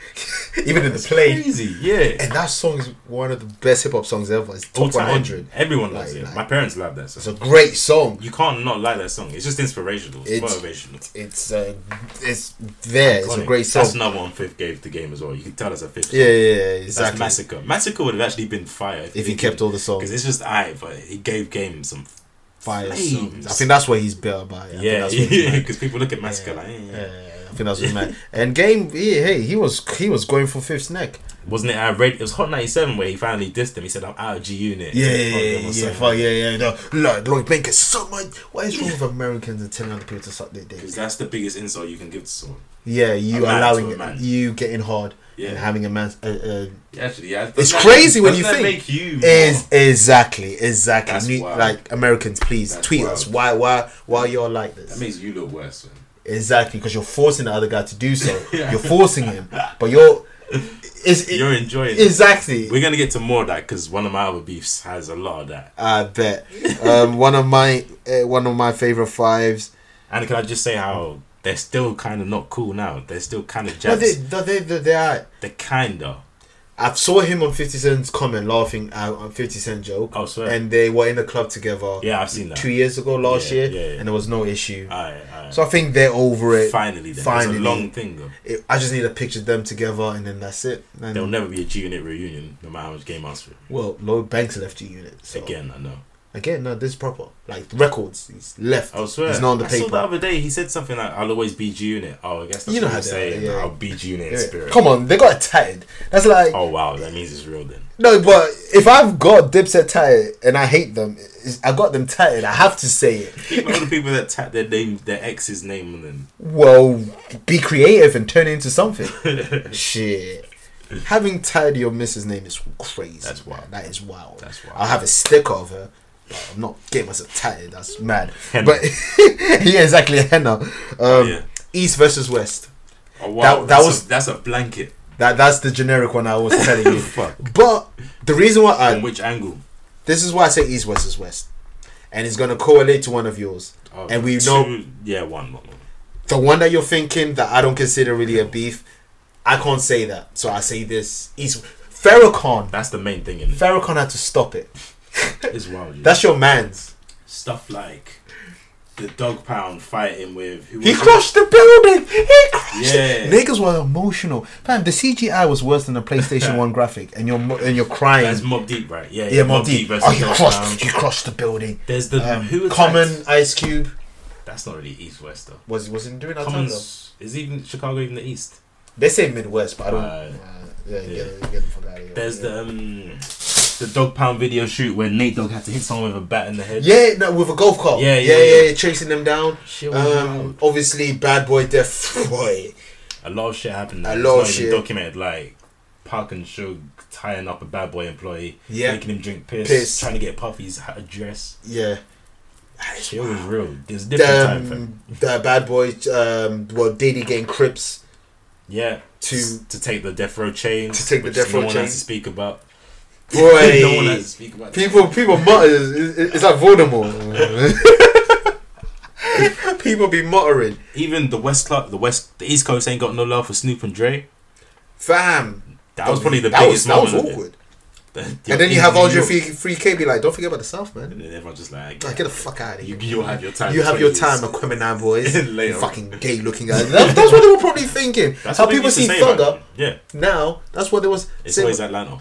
A: Even in the play.
B: Crazy, yeah.
A: And that song is one of the best hip hop songs ever. It's
B: All
A: top
B: time,
A: 100.
B: everyone loves
A: Like-
B: it.
A: like-
B: My parents love that
A: It's
B: song.
A: a great song.
B: You can't not like that song. It's just inspirational. It's,
A: It's-
B: motivational.
A: It's uh, it's there. It's a
B: Iconic.
A: great
B: That's
A: song.
B: another one Fifth gave the game as well. You can tell that's a Fifth.
A: Yeah,
B: song.
A: yeah, yeah,
B: That's
A: exactly.
B: Massacre. Massacre would have actually been fire
A: If he kept all the songs.
B: Because it's just I, but he gave Game some.
A: fire
B: Flames.
A: songs. I think that's what he's better by. I think
B: Yeah,
A: that's what he's
B: yeah.
A: mad.
B: Because people look at Massacre like, eh,
A: Yeah, I think that's what he's mad. And game, yeah, hey, he was he was going for fifth's neck.
B: wasn't it? I read it was Hot ninety seven where he finally dissed him. He said, "I'm out of G Unit."
A: Yeah,
B: Fuck
A: yeah, yeah,
B: them or
A: yeah,
B: something.
A: fuck, yeah, yeah. No, Lloyd, Lloyd Banks is so much. What is wrong with Americans and telling other people to suck their dick?
B: 'Cause that's the biggest insult you can give to someone.
A: Yeah, you
B: A man
A: allowing
B: to a man.
A: you getting hard
B: Yeah.
A: and having a man. Uh, uh,
B: Actually, yeah,
A: It's
B: doesn't
A: crazy when you
B: doesn't that
A: think
B: Make you
A: is exactly exactly
B: That's
A: New-
B: wild.
A: like Americans. Please
B: That's
A: tweet
B: wild.
A: us why why why you're like this.
B: more- that makes you look worse. Man.
A: Exactly, because you're forcing the other guy to do so. You're forcing him, but you're. It's, it,
B: You're enjoying. it.
A: exactly.
B: We're gonna get to more of that because one of my other beefs has a lot of that.
A: I bet. Um, one of my uh, one of my favorite fives.
B: And can I just say how they're still kind of not cool now? They're still kind of
A: No,
B: jabs.
A: they, no, they, they, they are.
B: they're kinda.
A: I saw him on Fifty Cent's comment laughing at a Fifty Cent joke,
B: Oh, swear.
A: and they were in the club together.
B: Yeah, I've seen that.
A: two years ago, last
B: Yeah,
A: year,
B: yeah, yeah.
A: and there was no issue.
B: Alright, alright.
A: So I think they're over it.
B: Finally, then.
A: Finally. Mm.
B: It's a long thing though.
A: It- I just need to picture them together, and then that's it. And-
B: There'll never be a G Unit reunion, no matter how much Game Master.
A: well, Lloyd Banks left G Unit. So.
B: Again, I know.
A: Again, no, this is proper. Like records, he's left.
B: I swear.
A: He's not on the
B: I saw
A: paper.
B: the other day he said something like, "I'll always be G Unit." Oh, I guess that's
A: You know
B: what
A: how
B: I'm
A: they are,
B: saying.
A: yeah.
B: I'll be G Unit in
A: Yeah.
B: spirit.
A: Come on, they got a tatted. That's like
B: Oh wow, that means it's real then.
A: no, but if I've got Dipset tatted and I hate them, it's- I got them tatted. I have to say it.
B: Think about all the people that tap their name, their ex's name on them.
A: Well, be creative and turn it into something. Shit. Having tatted your missus name is crazy.
B: That's wild.
A: man. That is wild.
B: That's wild.
A: I'll have a sticker of her. But I'm not getting myself tatted. That's mad.
B: Henna.
A: But yeah, exactly. Henna. Um,
B: yeah.
A: East versus West.
B: Oh wow,
A: that
B: that, that's
A: was-
B: a, that's a blanket.
A: That that's the generic one I was telling you.
B: Fuck.
A: But the reason why I
B: From which angle?
A: this is why I say East West is West, and it's gonna correlate to one of yours,
B: Oh,
A: and we
B: two-
A: know
B: Yeah, one. one, one.
A: the one that you're thinking that I don't consider really a beef. I can't say that, so I say this East Farrakhan.
B: That's the main thing in it.
A: Farrakhan had to stop it.
B: It's wild. Yeah.
A: That's your man's.
B: stuff like the dog pound fighting with who
A: He
B: was it?
A: crushed the building. He crushed.
B: Yeah.
A: It. Niggas were emotional. Man, the CGI was worse than the PlayStation One graphic, and you're mo- and you're crying.
B: That's Mob Deep, right? Yeah,
A: yeah, Mob Deep. Oh, he
B: Dog
A: crushed.
B: Pound.
A: He crushed the building.
B: There's the
A: Um,
B: who attacked-
A: Common Ice Cube
B: That's not really East West though.
A: was was he doing that time though?
B: Common's is even Chicago even the East.
A: They say Midwest, but I don't.
B: Uh,
A: Uh, yeah,
B: yeah.
A: Get, them- get them from out of here.
B: There's
A: yeah.
B: the um, the dog pound video shoot where Nate Dogg had to hit someone with a bat in the head.
A: Yeah, no, with a golf cart.
B: Yeah,
A: yeah,
B: yeah,
A: yeah,
B: yeah.
A: yeah, chasing them down.
B: Shit was
A: Um, obviously, bad boy, death boy.
B: A lot of shit happened.
A: A
B: That. A
A: lot
B: lot
A: of shit.
B: documented, like Park and Shug tying up a bad boy employee,
A: Yeah.
B: making him drink piss,
A: Piss.
B: trying to get Puffy's ha- address.
A: Yeah,
B: Shit was real. There's
A: the,
B: different time frame.
A: um, the bad boy. Um, well, Diddy getting Crips.
B: Yeah.
A: To-
B: to take the death row chains.
A: To take the
B: which
A: death
B: no
A: row
B: one
A: chains.
B: has to speak about.
A: Boy,
B: no one has to speak about.
A: people, people mutters. It's, it's like Voldemort. people be muttering,
B: Even the West Club, the West, the East Coast ain't got no love for Snoop and Dre.
A: fam.
B: That was probably the
A: that
B: biggest
A: was, that was
B: moment. of it.
A: awkward.
B: The-
A: And then you
B: in
A: have
B: New
A: Andre
B: York.
A: free free K be like, don't forget about the South, man.
B: And then everyone's just like,
A: Like, get the fuck out of
B: you,
A: here.
B: you'll have your time.
A: You
B: in
A: have
B: 20
A: your
B: years.
A: time, Aquemini boys.
B: Later
A: You
B: on.
A: fucking gay looking guys. That, that's what they were probably thinking.
B: That's
A: How
B: what they
A: people
B: used to
A: see
B: say about
A: Thugger
B: them. Yeah,
A: now, that's what they was
B: it's
A: saying.
B: always Atlanta.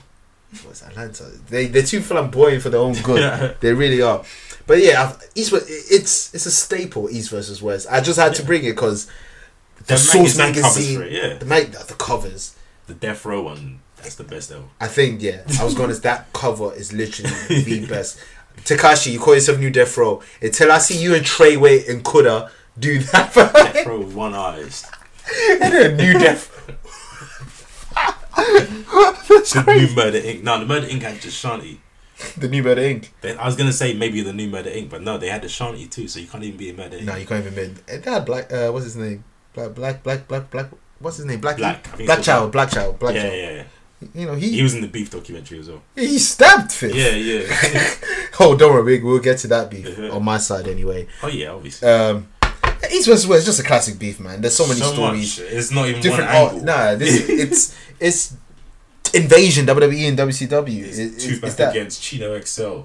A: What's Atlanta? They, they're too flamboyant for their own good.
B: Yeah.
A: They really are. But yeah, I've- East, ver- it's it's a staple, East versus West. I just had to bring it because the
B: That
A: Source
B: magazine covers
A: magazine,
B: for it, yeah.
A: the, mag- the covers.
B: The death row one. That's the best ever.
A: I think, yeah, I was going to that cover is literally the best. Takashi, you call yourself New Death Row. Until I see you and Treyway and Kuda do that for
B: Death row one artist.
A: new death.
B: The new Murder Inc. No, the Murder Inc. had Deshanti.
A: The new Murder Inc.
B: They, I was gonna say maybe the new Murder Inc. But no, they had Deshanti too. So you can't even be a Murder Inc.
A: No, you can't even mid. They had black. Uh, what's his name? Black, black, black, black, black. What's his name? Black.
B: Black. I think
A: Black
B: it's
A: child. Black child. Black
B: yeah,
A: child.
B: yeah, yeah.
A: You know
B: He
A: he
B: was in the beef documentary as well.
A: he stabbed Fifth.
B: Yeah, yeah.
A: Oh, don't worry. we- We'll get to that beef
B: Yeah.
A: on my side anyway.
B: oh yeah, obviously.
A: Um, East versus West is just a classic beef, man. There's so many stories.
B: Much. It's not even
A: Different.
B: one angle.
A: art. Nah, this it's it's invasion WWE and WCW.
B: It's
A: It- it's-
B: Tupac
A: it's that.
B: against Chino XL.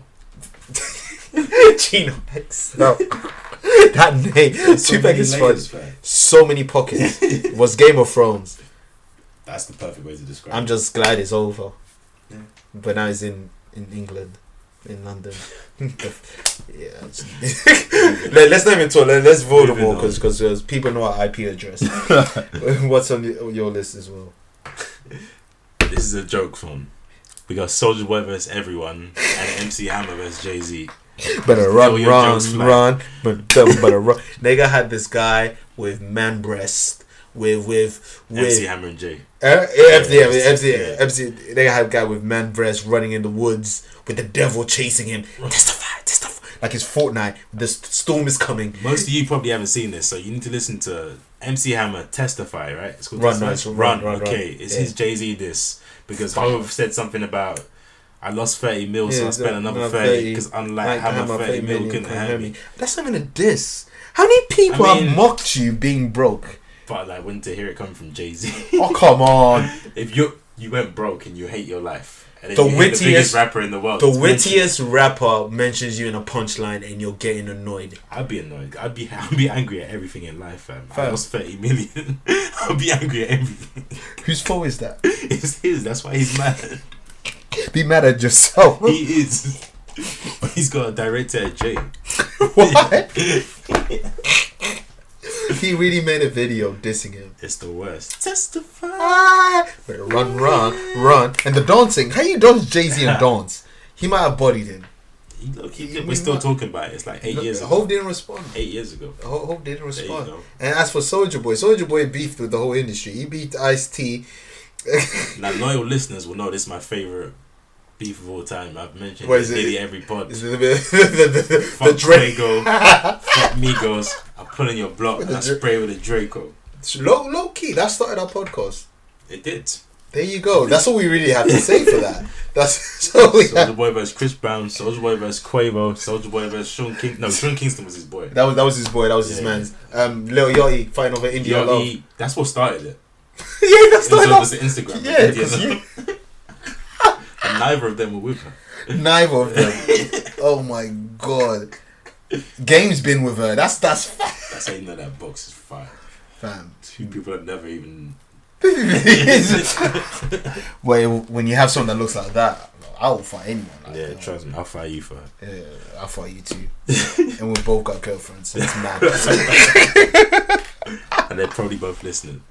A: Gino X. No. that name. Tupac is funny.
B: fun.
A: so many pockets was Game of Thrones.
B: That's the perfect way to describe.
A: I'm just glad it's over.
B: Yeah.
A: But now it's in in England, in London. yeah. it's- Let, us not even talk. Let, us
B: Moving
A: Voldemort
B: on.
A: because because uh, people know our IP address. What's on the- your list as well?
B: it. This is a joke film. We got Soldier Boy versus everyone, and MC Hammer versus Jay Z.
A: Better
B: Oh,
A: run,
B: your
A: run,
B: jokes fly.
A: run, but better run. Nigga had this guy with man breast. With with with
B: MC Hammer and Jay.
A: Uh, yeah, FC,
B: Yeah,
A: yeah, FC,
B: yeah.
A: FC. They had a guy with man breast running in the woods with the devil chasing him. Testify, testify. Like it's Fortnite. The s- storm is coming.
B: Most of you probably haven't seen this, so you need to listen to MC Hammer testify. Right? It's called
A: Run,
B: Testify?
A: no, it's Run, Run, Run.
B: okay, it's
A: Yeah.
B: his Jay Z diss because Hove said something about. I lost 30 mil, so
A: Yeah,
B: I spent another
A: another
B: 30
A: 30,
B: because
A: Like,
B: unlike
A: how my
B: Hammer, 30
A: fake
B: mil
A: million
B: couldn't hurt me.
A: That's not even a diss. How many people
B: I mean-
A: have mocked you being broke?
B: But like, when to hear it come from Jay Z.
A: Oh come on!
B: If you you went broke and you hate your life, and then
A: The
B: you hate the
A: wittiest-
B: biggest rapper in the world,
A: The
B: it's mentioned,
A: wittiest rapper mentions you in a punchline and you're getting annoyed.
B: I'd be annoyed. I'd be I'd be angry at everything in life, fam.
A: Fam.
B: I lost thirty million. I'd be angry at everything.
A: Whose fault is that?
B: It's his. That's why he's mad.
A: Be mad at yourself.
B: He is. he's got a director at J.
A: What? he really made a video dissing him.
B: It's the worst. Testify.
A: Ah, better run, run, run. And the dancing. How you dance Jay Z and dance? He might have bodied him.
B: He- Look, he-
A: You
B: we're still
A: mean-
B: talking about it. It's like eight
A: Look,
B: years ago.
A: Hope didn't respond.
B: Eight years ago.
A: Ho- Hope didn't
B: There you
A: respond.
B: go.
A: And as for Soldier Boy, Soldier Boy beefed with the whole industry. He beat Ice T.
B: Now, loyal listeners will know this is my favorite beef of all time. I've mentioned
A: What
B: it
A: is it?
B: nearly every pod.
A: the, the, the, the, the
B: Fuck
A: Drake.
B: Draco. Fuck Migos. I put in your block and I
A: Dra-
B: spray with a Draco.
A: Low, low key, that started our podcast.
B: It did.
A: There you go. That's all we really have to say for that. That's so we have.
B: Soldier Boy versus Chris Brown. Soldier Boy versus Quavo. Soldier Boy versus Sean King. No, Sean Kingston was his boy.
A: That was that was his boy. That was his
B: Yeah.
A: man's. Um, Lil Yachty fighting over India
B: Yo,
A: love.
B: he, that's what started it.
A: yeah, that's
B: It
A: not
B: was, it
A: love.
B: was Instagram.
A: Yeah,
B: India
A: 'cause
B: Love. And neither of them were with her.
A: Neither of them. oh my god. Game's been with her. That's that's fa-
B: That's how you know that box is fire.
A: fam.
B: Two people have never even.
A: Well, when you have someone that looks like that, I will fight anyone. Like
B: Yeah,
A: that.
B: trust me. I'll fight you for her.
A: Yeah, I'll fight Uh, you too. and we both got girlfriends. So it's mad.
B: And they're probably both listening.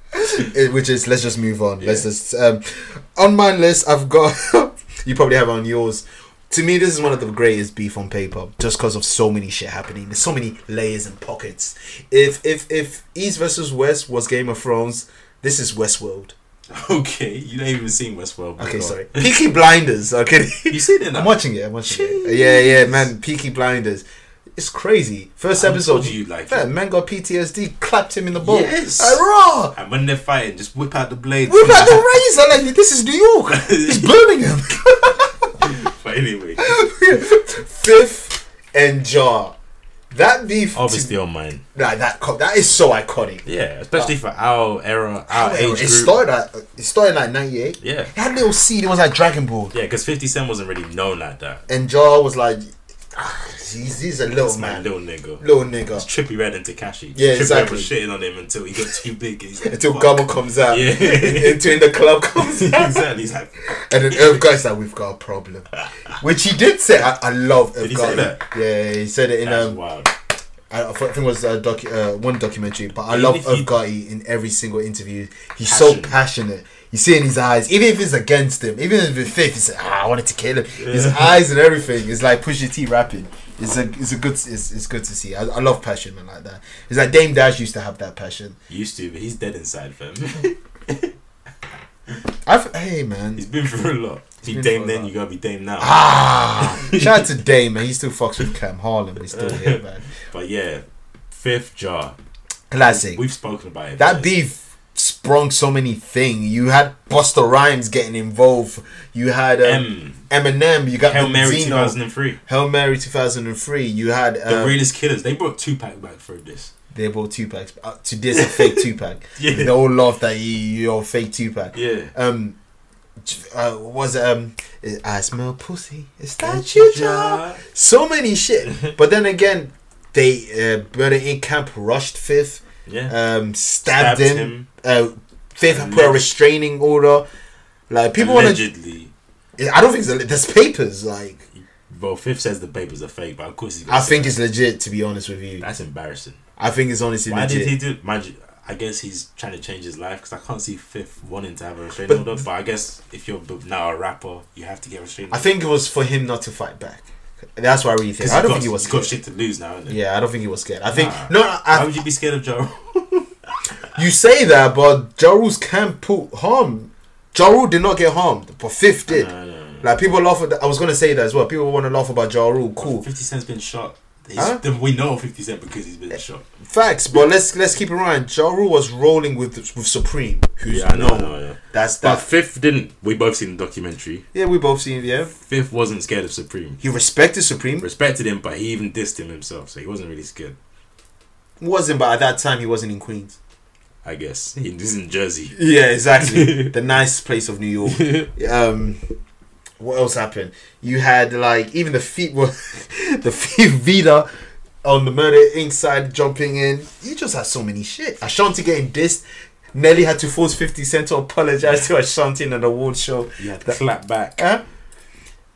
A: Eh, Which is let's just move on. Let's just um, on my list. I've got you probably have it on yours. To me, this is one of the greatest beef on paper, just because of so many shit happening. There's so many layers and pockets. If if if East versus West was Game of Thrones, this is Westworld.
B: Okay, you ain't even seen Westworld.
A: Okay,
B: before.
A: sorry. Peaky Blinders. Okay.
B: You seen it now?
A: I'm watching it. I'm watching it. Yeah, yeah, man. Peaky Blinders. It's crazy. First
B: I
A: episode.
B: told you you'd like
A: yeah,
B: it.
A: man got PTSD. Clapped him in the ball.
B: Yes.
A: Like, raw.
B: And when they're fighting, just whip out the blade.
A: We've had the razor. Like this is New York. It's Birmingham.
B: But anyway,
A: Fifth and Jar. That beef.
B: obviously on mine.
A: to- nah, that co- that is so iconic.
B: Yeah, especially for our era, our
A: Well,
B: age
A: it
B: group.
A: started. At, it started like '98.
B: Yeah.
A: That little seed. It was like Dragon Ball.
B: Yeah, because 50 Cent wasn't really known like that.
A: And Jar was like, ah, he's, he's a little
B: It's my
A: man,
B: little nigga.
A: little nigga.
B: Trippy Red and Takashi.
A: Yeah,
B: Trippy Red
A: exactly.
B: was shitting on him until he got too big. He's like,
A: until
B: "Fuck."
A: Gummo comes out.
B: Yeah.
A: until the club comes out.
B: exactly. He's like,
A: And then Irv Guy's like, we've got a problem. Which he did say. I, I love Irv
B: he
A: Guy.
B: say that?
A: Yeah, he said it in
B: that's
A: um,
B: wild.
A: I, I think it was a docu- uh, one documentary, but I
B: Even
A: love
B: if you-
A: Irv Guy in every single interview. He's so
B: Passion.
A: passionate. You see in his eyes, even if it's against him, even if it's fifth, he's like, ah, I wanted to kill him. His eyes and everything is like Pusha T rapping. It's a, it's a good, it's, it's good to see. I, I love passion man like that. It's like Dame Dash used to have that passion.
B: Used to, but he's dead inside, fam.
A: I've, hey man,
B: he's been through a lot. If you
A: been through
B: Dame
A: a
B: then,
A: lot.
B: you gotta be Dame now.
A: Ah, shout out to Dame, man. He still fucks with Cam Harlem. He's still here, man.
B: But yeah, Fifth Jar.
A: Classic.
B: We've spoken about it.
A: That beef sprung so many things. You had Buster Rhymes getting involved. You had um,
B: M.
A: Eminem. You got
B: Hail Mary
A: Benzino.
B: 2003.
A: Hail Mary 2003. You had
B: The
A: um,
B: realest killers. They brought Tupac back for this.
A: they bought Tupac. Uh, to this a fake Tupac.
B: Yeah.
A: They all laughed that you, you're a fake Tupac.
B: Yeah.
A: Um, uh, what was it, um, I smell pussy. Is that you, John? so many shit. But then again, they uh, Brother Incamp rushed fifth,
B: Yeah.
A: um, stabbed, him.
B: Stabbed him.
A: Uh, fifth put a
B: Alleged-
A: restraining order. Like people want to.
B: Allegedly.
A: I don't think it's, alle- there's papers. Like
B: Well, Fifth says the papers are fake, but of course he's gonna
A: I
B: say
A: think
B: that.
A: it's legit. To be honest with you,
B: That's embarrassing.
A: I think it's honestly
B: Why
A: legit.
B: did he do? Mind you, I guess he's trying to change his life because I can't see Fifth wanting to have a restraining
A: But-
B: order. But I guess if you're b- now a rapper, you have to get a restraining.
A: I think it was for him not to fight back. That's why I really think.
B: Because
A: I don't
B: got,
A: think he was
B: he's got
A: scared.
B: shit to lose now, isn't it?
A: Yeah, I don't think he was scared. I think
B: Nah.
A: no. I,
B: Why would you be scared of Joe?
A: You say that, but Ja Rule's camp put harm. Ja Rule did not get harmed, but Fifth did.
B: No, no, no.
A: Like people laugh at that. I was gonna say that as well. People want to laugh about Ja Rule. Cool
B: Fifty Cent's been shot. He's,
A: Huh? Eh,
B: then we know Fifty Cent because he's been shot.
A: facts, but let's let's keep it right. Ja Rule was rolling with with Supreme, who's
B: Yeah, I know,
A: no.
B: I know, I know.
A: That's
B: But
A: that.
B: Fifth didn't. We both seen the documentary.
A: yeah, we both seen. Yeah,
B: Fifth wasn't scared of Supreme.
A: he respected Supreme.
B: Respected him, but he even dissed him himself, so he wasn't really scared.
A: Wasn't, but at that time he wasn't in Queens.
B: I guess he's in Jersey.
A: Yeah, exactly. the nice place of New York. Um, what else happened? You had like even the feet were the feet Vida on the Murder Inc. side jumping in. You just had so many shit. Ashanti getting dissed. Nelly had to force Fifty Cent to apologize to Ashanti in an award show.
B: You had to
A: That-
B: clap back.
A: Huh?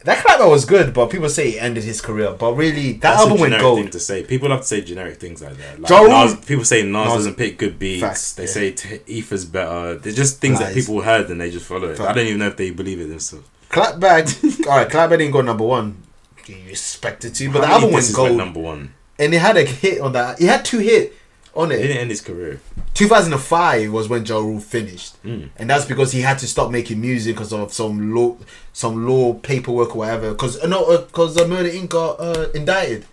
A: That clap was good, but people say it ended his career. But really, that
B: That's
A: album
B: a
A: went
B: generic
A: gold.
B: Thing to say people love to say generic things like that. Like,
A: Ja Rule-
B: Nas- people say Nas,
A: Nas-
B: doesn't pick good beats.
A: Facts,
B: they
A: yeah.
B: say t- Ether's better. They're just things that
A: Lies.
B: people heard and they just follow it. I
A: Fact.
B: don't even know if they believe it themselves.
A: Clap back. All right, clap back didn't go number one. You expected to, but the
B: How many
A: album went
B: disses
A: gold,
B: Number one.
A: and it had a hit on that. It had two hit on
B: It
A: it.
B: didn't end his career.
A: 2005 was when Ja Rule finished,
B: Mm.
A: and that's because he had to stop making music because of some law, some law paperwork or whatever. Because no, because uh, Murder Inc. got uh, indicted.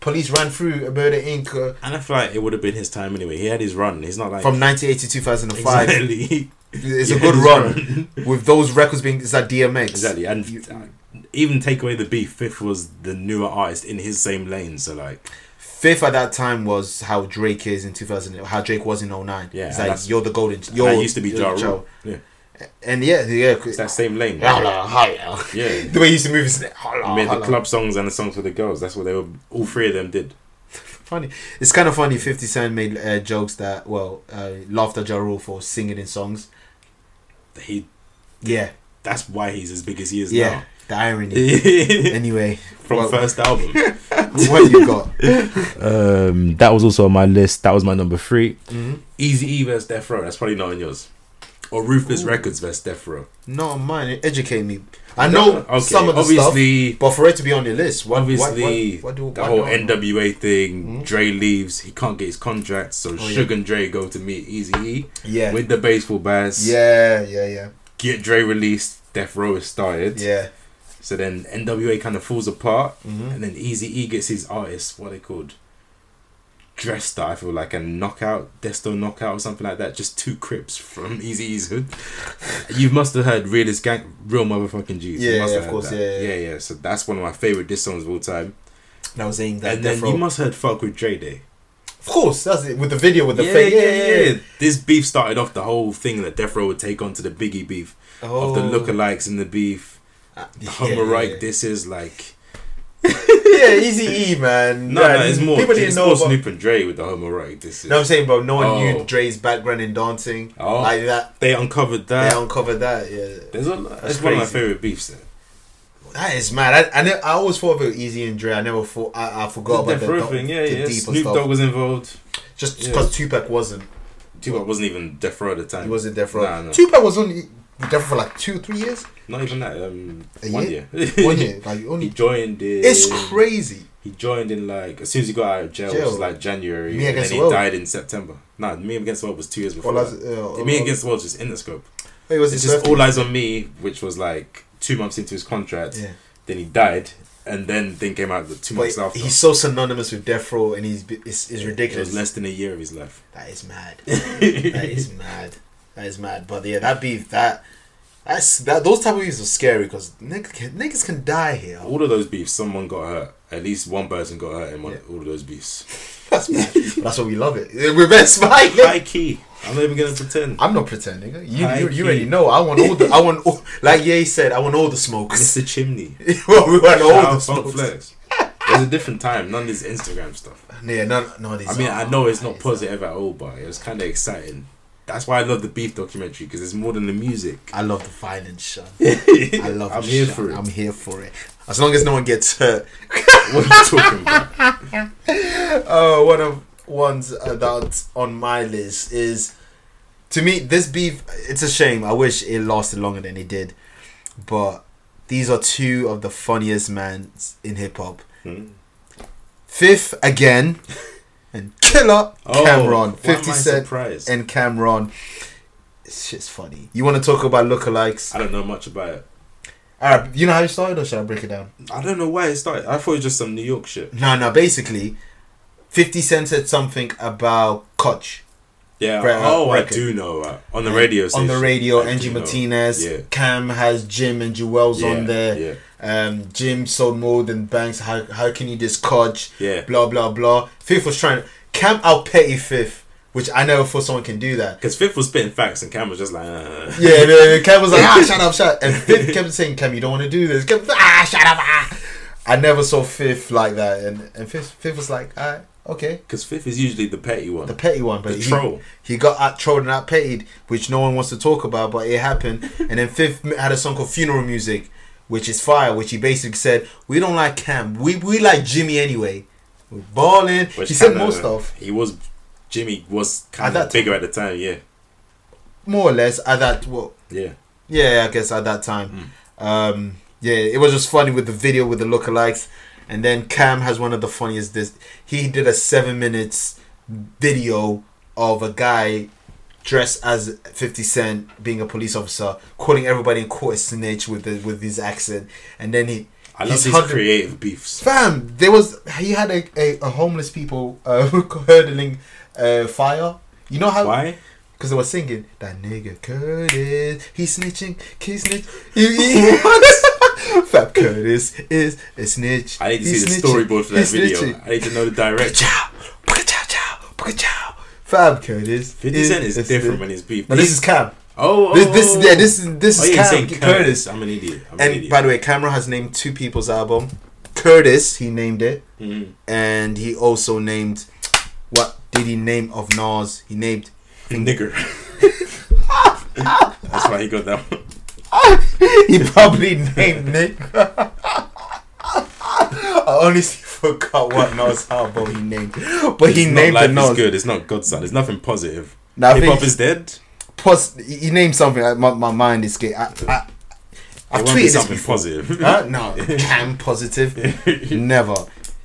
A: Police ran through Murder Inc. Uh,
B: And I feel like it would have been his time anyway. He had his run. He's not like
A: from 1980 to 2005.
B: exactly.
A: It's
B: Yeah,
A: a good
B: it's
A: run with those records being it's like DMX.
B: exactly. And
A: You-
B: even take away the beef, Fifth was the newer artist in his same lane. So like,
A: Fifth at that time was how Drake is in 2000, how Drake was in 09.
B: Yeah,
A: it's
B: and
A: like
B: that's-
A: you're the golden. You're,
B: that used to be
A: you're
B: Ja
A: the
B: Rule. Yeah,
A: And yeah, yeah. Ah,
B: it's that same lane.
A: Holla, holla.
B: Yeah.
A: The way he used to move his neck. Holla,
B: He made the
A: holla.
B: club songs and the songs for the girls. That's what they were. All three of them did.
A: Funny. It's kind of funny. 50 Cent made uh, jokes that, well, uh, laughed at Ja Rule for singing in songs.
B: He
A: Yeah,
B: that's why he's as big as he is
A: yeah. The irony.
B: now.
A: anyway,
B: From
A: Well-
B: first album.
A: what you got?
B: Um, that was also on my list. That was my number three.
A: Mhm.
B: Easy E versus Death Row. That's probably not on yours. Or Ruthless Records versus Death Row.
A: Not on mine. Educate me. I know
B: Okay,
A: some of the stuff.
B: obviously,
A: But for it to be on your list, what,
B: Obviously,
A: what, what, what do
B: the
A: what
B: whole
A: do I know?
B: NWA thing.
A: Mhm.
B: Dre leaves. He can't get his contract, so
A: Oh, yeah.
B: Suge and Dre go to meet Easy E
A: Yeah,
B: with the baseball bats.
A: yeah, yeah, yeah,
B: Get Dre released. Death Row is started.
A: yeah.
B: So then NWA kind of falls apart,
A: Mhm.
B: and then Easy E gets his artist. What are they called? Dressed I feel like a knockout, Desto knockout or something like that. Just two crips from Easy E's hood. you must have heard realist gang, real motherfucking Jews. You
A: Yeah,
B: must
A: yeah,
B: have
A: of
B: heard
A: course,
B: that.
A: yeah,
B: yeah, yeah, So that's one of my favorite diss songs of all time.
A: And I was saying that.
B: and then
A: Death
B: you
A: Row-
B: must have heard fuck with Dre Day.
A: of course, that's it with the video with the
B: yeah,
A: fake.
B: yeah, yeah, yeah. This beef started off the whole thing that Death Row would take on to the Biggie beef
A: Oh.
B: of the lookalikes in the beef,
A: Uh,
B: the
A: yeah,
B: homoerotic
A: yeah,
B: disses like.
A: yeah. yeah, Easy E, man.
B: No,
A: Yeah,
B: no, it's more.
A: People
B: it's
A: didn't know.
B: more
A: about-
B: Snoop and Dre with the homoerotic. This is.
A: No, I'm saying, but no one
B: Oh.
A: knew Dre's background in dancing
B: Oh.
A: like that.
B: they uncovered that.
A: They uncovered that. Yeah,
B: There's a. That's one of my
A: crazy.
B: favorite beefs. There.
A: that is mad. I I, ne- I always thought about Easy E and Dre. I never thought I, I forgot
B: The
A: about the,
B: Death Row
A: doc-
B: thing, yeah,
A: the
B: yeah.
A: deeper
B: Snoop
A: stuff.
B: Dogg was involved.
A: Just
B: yeah.
A: because Tupac wasn't.
B: Tupac wasn't even Death Row at the time.
A: He wasn't there for
B: Nah, no.
A: Tupac was only there for like two, three years.
B: Not even that. Um,
A: A
B: one year.
A: year? One year, like
B: he
A: only.
B: joined in.
A: It's crazy.
B: He joined in like as soon as he got out of jail, which
A: Jail.
B: was like January,
A: Me
B: and then
A: Against
B: he
A: the World.
B: died in September. Nah, Me Against the World was two years before.
A: Or
B: that.
A: last, uh, or-
B: Me Against the World was just in the scope.
A: Wait, was
B: It's
A: it
B: just
A: birthday?
B: All Eyes on Me, which was like two months into his contract.
A: Yeah.
B: Then he died, and then thing came out the two months
A: But
B: after.
A: he's so synonymous with death row, and he's it's, it's
B: It
A: ridiculous.
B: was less than a year of his life.
A: that is mad. that is mad. That is mad. But yeah, that beef that. That's, that, those type of beefs are scary because niggas can, niggas can die here.
B: All of those beefs, someone got hurt. At least one person got hurt in one, all of those beefs.
A: That's mad. But That's why we love it. We're best smiling.
B: High key. I'm not even gonna pretend.
A: I'm not pretending. You,
B: High
A: you,
B: key.
A: you already know. I want all the. I want all, like Ye said. I want all the smokes.
B: Mr. Chimney.
A: well, we want all
B: Shout
A: the
B: out Funk
A: smokes.
B: Flex. It was a different time. None of this Instagram stuff.
A: Yeah, none, none of these.
B: I mean,
A: are-
B: I know it's not positive at all, but it was kind of exciting. That's why I love the beef documentary because it's more than the music.
A: I love the violence, Sean. I love
B: I'm
A: it,
B: here
A: Sean.
B: for it.
A: I'm here for it. As long as no one gets hurt.
B: What are you talking about?
A: Oh, one of ones uh, that's on my list is to me this beef. It's a shame. I wish it lasted longer than it did, but these are two of the funniest mans in hip hop.
B: Hmm.
A: Fifth again, and Killer
B: Oh,
A: Cameron,
B: why am
A: Fifty
B: I
A: Cent,
B: surprised?
A: and Cameron. It's just funny. You want to talk about lookalikes?
B: I don't know much about it.
A: All right, you know how it started, or should I break it down?
B: I don't know why it started. I thought it was just some New York shit.
A: No, no. Basically, Fifty Cent said something about Koch
B: Yeah.
A: Brett
B: oh, I
A: Record.
B: do know. Uh, on the radio.
A: on
B: Station.
A: the radio.
B: I do
A: Angie
B: know.
A: Martinez,
B: Yeah.
A: Cam has Jim and Jewels
B: Yeah,
A: on there.
B: Yeah.
A: Um, Jim sold more than Banks. How, how can you this Koch?
B: Yeah.
A: Blah blah blah. Fifth was trying. Cam out petty Fifth, which I never thought someone can do that.
B: Because Fifth was spitting facts and Cam was just like, uh.
A: Yeah, and then Cam was like, ah, shut up, shut up. And Fifth kept saying, Cam, you don't want to do this. Cam, ah, shut up, ah. I never saw Fifth like that. And, and Fifth, Fifth was like, ah, okay.
B: Because Fifth is usually the petty one.
A: The petty one, but
B: The
A: he,
B: troll.
A: he got out trolled and out pettied, which no one wants to talk about, but it happened. and then Fifth m- had a song called Funeral Music, which is fire, which he basically said, We don't like Cam. We we like Jimmy anyway. We're balling.
B: Which
A: he said
B: kinda-
A: most of.
B: He was Jimmy was
A: At
B: kind
A: that
B: of
A: time.
B: bigger at the time. Yeah,
A: More or less at that well
B: yeah.
A: yeah, I guess at that time.
B: Hmm.
A: Um yeah, it was just funny with the video with the lookalikes. And then Cam has one of the funniest this he did a seven minutes video of a guy dressed as 50 Cent being a police officer, calling everybody in court a snitch with the, with his accent. And then he
B: I
A: He's
B: love these
A: hundred-
B: creative beefs.
A: Fam, there was he had a, a, a homeless people uh, hurdling uh, fire. You know how?
B: Why?
A: Because they were singing that nigga Curtis, he snitching, he snitch. He, he, what? Fab Curtis is a snitch.
B: I need to
A: He
B: see the
A: snitching.
B: storyboard for
A: He
B: that video.
A: snitching.
B: I need to know the direction.
A: Chow, puka chow, chow, puka chow. Fab Curtis.
B: 50 Cent is
A: a
B: different
A: snitch.
B: when he's beef.
A: No, this is Cam.
B: oh, oh,
A: This, this,
B: oh.
A: yeah, this is this
B: Oh,
A: is
B: yeah, you're
A: Cam
B: saying
A: Curtis.
B: I'm an idiot. I'm an
A: And
B: idiot.
A: by the way, Cameron has named two people's album. Curtis, he named it,
B: Mhm.
A: and he also named what did he name of Nas? He named
B: nigger. That's why he got that one.
A: he probably named Nick. I honestly forgot what Nas album he named, but he
B: It's not
A: named the
B: life
A: Nas.
B: is good. It's not Godson. It's nothing positive.
A: Nah, I
B: Hip hop
A: think-
B: is dead.
A: Plus, he named something. Like, my my mind is gay. I, I, I
B: It won't be
A: tweeted this
B: something
A: before.
B: positive.
A: Huh? No, Cam positive. never,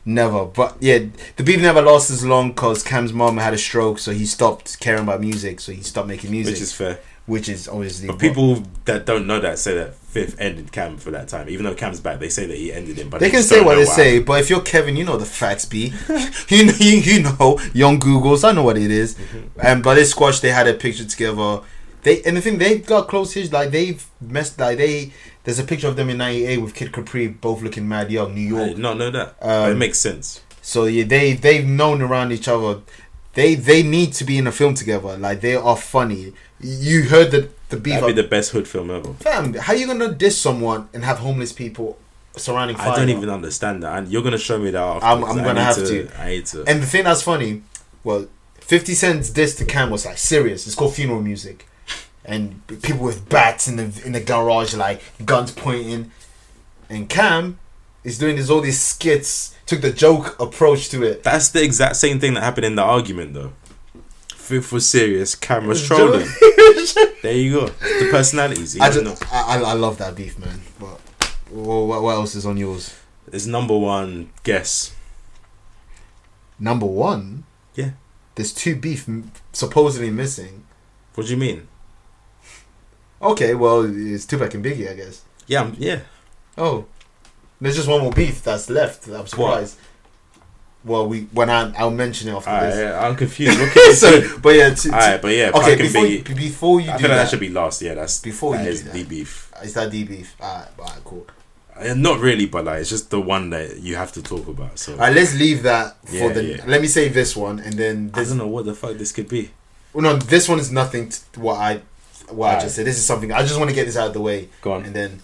A: never. But yeah, the beef never lasted as long because Cam's mom had a stroke, so he stopped caring about music. So he stopped making music,
B: Which is fair.
A: which is obviously.
B: But
A: what-
B: people that don't know that say that Fifth ended Cam for that time. Even though Cam's back, they say that he ended him. But
A: they can
B: just
A: say
B: don't
A: what
B: know
A: they
B: why.
A: say, but if you're Kevin, you know the facts, B. you, know, you you know young Googles. I know what it is.
B: Mm-hmm.
A: And but they squash. They had a picture together. They and the thing they got close is like they've messed like they. There's a picture of them in '98 with Kid Capri, both looking mad young, New
B: I
A: York.
B: did not know that. But it
A: Um,
B: makes sense.
A: So yeah, they they've known around each other. They they need to be in a film together. Like they are funny. You heard the the beef.
B: That'd be
A: Up.
B: the best hood film ever.
A: Fam, how you gonna diss someone and have homeless people surrounding fire?
B: I don't even understand that. And you're gonna show me that.
A: I'm-
B: afterwards.
A: I'm
B: I
A: gonna
B: need
A: have
B: I need to.
A: And the thing that's funny, well, Fifty Cent's diss to Cam was like serious. It's called funeral music, and people with bats in the in the garage, like guns pointing, and Cam is doing this all these skits. Took the joke approach to it.
B: That's the exact same thing that happened in the argument, though. Fifth was serious. Cam was trolling. there you go. The personalities.
A: I
B: even
A: just, I, I, I love that beef, man. But wha- wha- what else is on yours?
B: though- It's number one guess.
A: Number one.
B: Yeah.
A: There's two beef m- supposedly missing.
B: What do you mean?
A: Okay, well it's Tupac and Biggie, I guess.
B: Yeah, I'm, yeah.
A: Oh, there's just one more beef that's left. I'm surprised. Well, we when I I'll mention it after
B: All right,
A: this.
B: I'm confused. Okay, so
A: so, but yeah, t- t-
B: all right, but yeah,
A: okay.
B: Pac and
A: Before you,
B: Biggie.
A: before you
B: I
A: do
B: feel like that
A: that,
B: should be last. Yeah, that's
A: Before
B: that
A: you
B: is
A: do that.
B: the beef.
A: is that D beef? Alright, alright, cool.
B: Uh, Not really, but like it's just the one that you have to talk about. So
A: Alright, let's leave that for
B: Yeah,
A: the.
B: yeah.
A: Let me save this one, and then
B: I
A: this
B: don't know what the fuck this could be.
A: Well, no, this one is nothing. To what I, what I
B: Alright.
A: just said. This is something I just want to get this out of the way,
B: Go on.
A: and then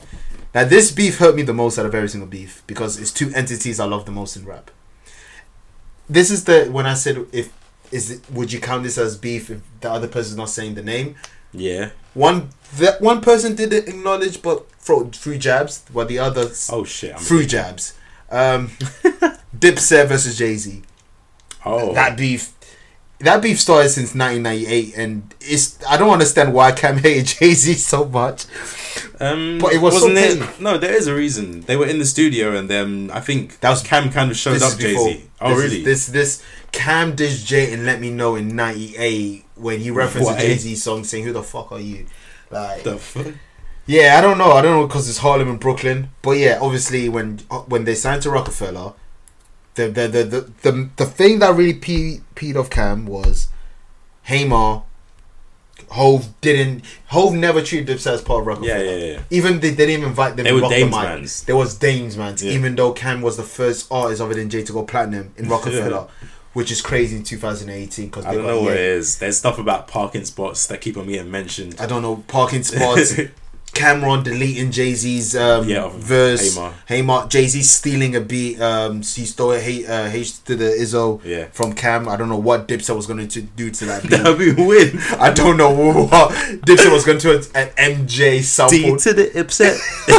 A: now this beef hurt me the most out of every single beef because it's two entities I love the most in rap. This is the when I said if is it, would you count this as beef if the other person's not saying the name?
B: Yeah.
A: One that one person did acknowledge, but through, through jabs, while the other
B: Oh shit. I'm,
A: through jabs. Um, Dipset versus Jay Z
B: oh.
A: that beef that beef started since 1998 and it's i don't understand why cam hated jay-z so much
B: Um,
A: But it was
B: wasn't
A: so
B: it? No, there is a reason. They were in the studio, and then I think
A: That was-
B: Cam kind of showed
A: this
B: up
A: is
B: Jay
A: before
B: Z. Oh
A: this is-
B: really?
A: this this cam dish jay and let me know in 98 when he referenced
B: What,
A: a
B: eh?
A: jay-z song saying who the fuck are you like
B: the fuck?
A: yeah i don't know i don't know because it's harlem and brooklyn but yeah obviously when uh, when they signed to rockefeller the the the the, the, the thing that really pe- peed off cam was Haymar Hove didn't Hove never treated Dipset as part of
B: Yeah,
A: Rockefeller.
B: yeah, yeah.
A: Even they, they didn't even invite them.
B: They
A: to
B: were
A: rock the
B: Dame's
A: mic.
B: mans.
A: There was Dame's mans.
B: Yeah.
A: Even though Cam was the first artist other than Jay to go platinum in Rockefeller, which is crazy in 2018 because
B: I don't know what it is. There's stuff about parking spots that keep on getting mentioned.
A: I don't know parking spots, Cameron deleting Jay Z's um,
B: Yeah, of
A: verse.
B: Haymar.
A: Haymar. Jay Z stealing a beat. Um, he stole it. H, uh, H to the Izzo
B: Yeah.
A: from Cam. I don't know what Dipset was going to do to that beat.
B: That'd be win.
A: I don't know what Dipset was going to do an MJ
B: D
A: sample.
B: to the upset. K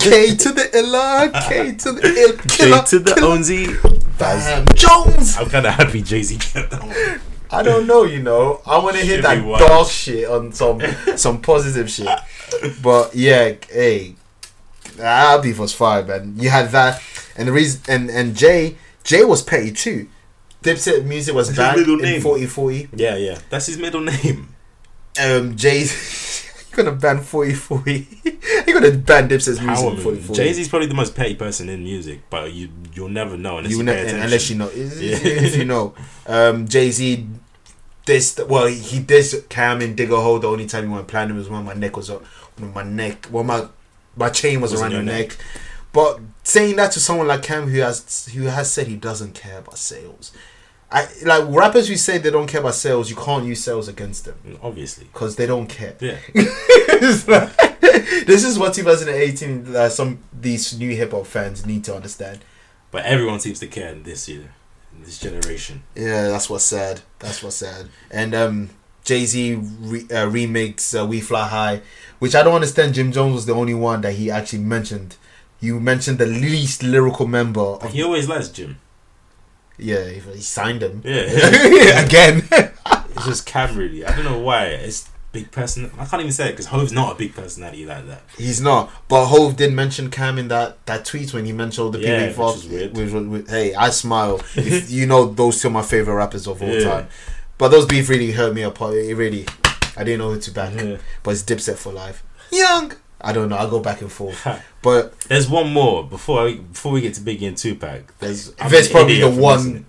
A: K to the illa, K to the ill, killer,
B: to the Onzi.
A: bam, Jones.
B: I'm kind of happy Jay Z kept that one.
A: I don't know, you know. I want to hear
B: Should
A: that
B: be wild.
A: dog shit on some some positive shit. But yeah, hey, that beef was fire, man. You had that, and the reason, and and Jay Jay was petty too. Dipset music was
E: his
A: bad
E: middle
A: in
E: name.
A: forty forty.
B: Yeah, yeah.
E: That's his middle name.
A: Um, Jay, you're gonna ban forty forty. you're gonna ban Dipset's music in forty forty.
B: Jay Z's probably the most petty person in music, but you you'll never know unless you,
A: you know,
B: pay attention.
A: unless you know, if
B: Yeah.
A: if you know, um, Jay Z this well he dissed Cam and Digger Hole. The only time he went platinum was when my neck was up, when my neck, when my my chain was
B: Was
A: around your
B: in your
A: neck. But saying that to someone like Cam who has who has said he doesn't care about sales, I like rappers who say they don't care about sales. You can't use sales against them
B: Obviously,
A: because they don't care.
B: yeah.
A: It's like- this is what 2018 uh, some these new hip hop fans need to understand.
B: But everyone seems to care in this year, in this generation.
A: Yeah, that's what's sad. That's what's sad. And um, Jay Z re- uh, remakes uh, "We Fly High," which I don't understand. Jim Jones was the only one that he actually mentioned. You mentioned the least lyrical member. Of-
B: He always lies, Jim.
A: yeah, he he signed him
B: Yeah,
A: again.
B: it's just Cam really. I don't know why. It's big person. I can't even say it because Hove's not a big personality like that.
A: He's not. But Hove did mention Cam in that, that tweet when he mentioned all the
B: Yeah,
A: people he
B: which
A: fucked.
B: is weird.
A: which was- which- hey, I smile. if, you know, those two are my favorite rappers of all
B: Yeah.
A: time. But those beef really hurt me apart. It really, I didn't know who to back.
B: Yeah.
A: But it's Dipset for life. Young. I don't know. I go back and forth. but
B: There's one more before I, before we get to Biggie and Tupac. There's I'm
A: That's
B: an
A: probably
B: idiot
A: the
B: for
A: one-
B: missing it.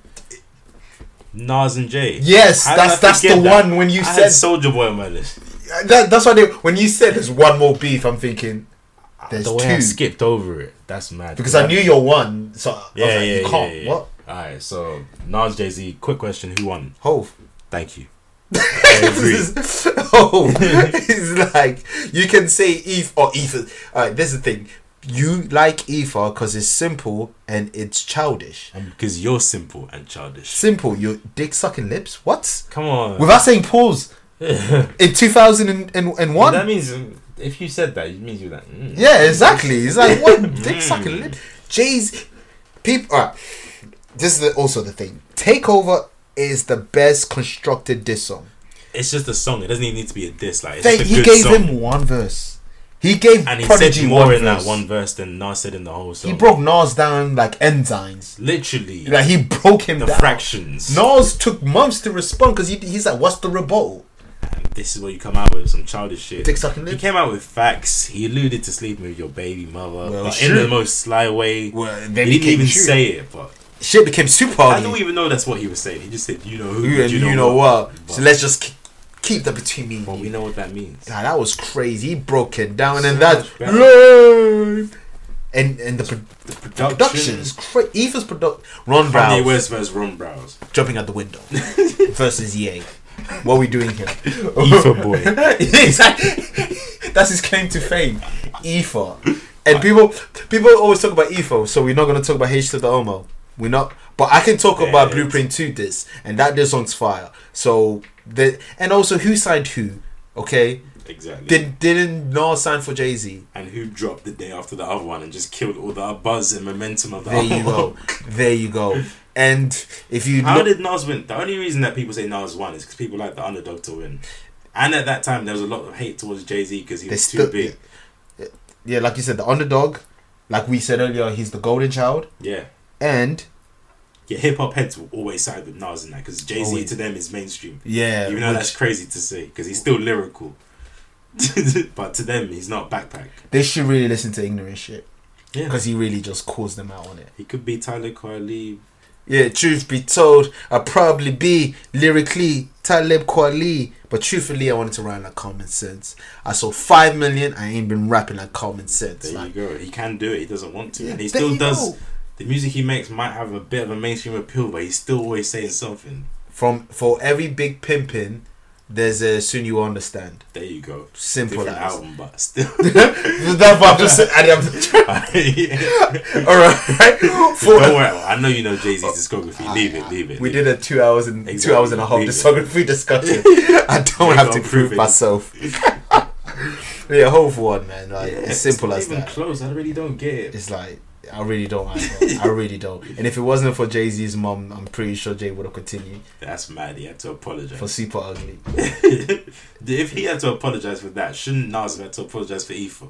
B: Nas and Jay.
A: yes,
B: How did
A: that's
B: I
A: that's the
B: forget that?
A: one when you
B: I
A: said
B: had Soldier Boy on my list.
A: that, that's why they, when you said there's one more beef. I'm thinking there's
B: the way I
A: two
B: skipped over it. That's mad.
A: because I knew your one. So I was
B: Yeah,
A: like,
B: yeah,
A: you
B: yeah,
A: can't.
B: yeah.
A: What?
B: Alright, so Nas Jay Z. Quick question: Who won?
A: Hove.
B: Thank you. I agree.
A: oh, it's like you can say Eve or Ether. All right, this is the thing. You like Ether because it's simple and it's childish.
B: Because Um, you're simple and childish.
A: Simple, your dick sucking lips. What?
B: Come on.
A: Without saying pause in two thousand and and- and one.
B: That means um, if you said that, it means you're like. Mm.
A: Yeah, exactly. It's like what dick sucking lip. Jay's people. All right. This is the, also the thing. Takeover is the best constructed diss song.
B: It's just a song. It doesn't even need to be a diss. Like it's
A: They,
B: just
A: he
B: a good
A: gave
B: song.
A: him one verse. He gave
B: and he
A: Prodigy
B: said more
A: one
B: in
A: verse.
B: that one verse than Nas said in the whole song.
A: He broke Nas down like enzymes.
B: literally
A: Like he broke him
B: the
A: down.
B: fractions.
A: Nas took months to respond because he, he's like, "What's the rebuttal?"
B: This is what you come out with some childish shit.
A: Dick sucking
B: He
A: lips.
B: came out with facts. He alluded to sleeping with your baby mother,
A: Well,
B: but
A: shit.
B: in the most sly way.
A: Well,
B: he
A: then
B: didn't even
A: shit.
B: say it, but
A: Shit became super.
B: I don't
A: ugly.
B: even know that's what he was saying. He just said, "You know who,
A: You and Oh, you, know, what? So let's just keep, keep that between me. and
B: But
A: you.
B: we know what that means.
A: God, that was crazy. He broke it down, and
B: So
A: that
B: much better.
A: live. And and the, pro-
B: The
A: production is
B: productions.
A: crazy. Eva's product. Ron
B: Kanye
A: Brown
B: West versus Ron Browse.
A: jumping out the window versus Ye. What are we doing here?
B: Ether boy.
A: exactly. That's his claim to fame, Ether. And people people always talk about Ether, so we're not gonna talk about H to the Omo. We're not. But I can talk about
B: Yeah.
A: Blueprint to this, and that this song's fire. So the and also who signed who? Okay,
B: Exactly.
A: did didn't Nas sign for Jay Z?
B: and who dropped the day after the other one and just killed all the buzz and momentum of the
A: There
B: other
A: you
B: one.
A: go. There you go. And if you
B: Oh. How
A: look,
B: did Nas win? The only reason that people say Nas won is because people like the underdog to win. And at that time, there was a lot of hate towards Jay Z because he
A: They
B: was
A: still-
B: too big.
A: yeah, like you said, the underdog, like we said earlier, he's the golden child,
B: Yeah.
A: and
B: Yeah, hip hop heads will always side with Nas in that because Jay Z
A: Always.
B: to them is mainstream.
A: yeah,
B: Even though
A: which-
B: that's crazy to say because he's still lyrical. but to them, he's not backpack.
A: they should really listen to ignorant shit
B: Yeah.
A: because he really just calls them out on it.
B: He could be Tyler Kweli.
A: Yeah, truth be told, I'll probably be lyrically Talib Kweli, but truthfully, I wanted to rhyme like common sense. I sold five million. I ain't been rapping like common sense.
B: There you
A: like,
B: go. He can do it. He doesn't want to.
A: Yeah,
B: and he
A: there
B: still
A: you
B: does.
A: go.
B: The music he makes might have a bit of a mainstream appeal, but he's still always saying something.
A: From for every big pimpin, there's a soon you will understand.
B: There you go.
A: Simple
B: Different
A: as.
B: album, but still.
A: That's what I'm just saying. and I'm- All right. For-
B: Don't worry. I know you know Jay Z's discography. Leave it. Leave it.
A: we did a two hours and
B: Exactly.
A: two hours and a half
B: Leave it.
A: discography discussion. I don't
B: You
A: have
B: gotta
A: to
B: prove
A: prove
B: it.
A: myself. yeah, whole for one, man. Like
B: Yeah,
A: it's simple
B: not
A: as
B: even
A: that.
B: close. I really don't get it.
A: It's like I really don't. I, I really don't. And if it wasn't for Jay Z's mom, I'm pretty sure Jay would have continued
B: That's mad. He had to apologize.
A: for Super Ugly.
B: if he had to apologize for that, shouldn't Nas have had to apologize for Ether?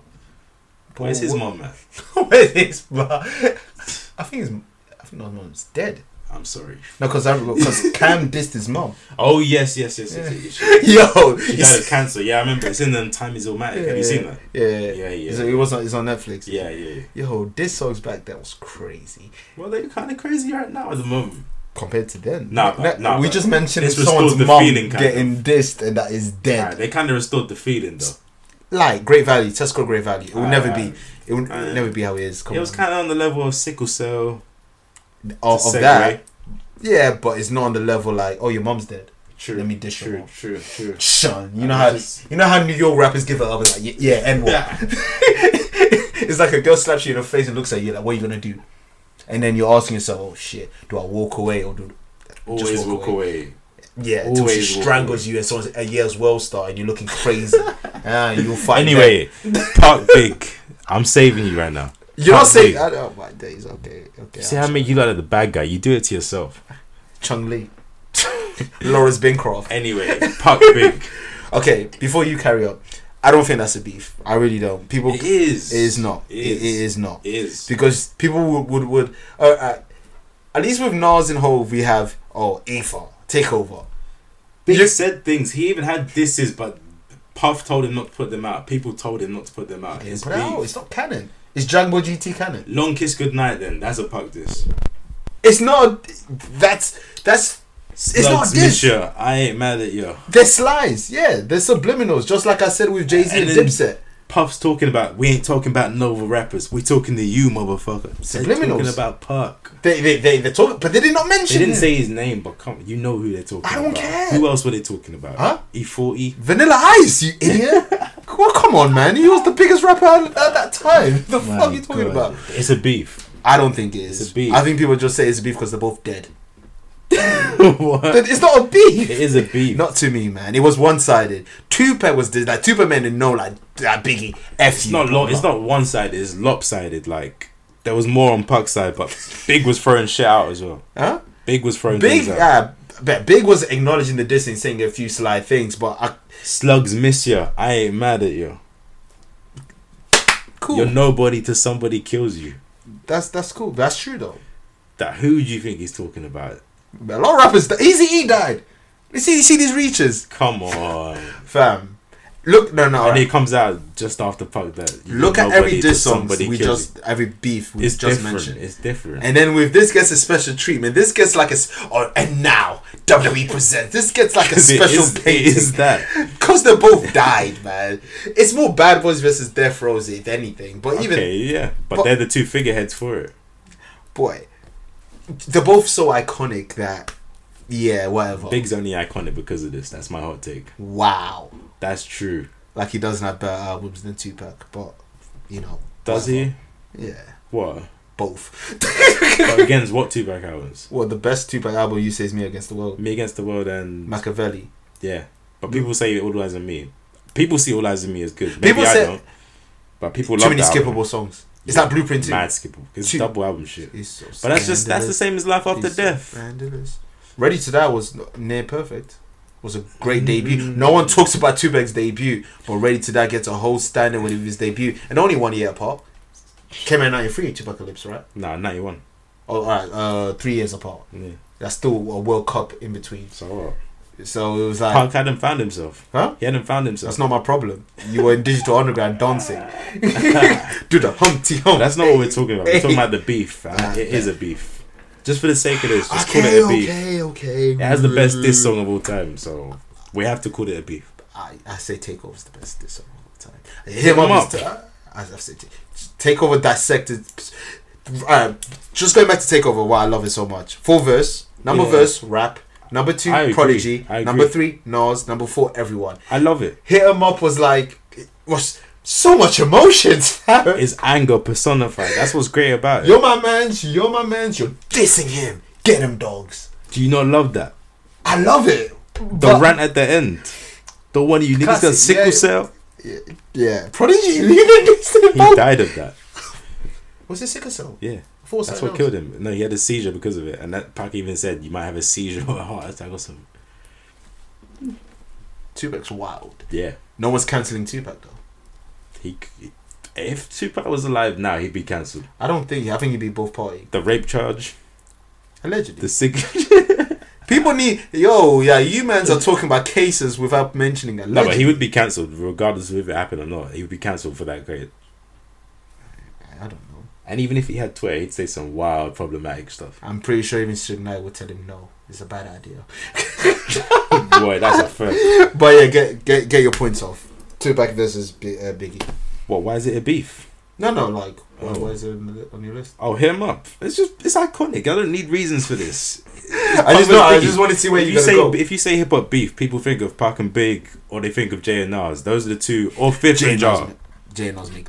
B: Where's his mom, man?
A: Where's his mom? I think his. I think his mom's dead.
B: I'm sorry.
A: No, because I because Cam dissed his mom.
B: Oh yes, yes, yes, yes. yes, yes.
A: Yo,
B: She
A: he's-
B: died of cancer. Yeah, I remember. It's in the Time Is Illmatic. Have you seen that?
A: Yeah,
B: Yeah, yeah.
A: It's- It was on. It's on Netflix.
B: Yeah, yeah. yeah.
A: Yo, this songs back then was crazy
B: Well, they're kind of crazy right now at the moment.
A: compared to then.
B: Nah,
A: Like,
B: nah,
A: we
B: nah.
A: just mentioned
B: This
A: someone's
B: restores the
A: mom
B: feeling, kind
A: getting dissed and that is
B: Nah,
A: dead.
B: they kind of restored the feeling though.
A: Like Great Value, Tesco Great Value. It will
B: Ah,
A: never be. It will
B: ah.
A: never be how it is. Come
B: it was
A: on.
B: kind of on the level of sickle cell.
A: of,
B: to
A: of
B: segue.
A: that. Yeah, but it's not on the level like oh your mom's dead.
B: True.
A: Let me dish your
B: True.
A: mom.
B: True. True.
A: Shun. You
B: I
A: know how
B: just-
A: you know how New York rappers give it up and like "Y- yeah and what.
B: Yeah.
A: it's like a girl slaps you in the face and looks at you like, what are you gonna do? And then you're asking yourself, oh shit, do I walk away or do?
B: Always
A: Just walk
B: walk away.
A: Yeah, until she
B: Always walk
A: strangles you and someone and yells "World Star" and you're looking crazy. ah, you'll fight.
C: Anyway, Park Big, I'm saving you right now.
A: you're not
C: Can't
A: saying.
C: be.
A: I don't oh, my days. Okay, okay.
C: See how I make you look like the bad guy. You do it to yourself.
A: Chung Lee, Lawrence Bancroft.
B: Anyway, Puck Big.
A: Okay, before you carry on, I don't think that's a beef. I really don't. People,
B: It is.
A: it is not.
B: It
A: It it
B: is.
A: is, not
B: It is.
A: because people would would, would uh, uh, at least with Nas and Hove we have oh Afa takeover.
B: Big
A: You-
B: said things. He even had disses, but Puff told him not to put them out. People told him not to put them out. It's
A: But no,
B: beef.
A: it's not canon. It's Dragon Ball GT canon.
B: Long kiss goodnight. Then that's a Puck diss.
A: It's not. That's that's. It's not
B: Slugs,
A: a diss.
B: Misha, I ain't mad at you.
A: There's slides, yeah. There's subliminals, just like I said with Jay Z
B: And
A: and,
B: then-
A: Dipset.
B: Puff's talking about we ain't talking about Nova rappers. We talking to you, motherfucker. They're
A: Subliminals.
B: talking about Puck.
A: They they they they talk, but they did not mention.
B: They didn't
A: him.
B: say his name, but come, you know who they're talking.
A: I don't
B: about.
A: care.
B: Who else were they talking about? E
A: Huh?
B: E40.
A: Vanilla Ice, you idiot. well, come on, man. He was the biggest rapper at, at that time. The fuck are you talking
C: God.
A: about?
C: It's a beef.
A: I don't think it is.
B: It's a beef.
A: I think people just say it's a beef because they're both dead.
C: What?
A: But it's not a beef.
C: It is a beef.
A: Not to me, man. It was one sided. Tupac was this, like Tupac made it know like that Biggie. F
B: It's not lo- It's not one sided. It's lopsided. Like there was more on Puck's side, but Big was throwing shit out as well.
A: Huh?
B: Big was throwing
A: Big.
B: things out.
A: Uh, but Big was acknowledging the distance, saying a few sly things, but I,
B: Slugs miss you. I ain't mad at you.
A: cool.
B: You're nobody to somebody kills you.
A: that's that's cool. That's true though.
B: That who do you think he's talking about?
A: A lot of rappers. Di- Easy E died. You see, you see these reaches,
B: Come on.
A: fam. Look, no, no.
B: And
A: alright.
B: it comes out just after Puck that. you
A: Look
B: know
A: at every
B: nobody to
A: diss song we
B: kills
A: just every beef
B: you.
A: we
B: It's
A: just
B: different.
A: mentioned.
B: It's different.
A: And then with this gets a special treatment. This gets like a s- oh, and now WWE presents. This gets like a
B: It
A: special
B: is- it is
A: painting
B: that.
A: because they both died, man. It's more Bad Boys versus Death Row if anything. But even
B: okay, yeah, but,
A: but-
B: they're the two figureheads for it.
A: boy, they're both so iconic that yeah, whatever.
B: Big's only iconic because of this. That's my hot take.
A: wow,
B: That's true.
A: like he doesn't have better albums than Tupac, but you know,
B: Does he?
A: he? Yeah,
B: What?
A: both.
B: But against what two back albums?
A: well, the best Tupac album you say is Me Against the World.
B: Me Against the World and
A: Machiavelli.
B: yeah. But people say All Eyes on Me. People see All Eyes on Me as good. Maybe
A: People
B: I
A: say-
B: don't. But people
A: too
B: love
A: many
B: that
A: skippable
B: album.
A: songs. It's
B: Yeah,
A: like Blueprint too.
B: Mad skippable. It's
A: Two.
B: double album shit.
A: It's so
B: But that's just that's the
A: scandalous.
B: same as Life After
A: It's so
B: Death.
A: scandalous. Ready to Die was near perfect. Was a
B: Mm.
A: great debut. No one talks about Tupac's debut, but Ready to Die gets a whole standing with his debut, and only one year apart. Came out in '93, Tupacalypse, right?
B: Nah, ninety one.
A: Oh, all right, uh, three years apart.
B: Yeah.
A: That's still a World Cup in between.
B: So what?
A: So it was like,
B: Punk hadn't found himself.
A: huh?
B: He hadn't found himself.
A: That's not my problem. You were in Digital Underground dancing. Do the Humpty Hump.
B: That's not what we're talking about. We're talking about the beef. and
A: Nah,
B: it is a beef. Just for the sake of this, just call
A: okay,
B: it a beef.
A: okay, okay.
B: It has the best diss song of all time, so we have to call it a beef.
A: I, I say Takeover's the best diss song of all time. Him up.
B: up.
A: is t- I- I've said t- Takeover dissected. um, Uh, just going back to Takeover, why I love it so much. Full verse, number
B: Yeah.
A: verse, rap, Number two,
B: I agree.
A: Prodigy.
B: I agree.
A: Number three, Nas. Number four, everyone.
B: I love it.
A: Hit 'em up was like it was so much emotions. fam.
B: It's anger personified. That's what's great about it.
A: you're my man's. You're my man's. You're dissing him. Get him, dogs.
B: Do you not love that?
A: I love it.
B: The rant at the end. The one you niggas got
A: Classic,
B: sickle
A: yeah.
B: cell.
A: Yeah, Prodigy leaving this thing.
B: He died of that.
A: Was it sickle cell?
B: Yeah.
A: Four
B: That's what killed him. No, he had a seizure because of it. And that Pac even said you might have a seizure or a heart attack or something.
A: Tupac's wild.
B: Yeah.
A: No one's cancelling Tupac though.
B: He c- if Tupac was alive now, he'd be cancelled.
A: I don't think. I think he'd be both party.
B: The rape charge,
A: Allegedly.
B: the sig
A: People need yo, yeah, you mans are talking about cases without mentioning that.
B: No, but he would be cancelled regardless of if it happened or not. He would be cancelled for that grade.
A: I don't know.
B: And even if he had Twitter, he'd say some wild problematic stuff.
A: I'm pretty sure even Suge Knight would tell him no. It's a bad idea.
B: Boy, that's a fair.
A: But yeah, get get get your points off. Tupac versus B- uh, Biggie.
B: What? Why is it a beef?
A: No, no, like what,
B: Oh.
A: what is it on, the, on your list?
B: Oh, hit him up. It's just it's iconic. I don't need reasons for this.
A: I just know. I just want to see where
B: if
A: you
B: you
A: gonna
B: say
A: go.
B: if you say hip hop beef, people think of Pac and Big, or they think of Jay and Nas. Those are the two, or Fifth
A: Jay
B: and
A: and
B: Jar.
A: Jay Nas make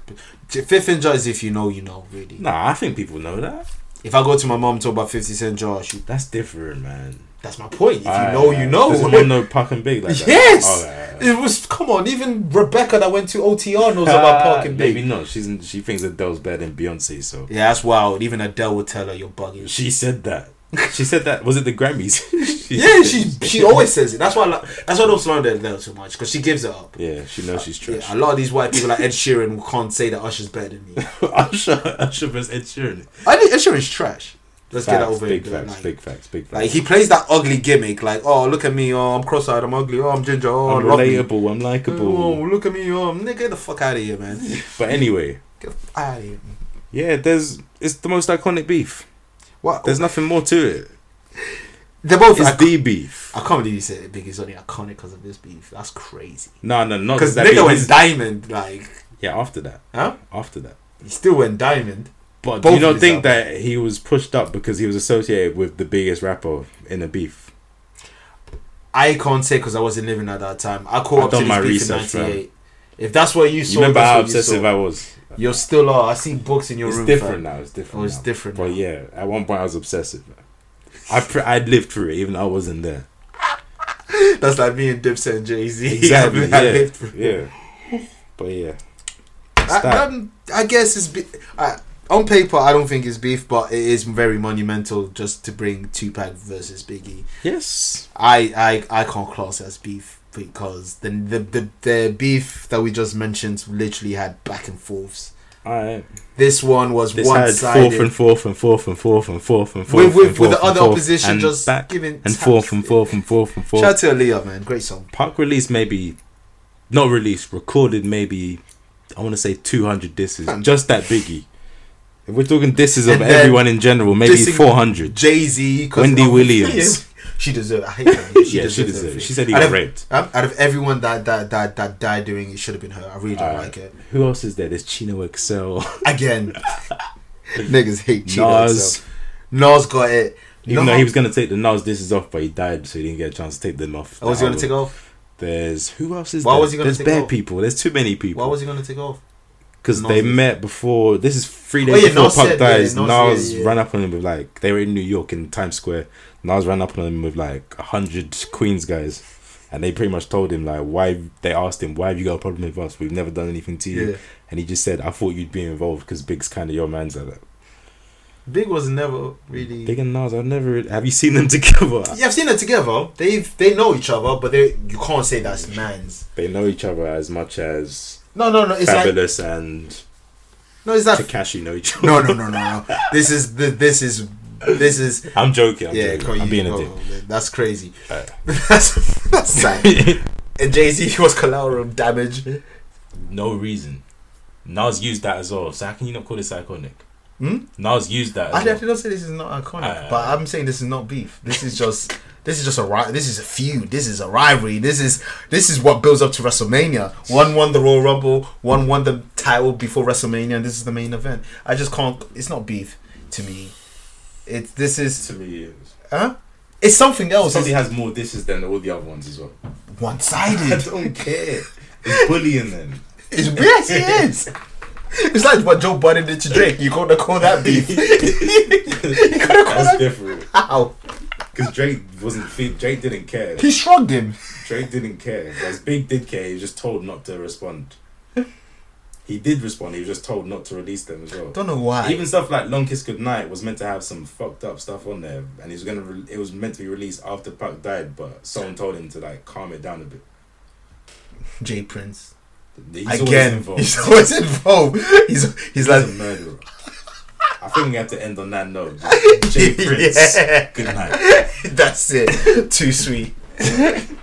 A: J- Fifth and Jar is if you know, you know. Really,
B: Nah, I think people know that.
A: if I go to my mom talk about Fifty Cent Jar, she,
B: That's different, man.
A: that's my point. If
B: Alright,
A: you know,
B: alright.
A: you know.
B: Does anyone know Pac and Big like that?
A: Yes!
B: Alright, alright.
A: It was come on. Even Rebecca that went to OTR knows about
B: Ah,
A: Park and
B: Maybe
A: Big.
B: not. She's she thinks Adele's better than Beyonce, so
A: Yeah, that's wild. Even Adele would tell her you're bugging.
B: she said that. She said that. Was it the Grammys? she
A: yeah, she she always says it. That's why I like, that's why I don't slander Adele too much because she gives it up.
B: Yeah, she knows she's trash.
A: Yeah, a lot of these white people like Ed Sheeran who can't say that Usher's better than me.
B: Usher, Usher versus Ed Sheeran.
A: I think Ed Sheeran's trash. Let's get that
B: Facts,
A: over
B: big
A: it.
B: facts,
A: like,
B: big facts, big facts.
A: like, he plays that ugly gimmick, like oh look at me, oh I'm cross-eyed, I'm ugly, oh I'm ginger, oh
B: I'm
A: I'm lovely.
B: relatable. I'm
A: Oh,
B: likable.
A: look at me, oh nigga, get the fuck out of here, man.
B: But anyway,
A: Get out of here. man.
B: yeah, there's it's the most iconic beef.
A: What?
B: There's nothing more to it.
A: They're both.
B: It's
A: I,
B: the beef.
A: I can't believe you said Biggie's only iconic because of this beef. That's crazy.
B: No, no, not
A: Because
B: Oh, that
A: nigga
B: beef.
A: went diamond, like
B: Yeah, after that,
A: huh?
B: after that.
A: He still went diamond. Both
B: But do you
A: of
B: not
A: his
B: think that he was pushed up because he was associated with the biggest rapper in the beef?
A: I can't say because I wasn't living at that time. I caught
B: I've
A: up to
B: done
A: this
B: my
A: beef
B: research,
A: in
B: fam.
A: '98. If that's what you
B: You
A: saw,
B: remember
A: that's
B: how
A: what you
B: obsessive
A: saw.
B: I was?
A: You're still are. I see books in your
B: it's
A: room.
B: different
A: fam.
B: now. It's different.
A: Oh, it's
B: now.
A: different
B: But
A: now.
B: yeah, at one point I was obsessive. man. I pr- I lived through it, even though I wasn't there.
A: That's like me and Dipset and Jay Z.
B: Exactly. yeah. yeah. But yeah,
A: I,
B: that.
A: um, I guess it's be- I, on paper. I don't think it's beef, but it is very monumental just to bring Tupac versus Biggie.
B: yes.
A: I I, I can't class it as beef because the, the the the beef that we just mentioned literally had back and forths.
B: All right.
A: This one was
B: This
A: one
B: had
A: sided.
B: fourth and fourth and fourth and fourth and fourth and fourth
A: with
B: and
A: with,
B: fourth
A: with the
B: and
A: other
B: fourth
A: opposition
B: and
A: just
B: back
A: giving
B: and
A: taps.
B: fourth and fourth and fourth and
A: Shout out
B: fourth.
A: to Aaliyah, man, great song.
B: Park released maybe, not released, recorded maybe. I want to say two hundred disses,
A: Man.
B: just that Biggie. If we're talking disses of
A: And then
B: everyone in general, maybe
A: dissing-
B: four hundred.
A: Jay Z,
B: Wendy Williams.
A: she deserved. I hate her.
B: Yeah, she deserved
A: everything.
B: it. She said he
A: out
B: got
A: of,
B: raped.
A: um, out of everyone that that that that died doing it, should have been her. I really don't
B: Alright.
A: like it.
B: Who else is there? There's Chino Excel,
A: Again, niggas hate Cheetos.
B: Nas.
A: so. Nas got it.
B: Even
A: Nas-
B: though he was gonna take the Nas disses off, but he died, so he didn't get a chance to take them off.
A: Why Oh, was he gonna take off?
B: There's who else is
A: Why
B: there?
A: was he gonna
B: There's
A: take
B: bad
A: off?
B: people. There's too many people.
A: Why was he gonna take off?
B: because
A: Nas
B: they
A: is-
B: met before. This is three
A: Oh,
B: days
A: yeah,
B: before
A: Nas
B: Puck
A: said- yeah,
B: dies.
A: Nas-
B: Nas
A: yeah, yeah.
B: ran up on him with like they were in New York in Times Square. Nas ran up on him with like a hundred Queens guys, and they pretty much told him like why they asked him why have you got a problem with us? We've never done anything to you,
A: Yeah.
B: and he just said I thought you'd be involved because Big's kind of your man's like that.
A: Big was never really.
B: Big and Nas, I've never really- have you seen them together?
A: yeah, I've seen it together. They've they know each other, but they you can't say that's man's.
B: They know each other as much as
A: No, no, no. It's like
B: Fabulous and
A: no, it's like
B: Takashi know each other.
A: no, no, no, no, no. This is the this is this is
B: I'm joking. I'm,
A: yeah.
B: joking.
A: you
B: I'm being a
A: go,
B: dick.
A: man. That's crazy.
B: Alright.
A: that's that's sad. and Jay Z was collateral damage.
B: No reason. Nas used that as well. So how can you not call this iconic?
A: Hmm?
B: Nas used that.
A: I,
B: As
A: I did
B: well.
A: not say this is not iconic,
B: Uh,
A: but I'm saying this is not beef. This is just this is just a ri- this is a feud. This is a rivalry. This is this is what builds up to WrestleMania. One won the Royal Rumble. One won the title before WrestleMania, and this is the main event. I just can't. It's not beef to me. It's this is
B: To me, it was.
A: huh? It's something else.
B: Oh, Somebody
A: It's
B: has more dishes than all the other ones as well.
A: one
B: I
A: sided.
B: don't care. It's bullying them.
A: It's yes, it is. It's like what Joe Budden did to Drake. You gonna call that beef? you gonna call
B: That's
A: that
B: different.
A: how?
B: Because Drake wasn't. fe- Drake didn't care.
A: He shrugged him.
B: Drake didn't care. As Big did care, he was just told not to respond. He did respond. He was just told not to release them as well.
A: Don't know why.
B: Even stuff like Long Kiss Goodnight was meant to have some fucked up stuff on there, and it was gonna. Re- it was meant to be released after Puck died, but someone told him to like calm it down a bit.
A: Jay Prince
B: He's always
A: again.
B: involved.
A: He's always involved. He's he's like
B: He's a murderer. I think we have to end on that note. Jay Prince.
A: Yeah.
B: Good night.
A: that's it. Too sweet.